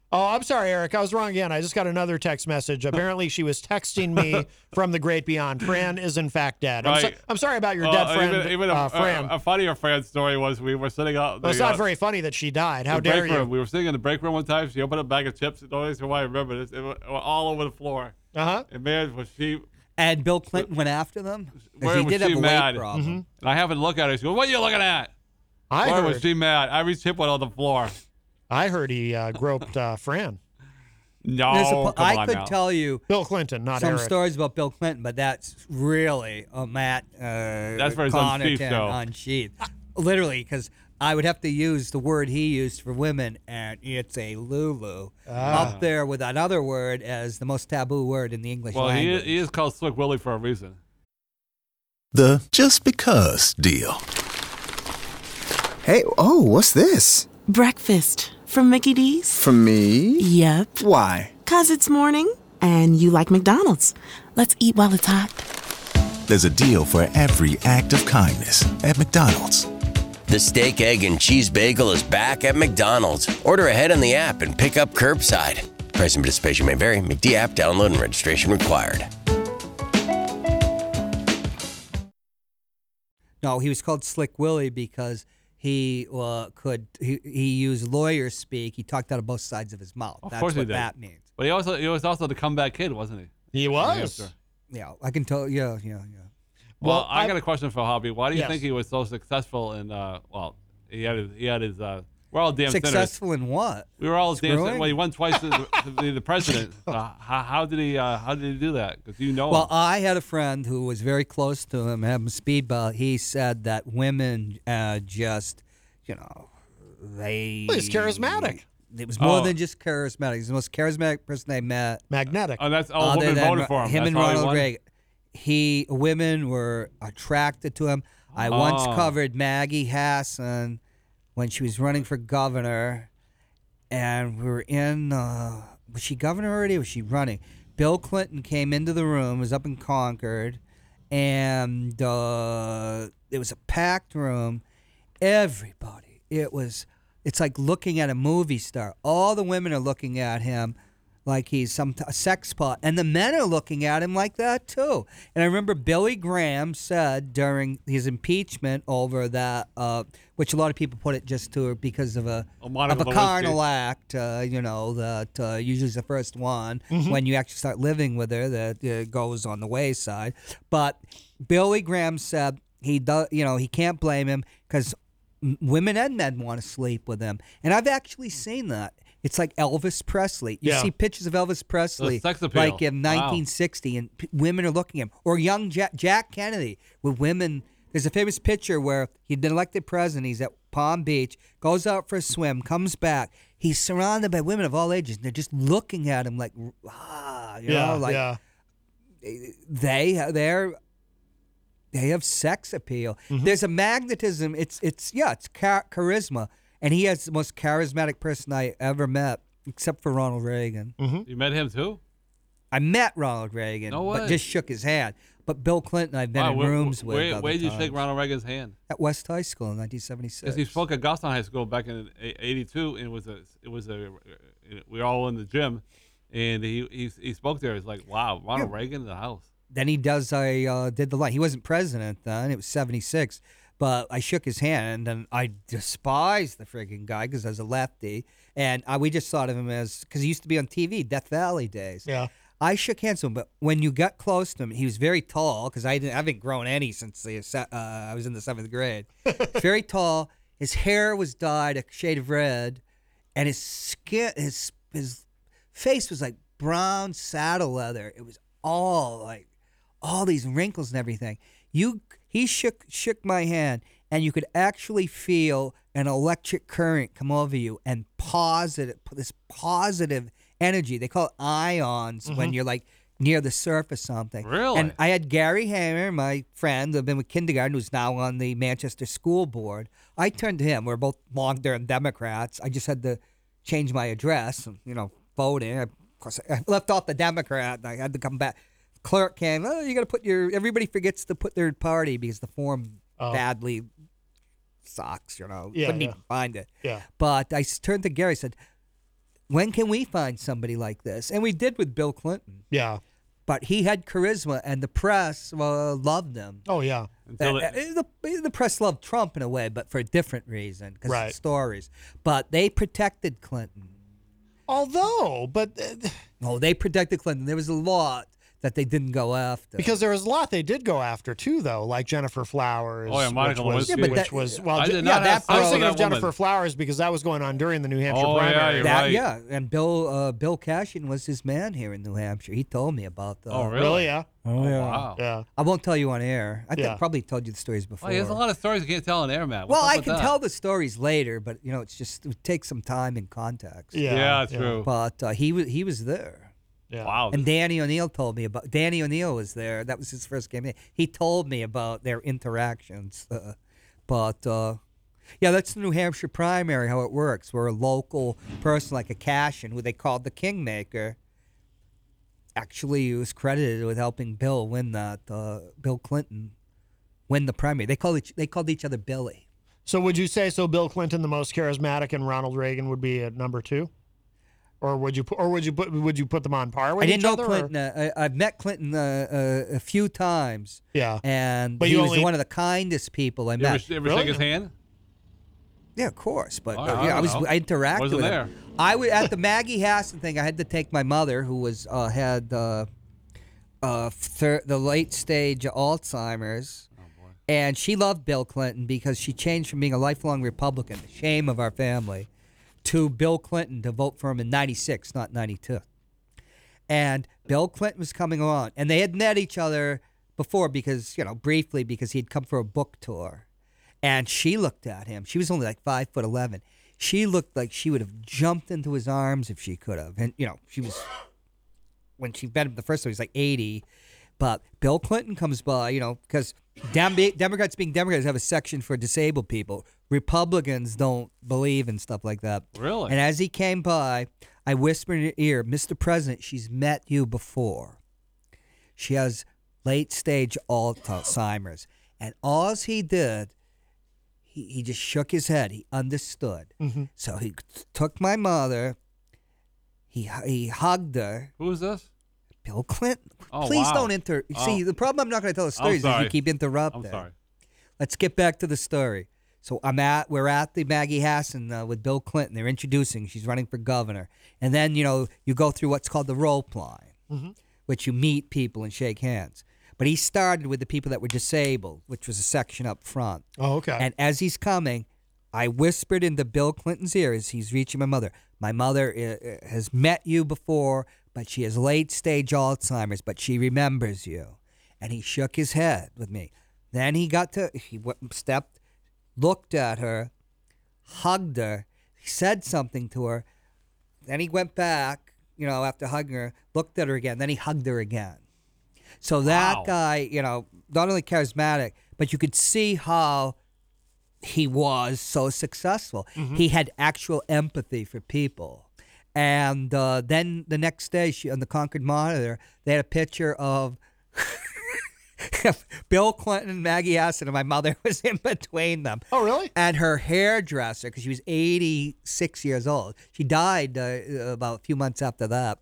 B: Oh, I'm sorry, Eric. I was wrong again. I just got another text message. Apparently, she was texting me from the great beyond. Fran is in fact dead. I'm, so-
C: Right.
B: I'm sorry about your
C: Uh,
B: dead friend,
C: Even, even a,
B: uh, Fran.
C: A, a funnier Fran story was we were sitting out.
B: well, it's
C: the,
B: not
C: uh,
B: very funny that she died.
C: the
B: How dare
C: break room.
B: you?
C: We were sitting in the break room one time. She opened a bag of chips. The only reason why oh, I remember this, it was, it was all over the floor.
B: Uh huh.
C: And man, was she,
O: And Bill Clinton went after them because
C: where
O: he
C: was
O: did
C: she
O: have a
C: mad? Mm-hmm.
O: weight problem.
C: And I happened to look at her. She goes, "What are you looking at?"
B: Mm-hmm. I
C: where
B: heard,
C: was she mad? I reached hip went on the floor.
B: I heard he uh, groped uh, Fran.
C: No,
O: There's a po-
C: come
O: I
C: on
O: could
C: now.
O: tell you
B: Bill Clinton, not
O: some
B: Eric.
O: stories about Bill Clinton, but that's really a Matt uh,
C: That's where it's unsheathed,
O: Connaughton
C: though.
O: unsheathed. Ah, Literally, because I would have to use the word he used for women, and it's a Lulu
C: Ah.
O: up there with another word as the most taboo word in the English
C: Well, he
O: language.
C: is, he is called Slick Willie for a reason.
F: The just because deal.
G: Hey, oh, what's this?
H: Breakfast from Mickey D's.
G: For me?
H: Yep.
G: Why?
H: Cause it's morning and you like McDonald's. Let's eat while it's hot.
F: There's a deal for every act of kindness at McDonald's.
I: The steak, egg, and cheese bagel is back at McDonald's. Order ahead on the app and pick up curbside. Price and participation may vary. McD app download and registration required.
O: No, he was called Slick Willie because he uh, could he, he used lawyer speak. He talked out of both sides of his mouth.
C: Of
O: That's
C: course
O: what
C: he did.
O: that means.
C: But he also he was also the comeback kid, wasn't he? He
O: was. Yeah, I can tell. Yeah, yeah, yeah.
C: Well,
O: Well,
C: I,
O: I-
C: got a question for Hobby. Why do you
O: Yes.
C: think he was so successful in? Uh, well, he had his, he had his. Uh, we're all damn sinners.
O: Successful in what?
C: We were all damn. sin-
O: Screwing?
C: Well, he won twice as the, the, the president. Uh, how, how did he? Uh, how did he do that? Because you know.
O: Well,
C: him.
O: I had a friend who was very close to him, had him speedball. He said that women uh, just, you know, they.
B: Well, he's charismatic.
O: It was more
B: Oh.
O: than just charismatic. He's the most charismatic person I met.
B: Magnetic.
C: Oh, that's- oh,
O: Other
C: women
O: than
C: voted for him. That's
O: and
C: how he
O: Ronald
C: won?
O: Reagan. He women were attracted to him. I once
C: Oh.
O: covered Maggie Hassan when she was running for governor, and we were in. Uh, was she governor already? Or was she running? Bill Clinton came into the room. Was up in Concord, and uh, it was a packed room. Everybody. It was. It's like looking at a movie star. All the women are looking at him like he's some t- a sex pot, and the men are looking at him like that too. And I remember Billy Graham said during his impeachment over that, uh, which a lot of people put it just to because of a,
C: Oh, Monica
O: of a
C: Lewinsky.
O: carnal act, uh, you know, that uh, usually is the first one
C: Mhm.
O: when you actually start living with her that uh, goes on the wayside. But Billy Graham said he does, you know, he can't blame him because m- women and men want to sleep with him. And I've actually seen that. It's like Elvis Presley. You
C: Yeah.
O: see pictures of Elvis Presley,
C: sex appeal.
O: like in
C: Wow.
O: 1960, and p- women are looking at him. Or young Jack, Jack Kennedy with women. There's a famous picture where he'd been elected president. He's at Palm Beach, goes out for a swim, comes back. He's surrounded by women of all ages, and they're just looking at him like, ah, you
B: Yeah,
O: know, like
B: yeah.
O: they they're they have sex appeal.
C: Mm-hmm.
O: There's a magnetism. It's it's yeah, it's cha- charisma, and he has the most charismatic person I ever met, except for Ronald Reagan.
B: Mm-hmm.
C: you met him too.
O: I met Ronald Reagan,
C: No way.
O: but just shook his hand. But Bill Clinton, I've been
C: Wow,
O: in
C: where-
O: rooms with.
C: Where,
O: other
C: where did you shake
O: times.
C: Ronald Reagan's hand?
O: At West High School in
C: Because
O: 1976.
C: he spoke at Goffstown High School back in '82, and it was a it was a we were all in the gym, and he he, he spoke there. It's like wow, Ronald Reagan in the house.
O: then he does I uh, did the line. He wasn't president then; it was '76. But I shook his hand, and I despised the frigging guy because I was a lefty, and I, we just thought of him as because he used to be on TV, Death Valley days.
B: Yeah.
O: I shook hands with him, but when you got close to him, he was very tall because I, didn't- I haven't grown any since the se- uh, I was in the seventh grade. very tall. His hair was dyed a shade of red, and his skin, his his face was like brown saddle leather. It was all like all these wrinkles and everything. You he shook shook my hand and you could actually feel an electric current come over you and positive this positive energy. They call it ions when
P: Mhm.
O: you're like near the surface something.
P: Really?
O: And I had Gary Hammer, my friend, who've been with kindergarten, who's now on the Manchester School Board. I turned to him. We're both long-term Democrats. I just had to change my address, and, you know, voting. Of course, I left off the Democrat, and I had to come back. Clerk came. Oh, you got to put your. Everybody forgets to put their party because the form
B: Oh.
O: badly sucks. You know,
B: Yeah,
O: couldn't
B: yeah.
O: even find it.
B: Yeah.
O: But I s- turned to Gary. I said, "When can we find somebody like this?" And we did with Bill Clinton.
B: Yeah.
O: But he had charisma, and the press uh, loved him.
B: Oh yeah.
O: Uh, uh, the, the press loved Trump in a way, but for a different reason because
B: Right.
O: of stories. But they protected Clinton.
B: Although, but uh,
O: no, they protected Clinton. There was a law that they didn't go after.
B: Because there was a lot they did go after too, though, like Jennifer Flowers.
C: Oh, yeah, Monica
B: which was,
C: Lewinsky.
B: which
C: Yeah, but that-
B: was well,
C: I
B: ju-
C: did
B: yeah,
C: not
B: that,
C: have
B: I
C: photos
B: was
C: of
B: thinking of
C: that
B: Jennifer
C: woman.
B: Flowers because that was going on during the New Hampshire
C: Oh, yeah,
B: primary.
C: you're
O: That-
C: right.
O: Yeah, and Bill uh, Bill Cashin was his man here in New Hampshire. He told me about that.
C: Oh, really? Really, yeah?
O: Oh
C: Oh,
O: yeah.
C: wow.
B: Yeah.
O: I won't tell you on air. I think
C: Yeah.
O: I probably told you the stories before.
C: Well, there's a lot of stories you can't tell on air, Matt. What's
O: well,
C: up
O: I
C: with
O: can
C: that?
O: tell the stories later, but you know, it's just it would take some time and context.
C: Yeah, Yeah, yeah. true.
O: But uh, he was he was there.
C: Wow.
O: And Danny O'Neill told me about Danny O'Neill was there. That was his first game. He told me about their interactions. Uh, but uh, yeah, that's the New Hampshire primary how it works. Where a local person like a Cashin, who they called the kingmaker, actually was credited with helping Bill win that uh, Bill Clinton win the primary. They called each, they called each other Billy.
B: So would you say so? Bill Clinton, the most charismatic, and Ronald Reagan would be at number two, or would you? pu- Or would you put? Would you put them on par with
O: I didn't
B: each
O: know
B: other, or-
O: Clinton. Uh, I, I've met Clinton uh, uh, a few times.
B: Yeah.
O: and
B: But
O: he
B: you
O: was
B: only-
O: one of the kindest people I
C: You
O: met.
C: ever, you ever shake his hand?
O: Yeah, of course. But
C: All
O: uh,
C: right, I
O: yeah, I,
C: don't
O: was
C: know.
O: I interacted
C: Wasn't
O: with
C: there.
O: him. I was at the Maggie Hassan thing. I had to take my mother, who was uh, had uh, uh, thir- the late stage Alzheimer's,
C: Oh,
O: and she loved Bill Clinton because she changed from being a lifelong Republican, the shame of our family, to Bill Clinton to vote for him in '96, not '92 and Bill Clinton was coming on, and they had met each other before because you know briefly because he'd come for a book tour, and she looked at him. She was only like five foot eleven. She looked like she would have jumped into his arms if she could have, and you know she was when she met him the first time he was like eighty, but Bill Clinton comes by, you know, because Dem- Democrats being Democrats have a section for disabled people. Republicans don't believe in stuff like that.
C: Really?
O: And as he came by, I whispered in her ear, Mr. President, she's met you before. She has late stage Alzheimer's. And all he did, he, he just shook his head. He understood. So he took my mother, he, he hugged her.
C: Who is this?
O: Bill Clinton.
C: Oh,
O: Please
C: wow.
O: don't inter.
C: Oh.
O: See, the problem I'm not going to tell the
C: I'm
O: story is
C: sorry.
O: you keep interrupting.
C: I'm sorry.
O: Let's get back to the story. So I'm at we're at the Maggie Hassan uh, with Bill Clinton. They're introducing. She's running for governor, and then you know you go through what's called the rope line,
C: Mm-hmm.
O: which you meet people and shake hands. But he started with the people that were disabled, which was a section up front.
B: Oh, okay.
O: And as he's coming, I whispered into Bill Clinton's ear as he's reaching my mother. My mother uh, uh, has met you before, but she has late stage Alzheimer's, but she remembers you. And he shook his head with me. Then he got to, he went, stepped, looked at her, hugged her, said something to her. Then he went back, you know, after hugging her, looked at her again. Then he hugged her again. So that
P: Wow.
O: guy, you know, not only charismatic, but you could see how he was so successful.
P: Mhm.
O: He had actual empathy for people. And uh, then the next day, she, on the Concord Monitor, they had a picture of Bill Clinton and Maggie Hassan, and my mother was in between them.
B: Oh, really?
O: And her hairdresser, because she was 86 years old. She died uh, about a few months after that.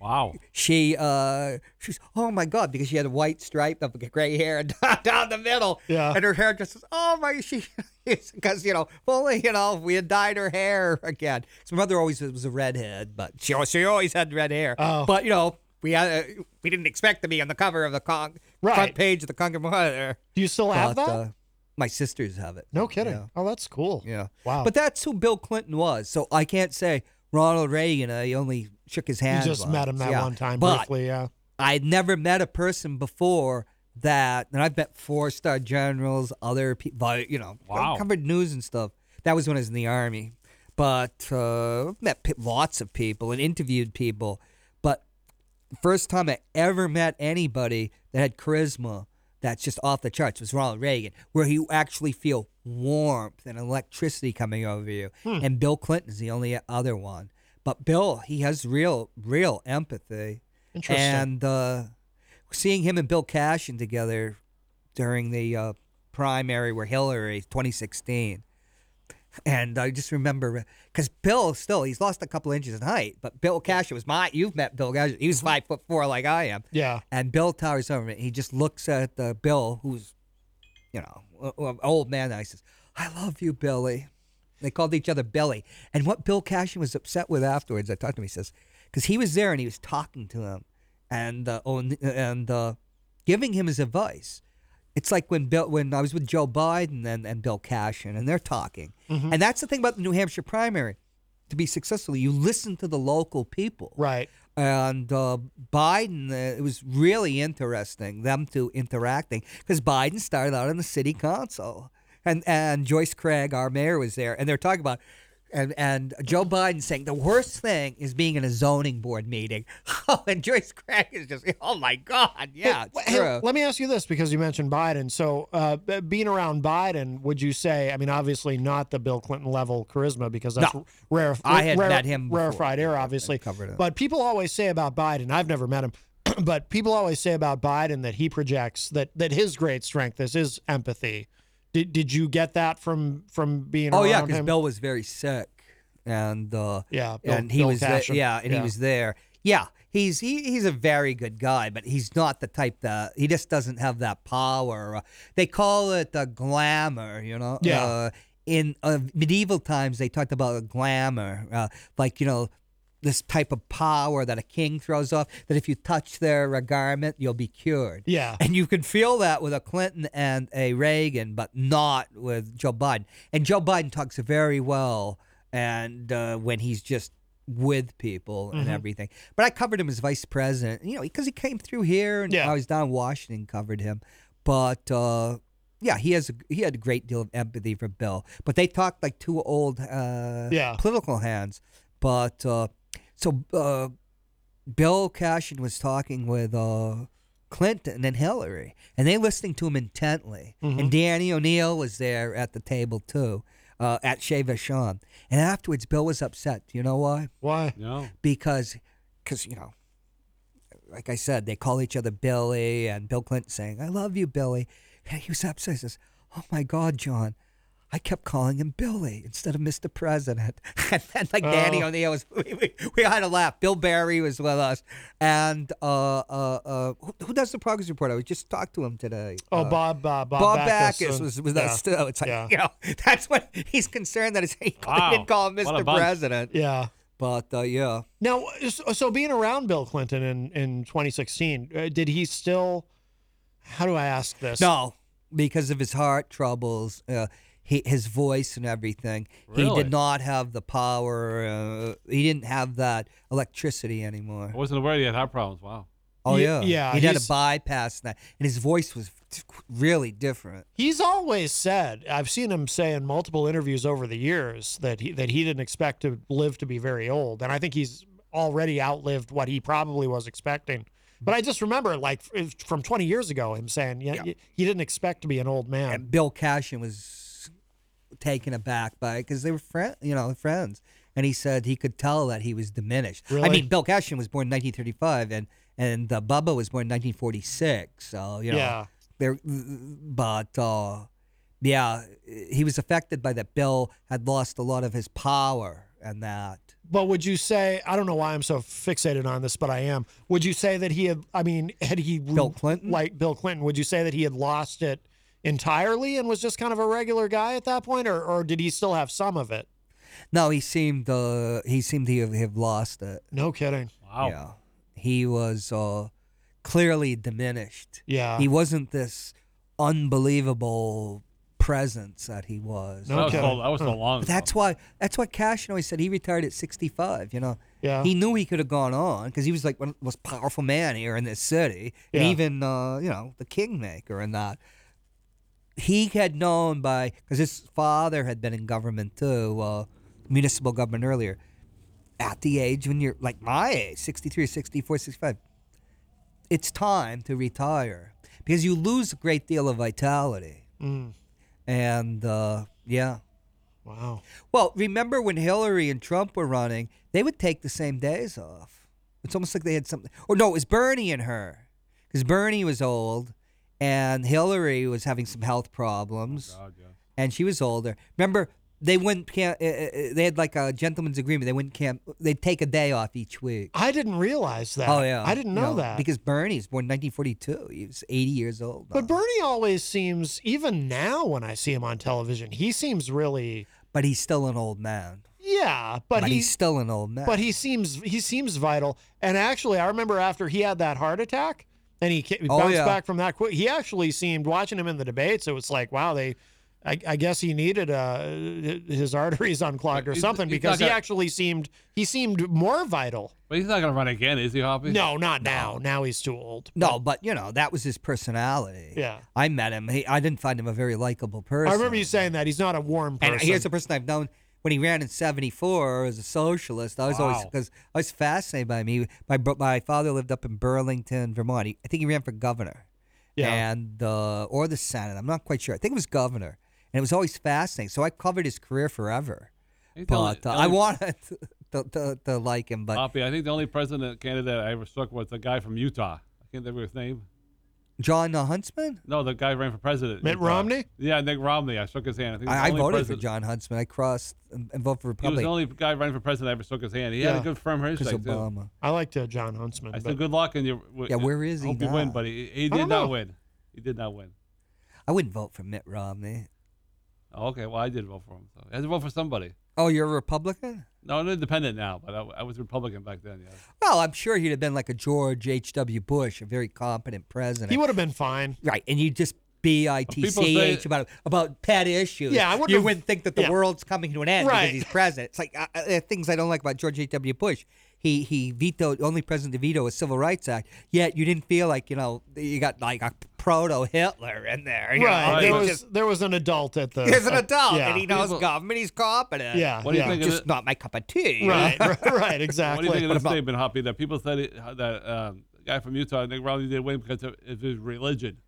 C: Wow.
O: She, uh, she was, oh my God, because she had a white stripe of gray hair down, down the middle.
P: Yeah.
O: And her hairdresser says, oh my, she, because, you know, if only, you know, we had dyed her hair again. So my mother always was a redhead, but she, al- she always had red hair.
P: Oh.
O: But, you know, we had, uh, we didn't expect to be on the cover of the con- front page of the Concord Monitor. uh,
B: Do you still have that?
O: my sisters have it.
B: No kidding. Oh, that's cool.
O: Yeah.
B: Wow.
O: But that's who Bill Clinton was. So I can't say Ronald Reagan. I only shook his hand.
B: just met him
O: once.
B: that
O: Yeah.
B: one time
O: but
B: briefly, yeah.
O: I'd never met a person before that, and I've met four star generals, other people, you know,
P: Wow.
O: covered news and stuff. That was when I was in the army. But uh, I've met pe- lots of people and interviewed people. But the first time I ever met anybody that had charisma that's just off the charts was Ronald Reagan, where you actually feel warmth and electricity coming over you.
P: Hmm.
O: And Bill Clinton's the only other one. But Bill, he has real, real empathy.
P: Interesting.
O: And uh, seeing him and Bill Cashin together during the uh, primary where Hillary 2016. And I just remember because Bill still he's lost a couple inches in height, but Bill Cashin was my you've met Bill Cashin. He was five foot four like I am.
B: Yeah.
O: And Bill towers over me. He just looks at uh, Bill, who's you know a- a- an old man. And I says, "I love you, Billy." They called each other Billy. And what Bill Cashin was upset with afterwards, I talked to him. He says because he was there and he was talking to him, and uh, on, and uh, giving him his advice. It's like when Bill, when I was with Joe Biden and, and Bill Cashin, and they're talking,
B: Mhm.
O: and that's the thing about the New Hampshire primary. To be successful, you listen to the local people,
B: right?
O: And uh, Biden, uh, it was really interesting them to interacting because Biden started out on the city council, and and Joyce Craig, our mayor, was there, and they're talking about. And, and Joe Biden saying the worst thing is being in a zoning board meeting. Oh, and Joyce Craig is just, oh my God, yeah, it's
B: But, hey,
O: true.
B: let me ask you this because you mentioned Biden. So, uh, b- being around Biden, would you say? I mean, obviously not the Bill Clinton level charisma because that's
O: No.
B: rare.
O: I had
B: rare-
O: met him before.
B: rarefied air, obviously.
O: it.
B: But people always say about Biden. I've never met him, but people always say about Biden that he projects that that his great strength is his empathy. Did, did you get that from from being?
O: oh
B: around
O: yeah,
B: him?
O: Bill was very sick, and uh,
B: Yeah, Bill-
O: and he
B: Bill
O: was there-
B: Cashin.
O: yeah, and
B: Yeah.
O: he was there. Yeah, he's he, he's a very good guy, but he's not the type that he just doesn't have that power. Uh, they call it the glamour, you know.
B: Yeah.
O: Uh, in uh, medieval times, they talked about a glamour, uh, like you know. This type of power that a king throws off, that if you touch their uh, garment, you'll be cured.
B: Yeah.
O: And you can feel that with a Clinton and a Reagan, but not with Joe Biden. And Joe Biden talks very well and uh, when he's just with people and
P: Mhm.
O: everything. But I covered him as vice president, you know, because he came through here and I was down in Washington, covered him. But uh, yeah, he has a, he had a great deal of empathy for Bill. But they talked like two old uh,
B: Yeah.
O: political hands. But uh, so uh, Bill Cashin was talking with uh, Clinton and Hillary, and they listening to him intently.
P: Mhm.
O: And Danny O'Neill was there at the table too, uh, at Chez Vachon. And afterwards, Bill was upset. Do You know why?
B: Why?
C: No.
O: Because, because you know, like I said, they call each other Billy, and Bill Clinton saying, "I love you, Billy." And he was upset. He says, "Oh my God, John." I kept calling him Billy instead of Mr. President. and then, like, Danny
P: Oh.
O: O'Neill was, we, we, we had a laugh. Bill Barry was with us. And uh, uh, uh, who, who does the progress report? I just talked to him today.
B: Oh,
O: Uh,
B: Bob, uh, Bob,
O: Backus,
B: and-
O: was with us,
B: yeah,
O: too. It's like,
B: yeah.
O: you know, that's what he's concerned that it's, he
B: Wow,
O: didn't call him
B: what a
O: Mr.
B: bunch.
O: President.
B: Yeah.
O: But, uh, yeah.
B: Now, so, so being around Bill Clinton in, in 2016, uh, did he still? How do I ask this?
O: No, because of his heart troubles, uh, he, his voice and everything. He
C: Really?
O: did not have the power. Uh, he didn't have that electricity anymore.
C: I wasn't aware he had heart problems. Wow.
O: Oh
B: Ye-
O: yeah,
B: yeah,
O: He had
B: he's-
O: to bypass that, and his voice was really different.
B: He's always said. I've seen him say in multiple interviews over the years that he that he didn't expect to live to be very old, and I think he's already outlived what he probably was expecting. But I just remember, like f- from 20 years ago, him saying, "Yeah, y- he didn't expect to be an old man."
O: Bill Cashin was taken aback by it because they were friend, you know, friends, and he said he could tell that he was diminished. I
B: Really?
O: mean, Bill Cashin was born in 1935, and and uh, Bubba was born in 1946, so you know,
B: Yeah.
O: they're but. Uh, yeah, he was affected by that. Bill had lost a lot of his power and that.
B: But would you say I don't know why I'm so fixated on this, but I am. Would you say that he had? I mean, had he Bill
O: Clinton
B: like Bill Clinton? Would you say that he had lost it entirely and was just kind of a regular guy at that point, or or did he still have some of it?
O: No, he seemed uh, he seemed to have- have lost it.
B: No kidding. Wow.
O: Yeah. He was uh, clearly diminished.
B: Yeah.
O: He wasn't this unbelievable presence that he was.
C: No That was kidding. so- that was so Huh. long
O: But That's why that's why Cashin always said he retired at 65, you know.
B: Yeah.
O: He knew he could have gone on because he was like one of the most powerful man here in this city. And
P: Yeah.
O: even, uh, you know, the kingmaker and that he had known by because his father had been in government too, uh, municipal government earlier. At the age when you're like my age, 63, 64, 65, it's time to retire because you lose a great deal of vitality.
B: Mm.
O: And uh, yeah.
B: Wow.
O: Well, remember when Hillary and Trump were running, they would take the same days off. It's almost like they had something. Or no, it was Bernie and her. Because Bernie was old and Hillary was having some health
B: Oh,
O: problems. And she was older. Remember, they wouldn't, camp, uh, uh, they had like a gentleman's agreement. They wouldn't camp, they'd take a day off each week.
B: I didn't realize that.
O: Oh, yeah.
B: I didn't
O: You
B: know that.
O: Because Bernie was born in 1942. He was 80 years old.
B: But Bernie always seems, even now when I see him on television, he seems really.
O: But he's still an old man.
B: Yeah, but,
O: But
B: he-
O: he's still an old man.
B: But he seems he seems vital. And actually, I remember after he had that heart attack, and he ca-
O: Oh,
B: bounced
O: yeah.
B: back from that quick. He actually seemed watching him in the debates. It was like, wow, they. I, I guess he needed uh, his arteries unclogged or
C: He's-
B: something
C: he's not
B: because he
C: gonna-
B: actually seemed he seemed more vital.
C: But he's not going to run again, is he, Hoppy?
B: No, not now. Now he's too old.
O: No, but you know that was his personality.
B: Yeah.
O: I met him. He, I didn't find him a very likable person.
B: I remember you saying that he's not a warm person.
O: And here's a person I've known when he ran in '74 as a socialist. I was always
B: Wow.
O: because I was fascinated by him. He, my bro- my father lived up in Burlington, Vermont. He, I think he ran for governor,
P: Yeah.
O: and the or the Senate. I'm not quite sure. I think it was governor, and it was always fascinating. So I covered his career forever.
C: He's the only-
O: But uh, I
C: only- Uh,
O: wanted to, to, to like him, but
C: Hoppy, I think the only president candidate I ever stuck was the guy from Utah. I can't remember his name.
O: John uh, Huntsman.
C: No, the guy who ran for president. in
O: Mitt
C: Utah.
O: Romney?
C: Yeah, Nick Romney. I shook his hand. I, think
O: I, I
C: the only
O: voted
C: president-
O: for John Huntsman. I crossed and, and voted for
C: He was
O: Republican.
C: the only guy running for president I ever shook his hand. He had
O: Yeah.
C: a good firm handshake.
O: 'Cause
C: too.
O: Obama.
B: I liked uh, John Huntsman.
C: I
B: but-
C: said, good luck in your. w-
O: Yeah, where is he
C: Hope you win,
O: now?
C: but he, he
O: I
C: did
O: don't
C: not
O: know.
C: win. He did not win.
O: I wouldn't vote for Mitt Romney.
C: Oh, okay, well, I did vote for him. So I had to vote for somebody.
O: Oh, you're a Republican?
C: No, I'm independent now, but I, I was Republican back then. Yeah.
O: Well, I'm sure he'd have been like a George H.W. Bush, a very competent president.
B: He would have been fine.
O: Right, and you just bitch
B: say-
O: about about pet issues.
B: Yeah, I wouldn't
O: you
B: have-
O: wouldn't think that the
B: yeah.
O: world's coming to an end
B: Right.
O: because he's president. It's like uh, uh, there are things I don't like about George H.W. Bush. He he vetoed only president to veto a civil rights act. Yet you didn't feel like you know you got like a proto Hitler in there. you know,
B: Right.
O: it
B: There
O: was
B: was
O: just-
B: there was an adult at the. uh,
O: He's an adult,
B: yeah.
O: and he knows government. He's competent.
B: Yeah, What do you yeah. think of
O: Just
B: it-
O: not my cup of tea. you
B: Right,
O: know?
B: right, right, exactly.
C: What do you think
B: What
C: of the
B: about-
C: statement, Hoppy, that people said it, that um, guy from Utah, Nick Romney, did win because of of his religion?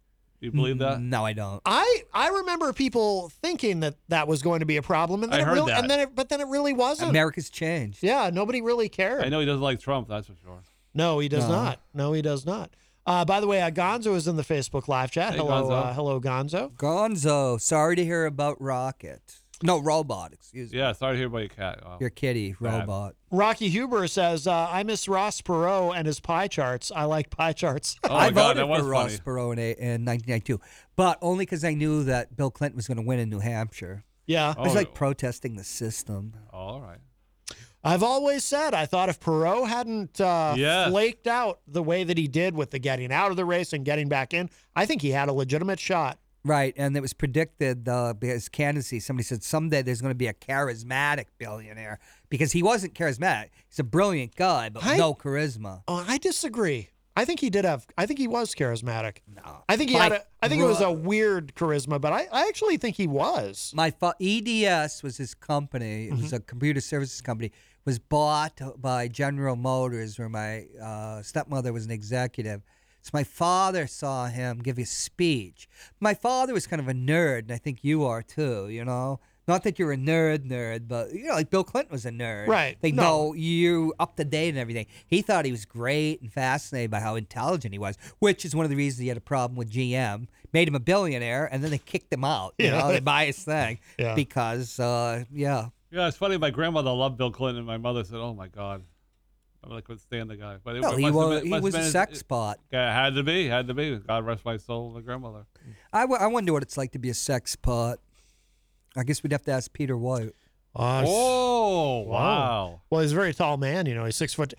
C: Do you believe that?
O: No, I don't.
B: I I remember people thinking that that was going to be a problem, and then
C: I
B: it
C: heard
B: really,
C: that.
B: and then it, but then it really wasn't.
O: America's changed.
B: Yeah, nobody really cared.
C: I know he doesn't like Trump, that's for sure.
B: No, he does
C: No.
B: not. No, he does not. Uh, by the way, uh, Gonzo is in the Facebook live chat.
O: Hey,
B: hello,
O: Gonzo.
B: Uh, hello, Gonzo.
O: Gonzo, sorry to hear about Rocket. No, Robot, excuse me.
C: Yeah, sorry to hear about your cat. Oh, Wow.
O: Your kitty, Robot.
B: Rocky Huber says, uh, "I miss Ross Perot and his pie charts. I like pie charts."
O: I voted for Ross Perot in, a- in 1992, but only because I knew that Bill Clinton was going to win in New Hampshire.
B: Yeah.
O: It was
B: Oh.
O: like protesting the system.
C: All right.
B: I've always said I thought if Perot hadn't uh,
O: Yes.
B: flaked out the way that he did with the getting out of the race and getting back in, I think he had a legitimate shot.
O: Right, and it was predicted uh, because candidacy. Somebody said someday there's going to be a charismatic billionaire because he wasn't charismatic. He's a brilliant guy, but
B: I-
O: no charisma.
B: Oh, I disagree. I think he did have. I think he was charismatic. No, I think he
O: My
B: had. A, I think it was
O: bro-
B: a weird charisma, but I, I actually think he was.
O: My fa- EDS was his company. It was a computer services company. It was bought by General Motors, where my uh, stepmother was an executive. So my father saw him give a speech. My father was kind of a nerd, and I think you are too. You know, not that you're a nerd nerd, but you know, like Bill Clinton was a nerd.
B: Right.
O: They
B: No.
O: know you up to date and everything. He thought he was great and fascinated by how intelligent he was, which is one of the reasons he had a problem with GM. Made him a billionaire, and then they kicked him out. You
C: Yeah.
O: know, the biased thing.
C: Yeah.
O: Because, uh, yeah.
C: Yeah, it's funny. My grandmother loved Bill Clinton, and my mother said, "Oh my God." I really couldn't stand the guy, but it,
O: No,
C: it
O: he
C: must have
O: wa-
C: been- it
O: he
C: must have
O: was a
C: been-
O: sex bot.
C: Yeah, it had to be, had to be. God rest my soul, the grandmother.
O: I, w- I wonder what it's like to be a sex pot. I guess we'd have to ask Peter White.
B: Uh,
C: oh wow!
B: Well, he's a very tall man. You know, he's six foot.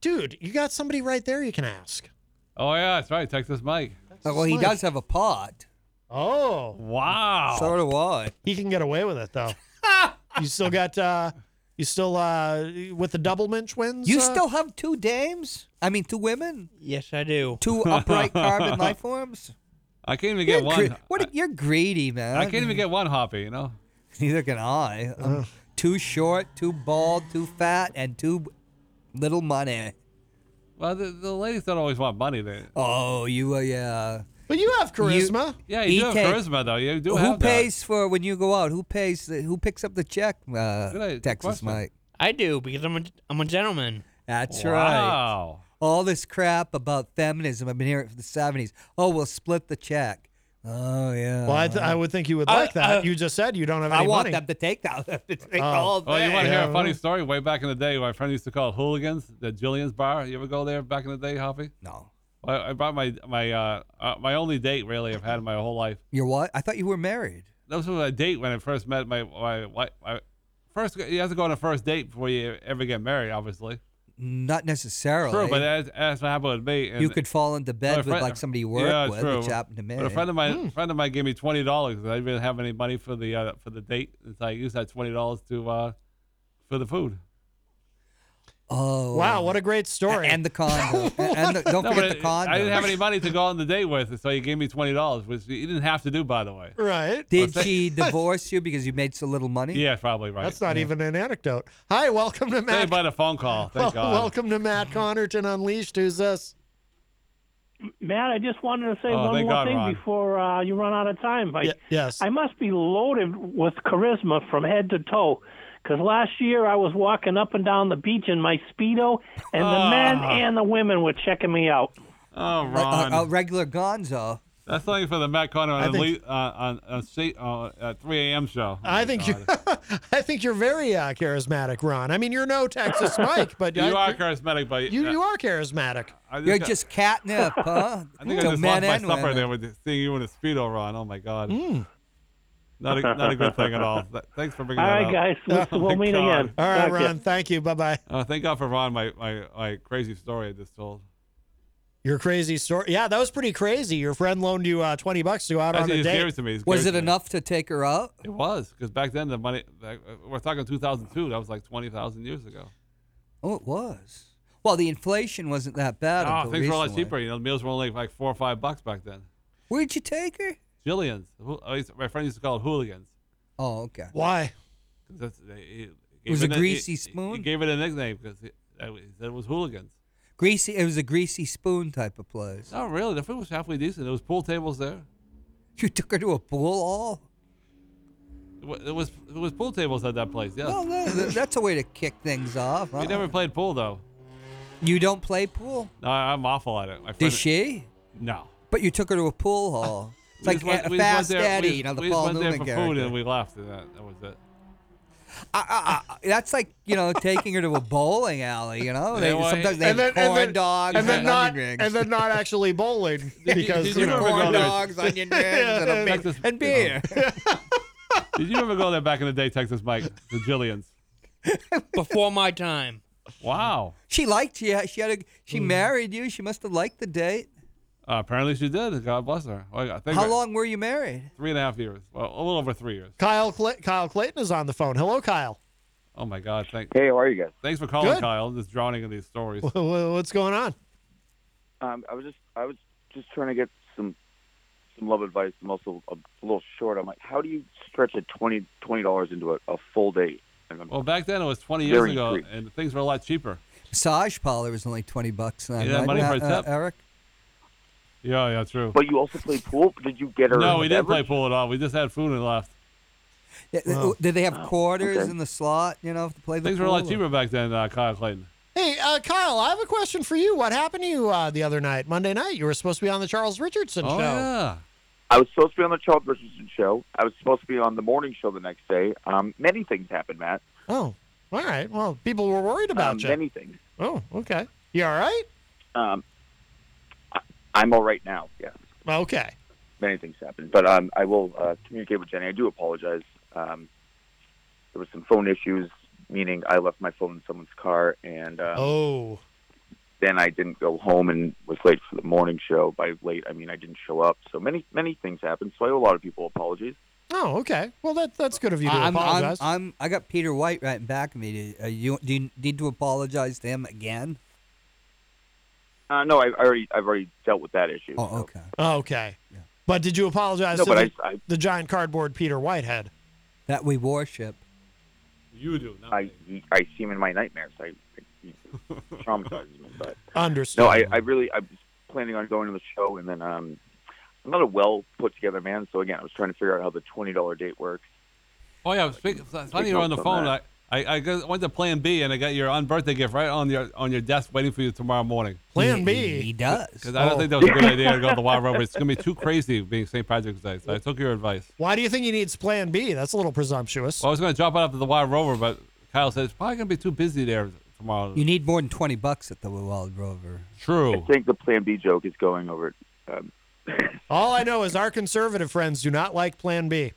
B: Dude, you got somebody right there you can ask.
C: Oh yeah, that's right, Texas Mike.
O: Uh, well, he does have a pot.
B: Oh
C: wow!
O: So do I.
B: He can get away with it though. you still got. uh You still uh with the Doubleman twins.
O: You
B: uh,
O: still have two dames? I mean, two women?
E: Yes, I do.
O: Two upright carbon life forms?
C: I can't even get
O: You're
C: one.
O: gre- what a- you're greedy, man.
C: I can't even get one hoppy. You know.
O: Neither can I.
B: Uh.
O: I'm too short, too bald, too fat, and too little money.
C: Well, the, the ladies don't always want money. They.
O: Oh, you, uh, yeah.
B: But you have
O: charisma.
C: yeah, you do have
O: EK.
C: charisma though. You do
O: who
C: have that.
O: pays for when you go out? Who pays? The, who picks up the check? Uh,
E: Good i- good
O: Texas
E: question.
O: Mike.
E: I do because I'm a, I'm a gentleman.
O: That's right. All this crap about feminism, I've been hearing it from the seventies. Oh, we'll split the check. Oh yeah.
B: Well, I, th- I would think you would like that. you just said you don't have any
O: Uh, I want
B: money.
O: them to take that. to take
B: Oh.
O: all
C: Oh, you want to
O: day.
C: hear a funny story? Way back in the day, my friend used to call it hooligans, the Jillian's Bar. You ever go there back in the day, Hoppy?
O: No.
C: Well, I brought my my uh, uh, my only date really I've had in my whole life.
O: You're what? I thought you were married.
C: That was a date when I first met my my wife. My, first you have to go on a first date before you ever get married, obviously.
O: Not necessarily.
C: True, but as, as happened with me, and
O: you could fall into bed
C: Well, a
O: with
C: friend-
O: like somebody you work
C: yeah,
O: with,
C: true.
O: which happened to me.
C: But a friend of mine,
B: Hmm.
C: a friend of mine gave me twenty dollars because I didn't have any money for the uh, for the date, and so I used that twenty dollars to uh, for the food.
O: Oh
B: wow, what a great story!
O: And the condo, and, and the, don't
C: No,
O: forget
C: but
O: the
C: it-
O: condo.
C: I didn't have any money to go on the date with, so he gave me twenty dollars, which you didn't have to do, by the way.
B: Right?
O: Did she divorce you because you made so little money?
C: Yeah, probably right.
B: That's not even an anecdote. Hi, welcome to
C: Saved
B: Matt.
C: by the phone call. Thank
B: Well,
C: God.
B: welcome to Matt Connerton Unleashed. Who's this?
L: Matt, I just wanted to say
C: Oh,
L: one
C: thank
L: more
C: God,
L: thing
C: Ron.
L: before uh, you run out of time. I,
B: yes.
L: I must be loaded with charisma from head to toe. Because last year I was walking up and down the beach in my Speedo, and the men
C: Ah.
L: and the women were checking me out.
C: Oh,
O: A-
C: Ron.
O: a, a uh, regular Gonzo.
C: That's something for the Matt Connor
O: I
C: on,
O: think-
C: Le- uh, on, on state, uh, at 3 a.m. show. Uh,
B: I think you, I think you're very uh, charismatic, Ron. I mean, you're no Texas Mike, but
C: you
B: I-
C: are charismatic, but
B: you, you are charismatic.
C: I
O: You're
C: got-
O: just catnip, huh?
C: I think I
O: To
C: just
O: men
C: lost my
O: and
C: supper
O: women.
C: there with seeing you in a speedo, Ron. Oh my God.
B: Hmm.
C: Not a not a good thing at all. Th- Thanks for bringing
L: All
C: that
L: right,
C: up.
L: guys, we'll-
C: Oh,
L: we'll
C: my
L: meet
C: God.
L: again.
B: All right, Ron. Thank you. Bye bye.
C: Oh, thank God for Ron, my, my, my crazy story I just told.
B: Your crazy story. Yeah, that was pretty crazy. Your friend loaned you uh, twenty bucks to go out
C: I
B: on
C: see,
B: a
C: he's
B: date.
C: gave it to me. He's
O: Was
C: gave
O: it
C: it to me.
O: enough to take her out?
C: It was because back then the money. Back, we're talking 2002. That was like 20,000 years ago.
O: Oh, it was. Well, the inflation wasn't that bad.
C: Oh,
O: until
C: things were a lot
O: recently.
C: cheaper. You know, the meals were only like four or five bucks back then.
O: Where'd you take her?
C: Jillians. Who- I used- My friend used to call it hooligans.
O: Oh, okay.
B: Why?
C: 'Cause that's- they- he- he
O: It was
C: gave
O: a
C: ni-
O: greasy
C: he-
O: spoon?
C: He gave it a nickname because he, that was- he said it was hooligans.
O: Greasy. It was a greasy spoon type of place.
C: Not really. The food was halfway decent. There was pool tables there.
O: You took her to a pool hall.
C: It wa- It was it was pool tables at that place. Yes.
O: Well, that- that- that's a way to kick things off. huh?
C: we never played pool though.
O: You don't play pool.
C: No, I- I'm awful at it. My
O: Did
C: friend-
O: she?
C: No.
O: But you took her to a pool hall. It's
C: We
O: like
C: just went-
O: a
C: we just went
O: fast
C: there- we
O: daddy,
C: just-
O: you know, the
C: we just
O: Paul
C: went
O: Newman
C: there for
O: character.
C: food and we left, and that, that was it.
O: I- I- I- Uh, that's like you know taking her to a bowling alley. You know,
C: Yeah,
O: they,
C: well,
O: sometimes they have
C: and then-
O: corn
C: and then-
O: dogs
B: and then not
O: onion rings.
B: and then not actually bowling because you know,
O: corn dogs, onion rings, and, a big,
C: Texas-
O: and beer.
C: Oh. Did you ever go there back in the day, Texas Mike? The Jillians.
E: Before my time.
C: Wow.
O: she liked you. She had a.
B: Hmm.
O: She married you. She must have liked the date.
C: Uh, apparently she did. God bless her. Oh, I think
O: How
C: that-
O: long were you married?
C: Three and a half years. Well, a little over three years.
B: Kyle Cl- Kyle Clayton is on the phone. Hello, Kyle.
C: Oh my God. Thank.
P: Hey, how are you guys?
C: Thanks for calling,
B: Good.
C: Kyle. I'm just drowning in these stories.
B: Wha- wha- What's going on?
P: Um, I was just I was just trying to get some some love advice. I'm also a little short. I'm like, how do you stretch a twenty twenty dollars into a, a full date? And I'm-
C: Well, back then it was 20 years
P: Very
C: ago,
P: intrigued.
C: and things were a lot cheaper.
O: Massage parlor was only twenty bucks. Then,
C: Yeah,
O: right?
C: money for a
O: Uh, uh,
C: tip.
O: Eric.
C: Yeah, yeah, true.
P: But you also play pool. Did you get her?
C: No, we
P: a
C: didn't play
P: beverage?
C: pool at all. We just had food and left.
O: Yeah, th-
C: Wow.
O: Did they have quarters
C: okay.
O: in the slot? You know, to play the
C: Things were a
O: pool
C: lot
O: or-
C: cheaper back then, uh, Kyle Clayton.
B: Hey, uh, Kyle, I have a question for you. What happened to you uh, the other night, Monday night? You were supposed to be on the Charles Richardson
O: Oh,
B: show.
P: I was supposed to be on the Charles Richardson show. I was supposed to be on the morning show the next day. Um, many things happened, Matt.
B: Oh, all right. Well, people were worried about
P: Um,
B: you.
P: many things.
B: Oh, okay. You all right?
P: Um, I, I'm all right now. Yes,
B: Okay.
P: many things happened, but um, I will uh, communicate with Jenny. I do apologize. Um, there was some phone issues, meaning I left my phone in someone's car, and um,
B: Oh.
P: then I didn't go home and was late for the morning show. By late, I mean I didn't show up. So many many things happened. So I owe a lot of people apologies.
B: Oh, okay. Well, that that's good of you to
O: I'm, I'm,
B: apologize.
O: I'm, I got Peter White right back of me. Do, uh, you, do you need to apologize to him again?
P: Uh, no, I, I already I've already dealt with that issue.
O: Oh, okay.
B: okay. But did you apologize
P: No,
B: to
P: but
B: the,
P: I- I-
B: the giant cardboard Peter Whitehead?
O: That we worship.
C: You do. Not
P: I I see him in my nightmares. I, he traumatizes me, but.
B: Understood.
P: No, I, I really I was planning on going to the show, and then um, I'm not a well put together man. So again, I was trying to figure out how the twenty dollar date works.
C: Oh yeah, speak, it's funny you're on the
P: notes
C: phone.
P: on
C: I,
P: that.
C: I, I got- went to Plan B and I got your on birthday gift right on your on your desk, waiting for you tomorrow morning.
B: Plan B.
O: He does.
C: Because I don't
O: Oh.
C: think that was a good idea to go to the Wild Rover. It's gonna be too crazy being St. Patrick's Day. So I took your advice.
B: Why do you think he needs Plan B? That's a little presumptuous.
C: Well, I was gonna drop it off at the Wild Rover, but Kyle said it's probably gonna be too busy there tomorrow.
O: You need more than 20 bucks at the Wild Rover.
C: True.
P: I think the Plan B joke is going over. Um,
B: All I know is our conservative friends do not like Plan B.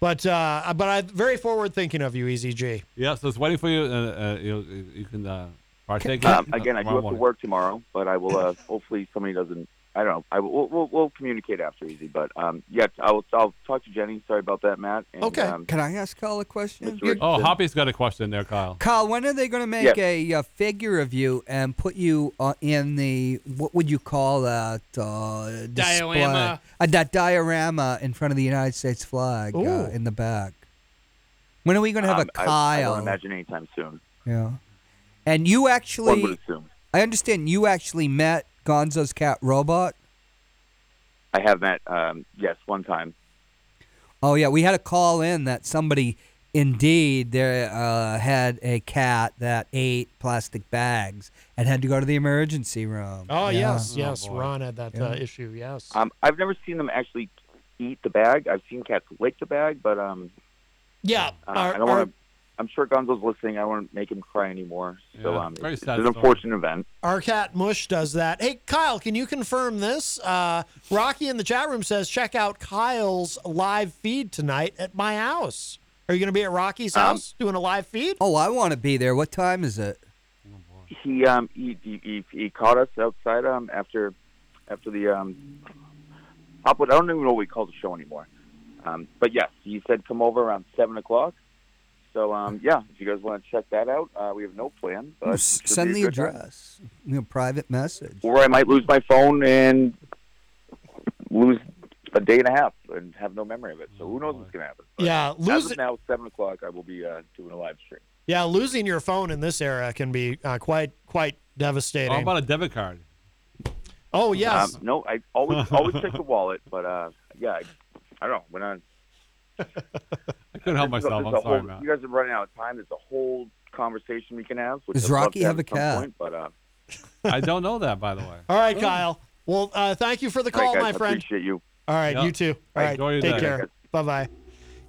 B: But uh, but I very forward thinking of you, E EZG.
C: Yeah, so it's waiting for you. Uh, uh, you, you can uh, partake.
P: Um,
C: in it
P: again, I do have
C: tomorrow
P: to
C: morning.
P: work tomorrow, but I will. Uh, hopefully, somebody doesn't. I don't know. I will, we'll, we'll, we'll communicate after easy, but um, yeah, I will. I'll talk to Jenny. Sorry about that, Matt. And, Um,
O: Can I ask Kyle a question?
P: Mr.
C: Oh, Hoppy's got a question there, Kyle.
O: Kyle, when are they going to make
C: Yeah.
O: a uh, figure of you and put you uh, in the what would you call that uh, display?
E: Diorama.
O: Uh, that diorama in front of the United States flag uh,
P: Ooh.
O: in the back. When are we going to have
P: um,
O: a
P: I-
O: Kyle?
P: I, don't imagine anytime soon.
O: Yeah. And you
P: One
O: actually,
P: would assume.
O: I understand you actually met Gonzo's cat robot.
P: I have met. Um, yes, one time.
O: Oh yeah, we had a call in that somebody indeed there uh, had a cat that ate plastic bags and had to go to the emergency room.
B: Oh
O: Yeah.
B: yes, yes. Ron had that uh,
O: Yeah.
B: issue. Yes.
P: Um, I've never seen them actually eat the bag. I've seen cats lick the bag, but um,
B: Yeah.
P: uh, I don't want to. I'm sure Gonzo's listening. I don't want to make him cry anymore. So
B: Yeah,
P: um,
B: very
P: it's, it's
B: sad
P: an
B: story.
P: unfortunate event.
B: Our cat Mush does that. Hey, Kyle, can you confirm this? Uh, Rocky in the chat room says check out Kyle's live feed tonight at my house. Are you going to be at Rocky's
P: Um,
B: house doing a live feed?
O: Oh, I want to be there. What time is it?
P: he um he he, he, he caught us outside um after after the um upload. I don't even know what we call the show anymore. Um, but yes, he said come over around seven o'clock. So um yeah, if you guys want to check that out, uh, we have no plan. But
O: S-
P: should
O: Send
P: be
O: the
P: a good time.
O: address. You know, private message.
P: Or I might lose my phone and lose a day and a half and have no memory of it. So who knows what's gonna happen?
B: Yeah,
P: As
B: lose
P: of now, seven o'clock, I will be uh, doing a live stream.
B: yeah, losing your phone in this era can be uh, quite quite devastating.
C: How about a debit card?
B: Oh yes.
P: Um, no, I always always check the wallet, but uh, yeah, I, I don't know. When I
C: I couldn't help
P: There's a-
C: myself.
P: there's
C: I'm
P: a
C: sorry,
P: whole-
C: Matt.
P: You guys are running out of time. There's a whole conversation we can have. Which
O: Does
P: I'd love
O: Rocky
P: to
O: have a
P: at some
O: cat?
P: Point, but uh,
C: I don't know that, by the way.
B: All right, Kyle. Well, uh, thank you for the
C: All right,
B: call,
C: guys,
B: my
C: I
B: friend.
C: appreciate
P: you.
B: All right,
C: Yeah.
B: you too. All
C: All right,
B: right,
C: enjoy your
B: take
C: day.
B: care. Bye bye.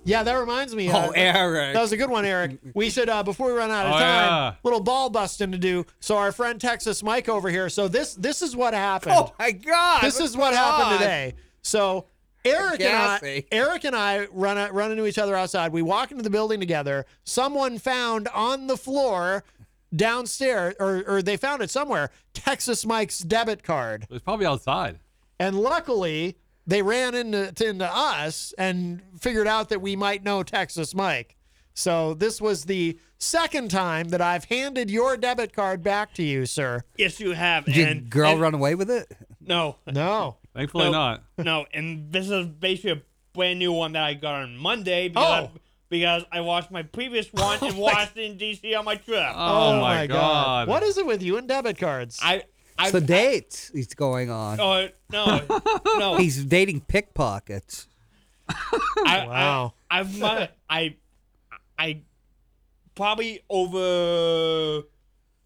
B: Yeah, that reminds me. uh,
O: Oh, Eric.
B: That was a good one, Eric. We should, uh, before we run out of
C: Oh,
B: time,
C: yeah.
B: little ball busting to do. So our friend Texas Mike over here. So this this is what happened.
O: Oh my God!
B: This
O: what's
B: is what
O: going
B: happened
O: on?
B: today. So Eric and I,
O: Gassy.
B: Eric and I run out- run into each other outside. We walk into the building together. Someone found on the floor downstairs, or or they found it somewhere. Texas Mike's debit card.
C: It's probably outside.
B: And luckily, they ran into, to- into us and figured out that we might know Texas Mike. So this was the second time that I've handed your debit card back to you, sir.
E: Yes, you have.
B: Did
E: and
B: girl
E: and-
B: run
O: away with it?
E: No.
B: No.
C: Thankfully
E: no,
C: not.
E: No, and this is basically a brand new one that I got on Monday because, because I watched my previous
O: Oh
E: one in Washington D.C. on my trip.
C: Oh, my God.
B: What is it with you and debit cards?
E: I I
O: It's the date he's going on.
E: oh no no
O: He's dating pickpockets.
E: I,
O: Wow.
E: I, I've mu- I I probably over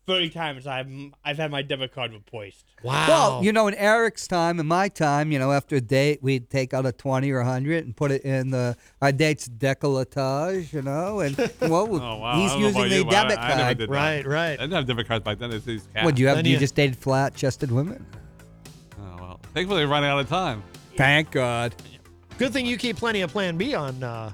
E: thirty times I've I've had my debit card replaced.
O: Well, you know, in Eric's time, in my time, you know, after a date, we'd take out a 20 or 100 and put it in the our date's decolletage, you know, and well,
C: Oh, Wow, I
O: he's
C: don't know
O: using
C: about
O: the
C: you, but I-
O: debit
C: I never
O: card.
C: did that. I didn't have debit cards back then. It's these cash.
O: What, do you have? You, just dated flat chested women?
C: Oh, well. Thankfully, we're running out of time.
O: Thank God.
B: Good thing you keep plenty of Plan B on uh,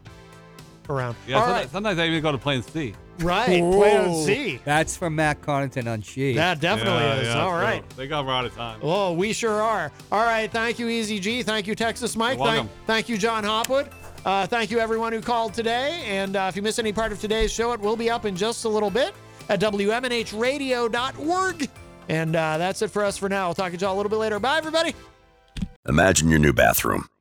B: around.
C: Yeah,
B: All
C: sometimes,
B: right,
C: sometimes I even go to Plan C.
B: right. Plan
O: Whoa.
B: C.
O: That's from Matt Connington on She.
B: That definitely
C: Yeah,
B: is.
C: yeah,
B: All
C: so
B: right.
C: They got we're out of time.
B: Oh, we sure are. All right. Thank you, Easy G. Thank you, Texas Mike.
C: You're welcome.
B: Thank, thank you, John Hopwood. Uh, thank you, everyone who called today. And uh, if you miss any part of today's show, it will be up in just a little bit at WMNHradio.org. And uh, that's it for us for now. We'll talk to y'all a little bit later. Bye, everybody.
Q: Imagine your new bathroom.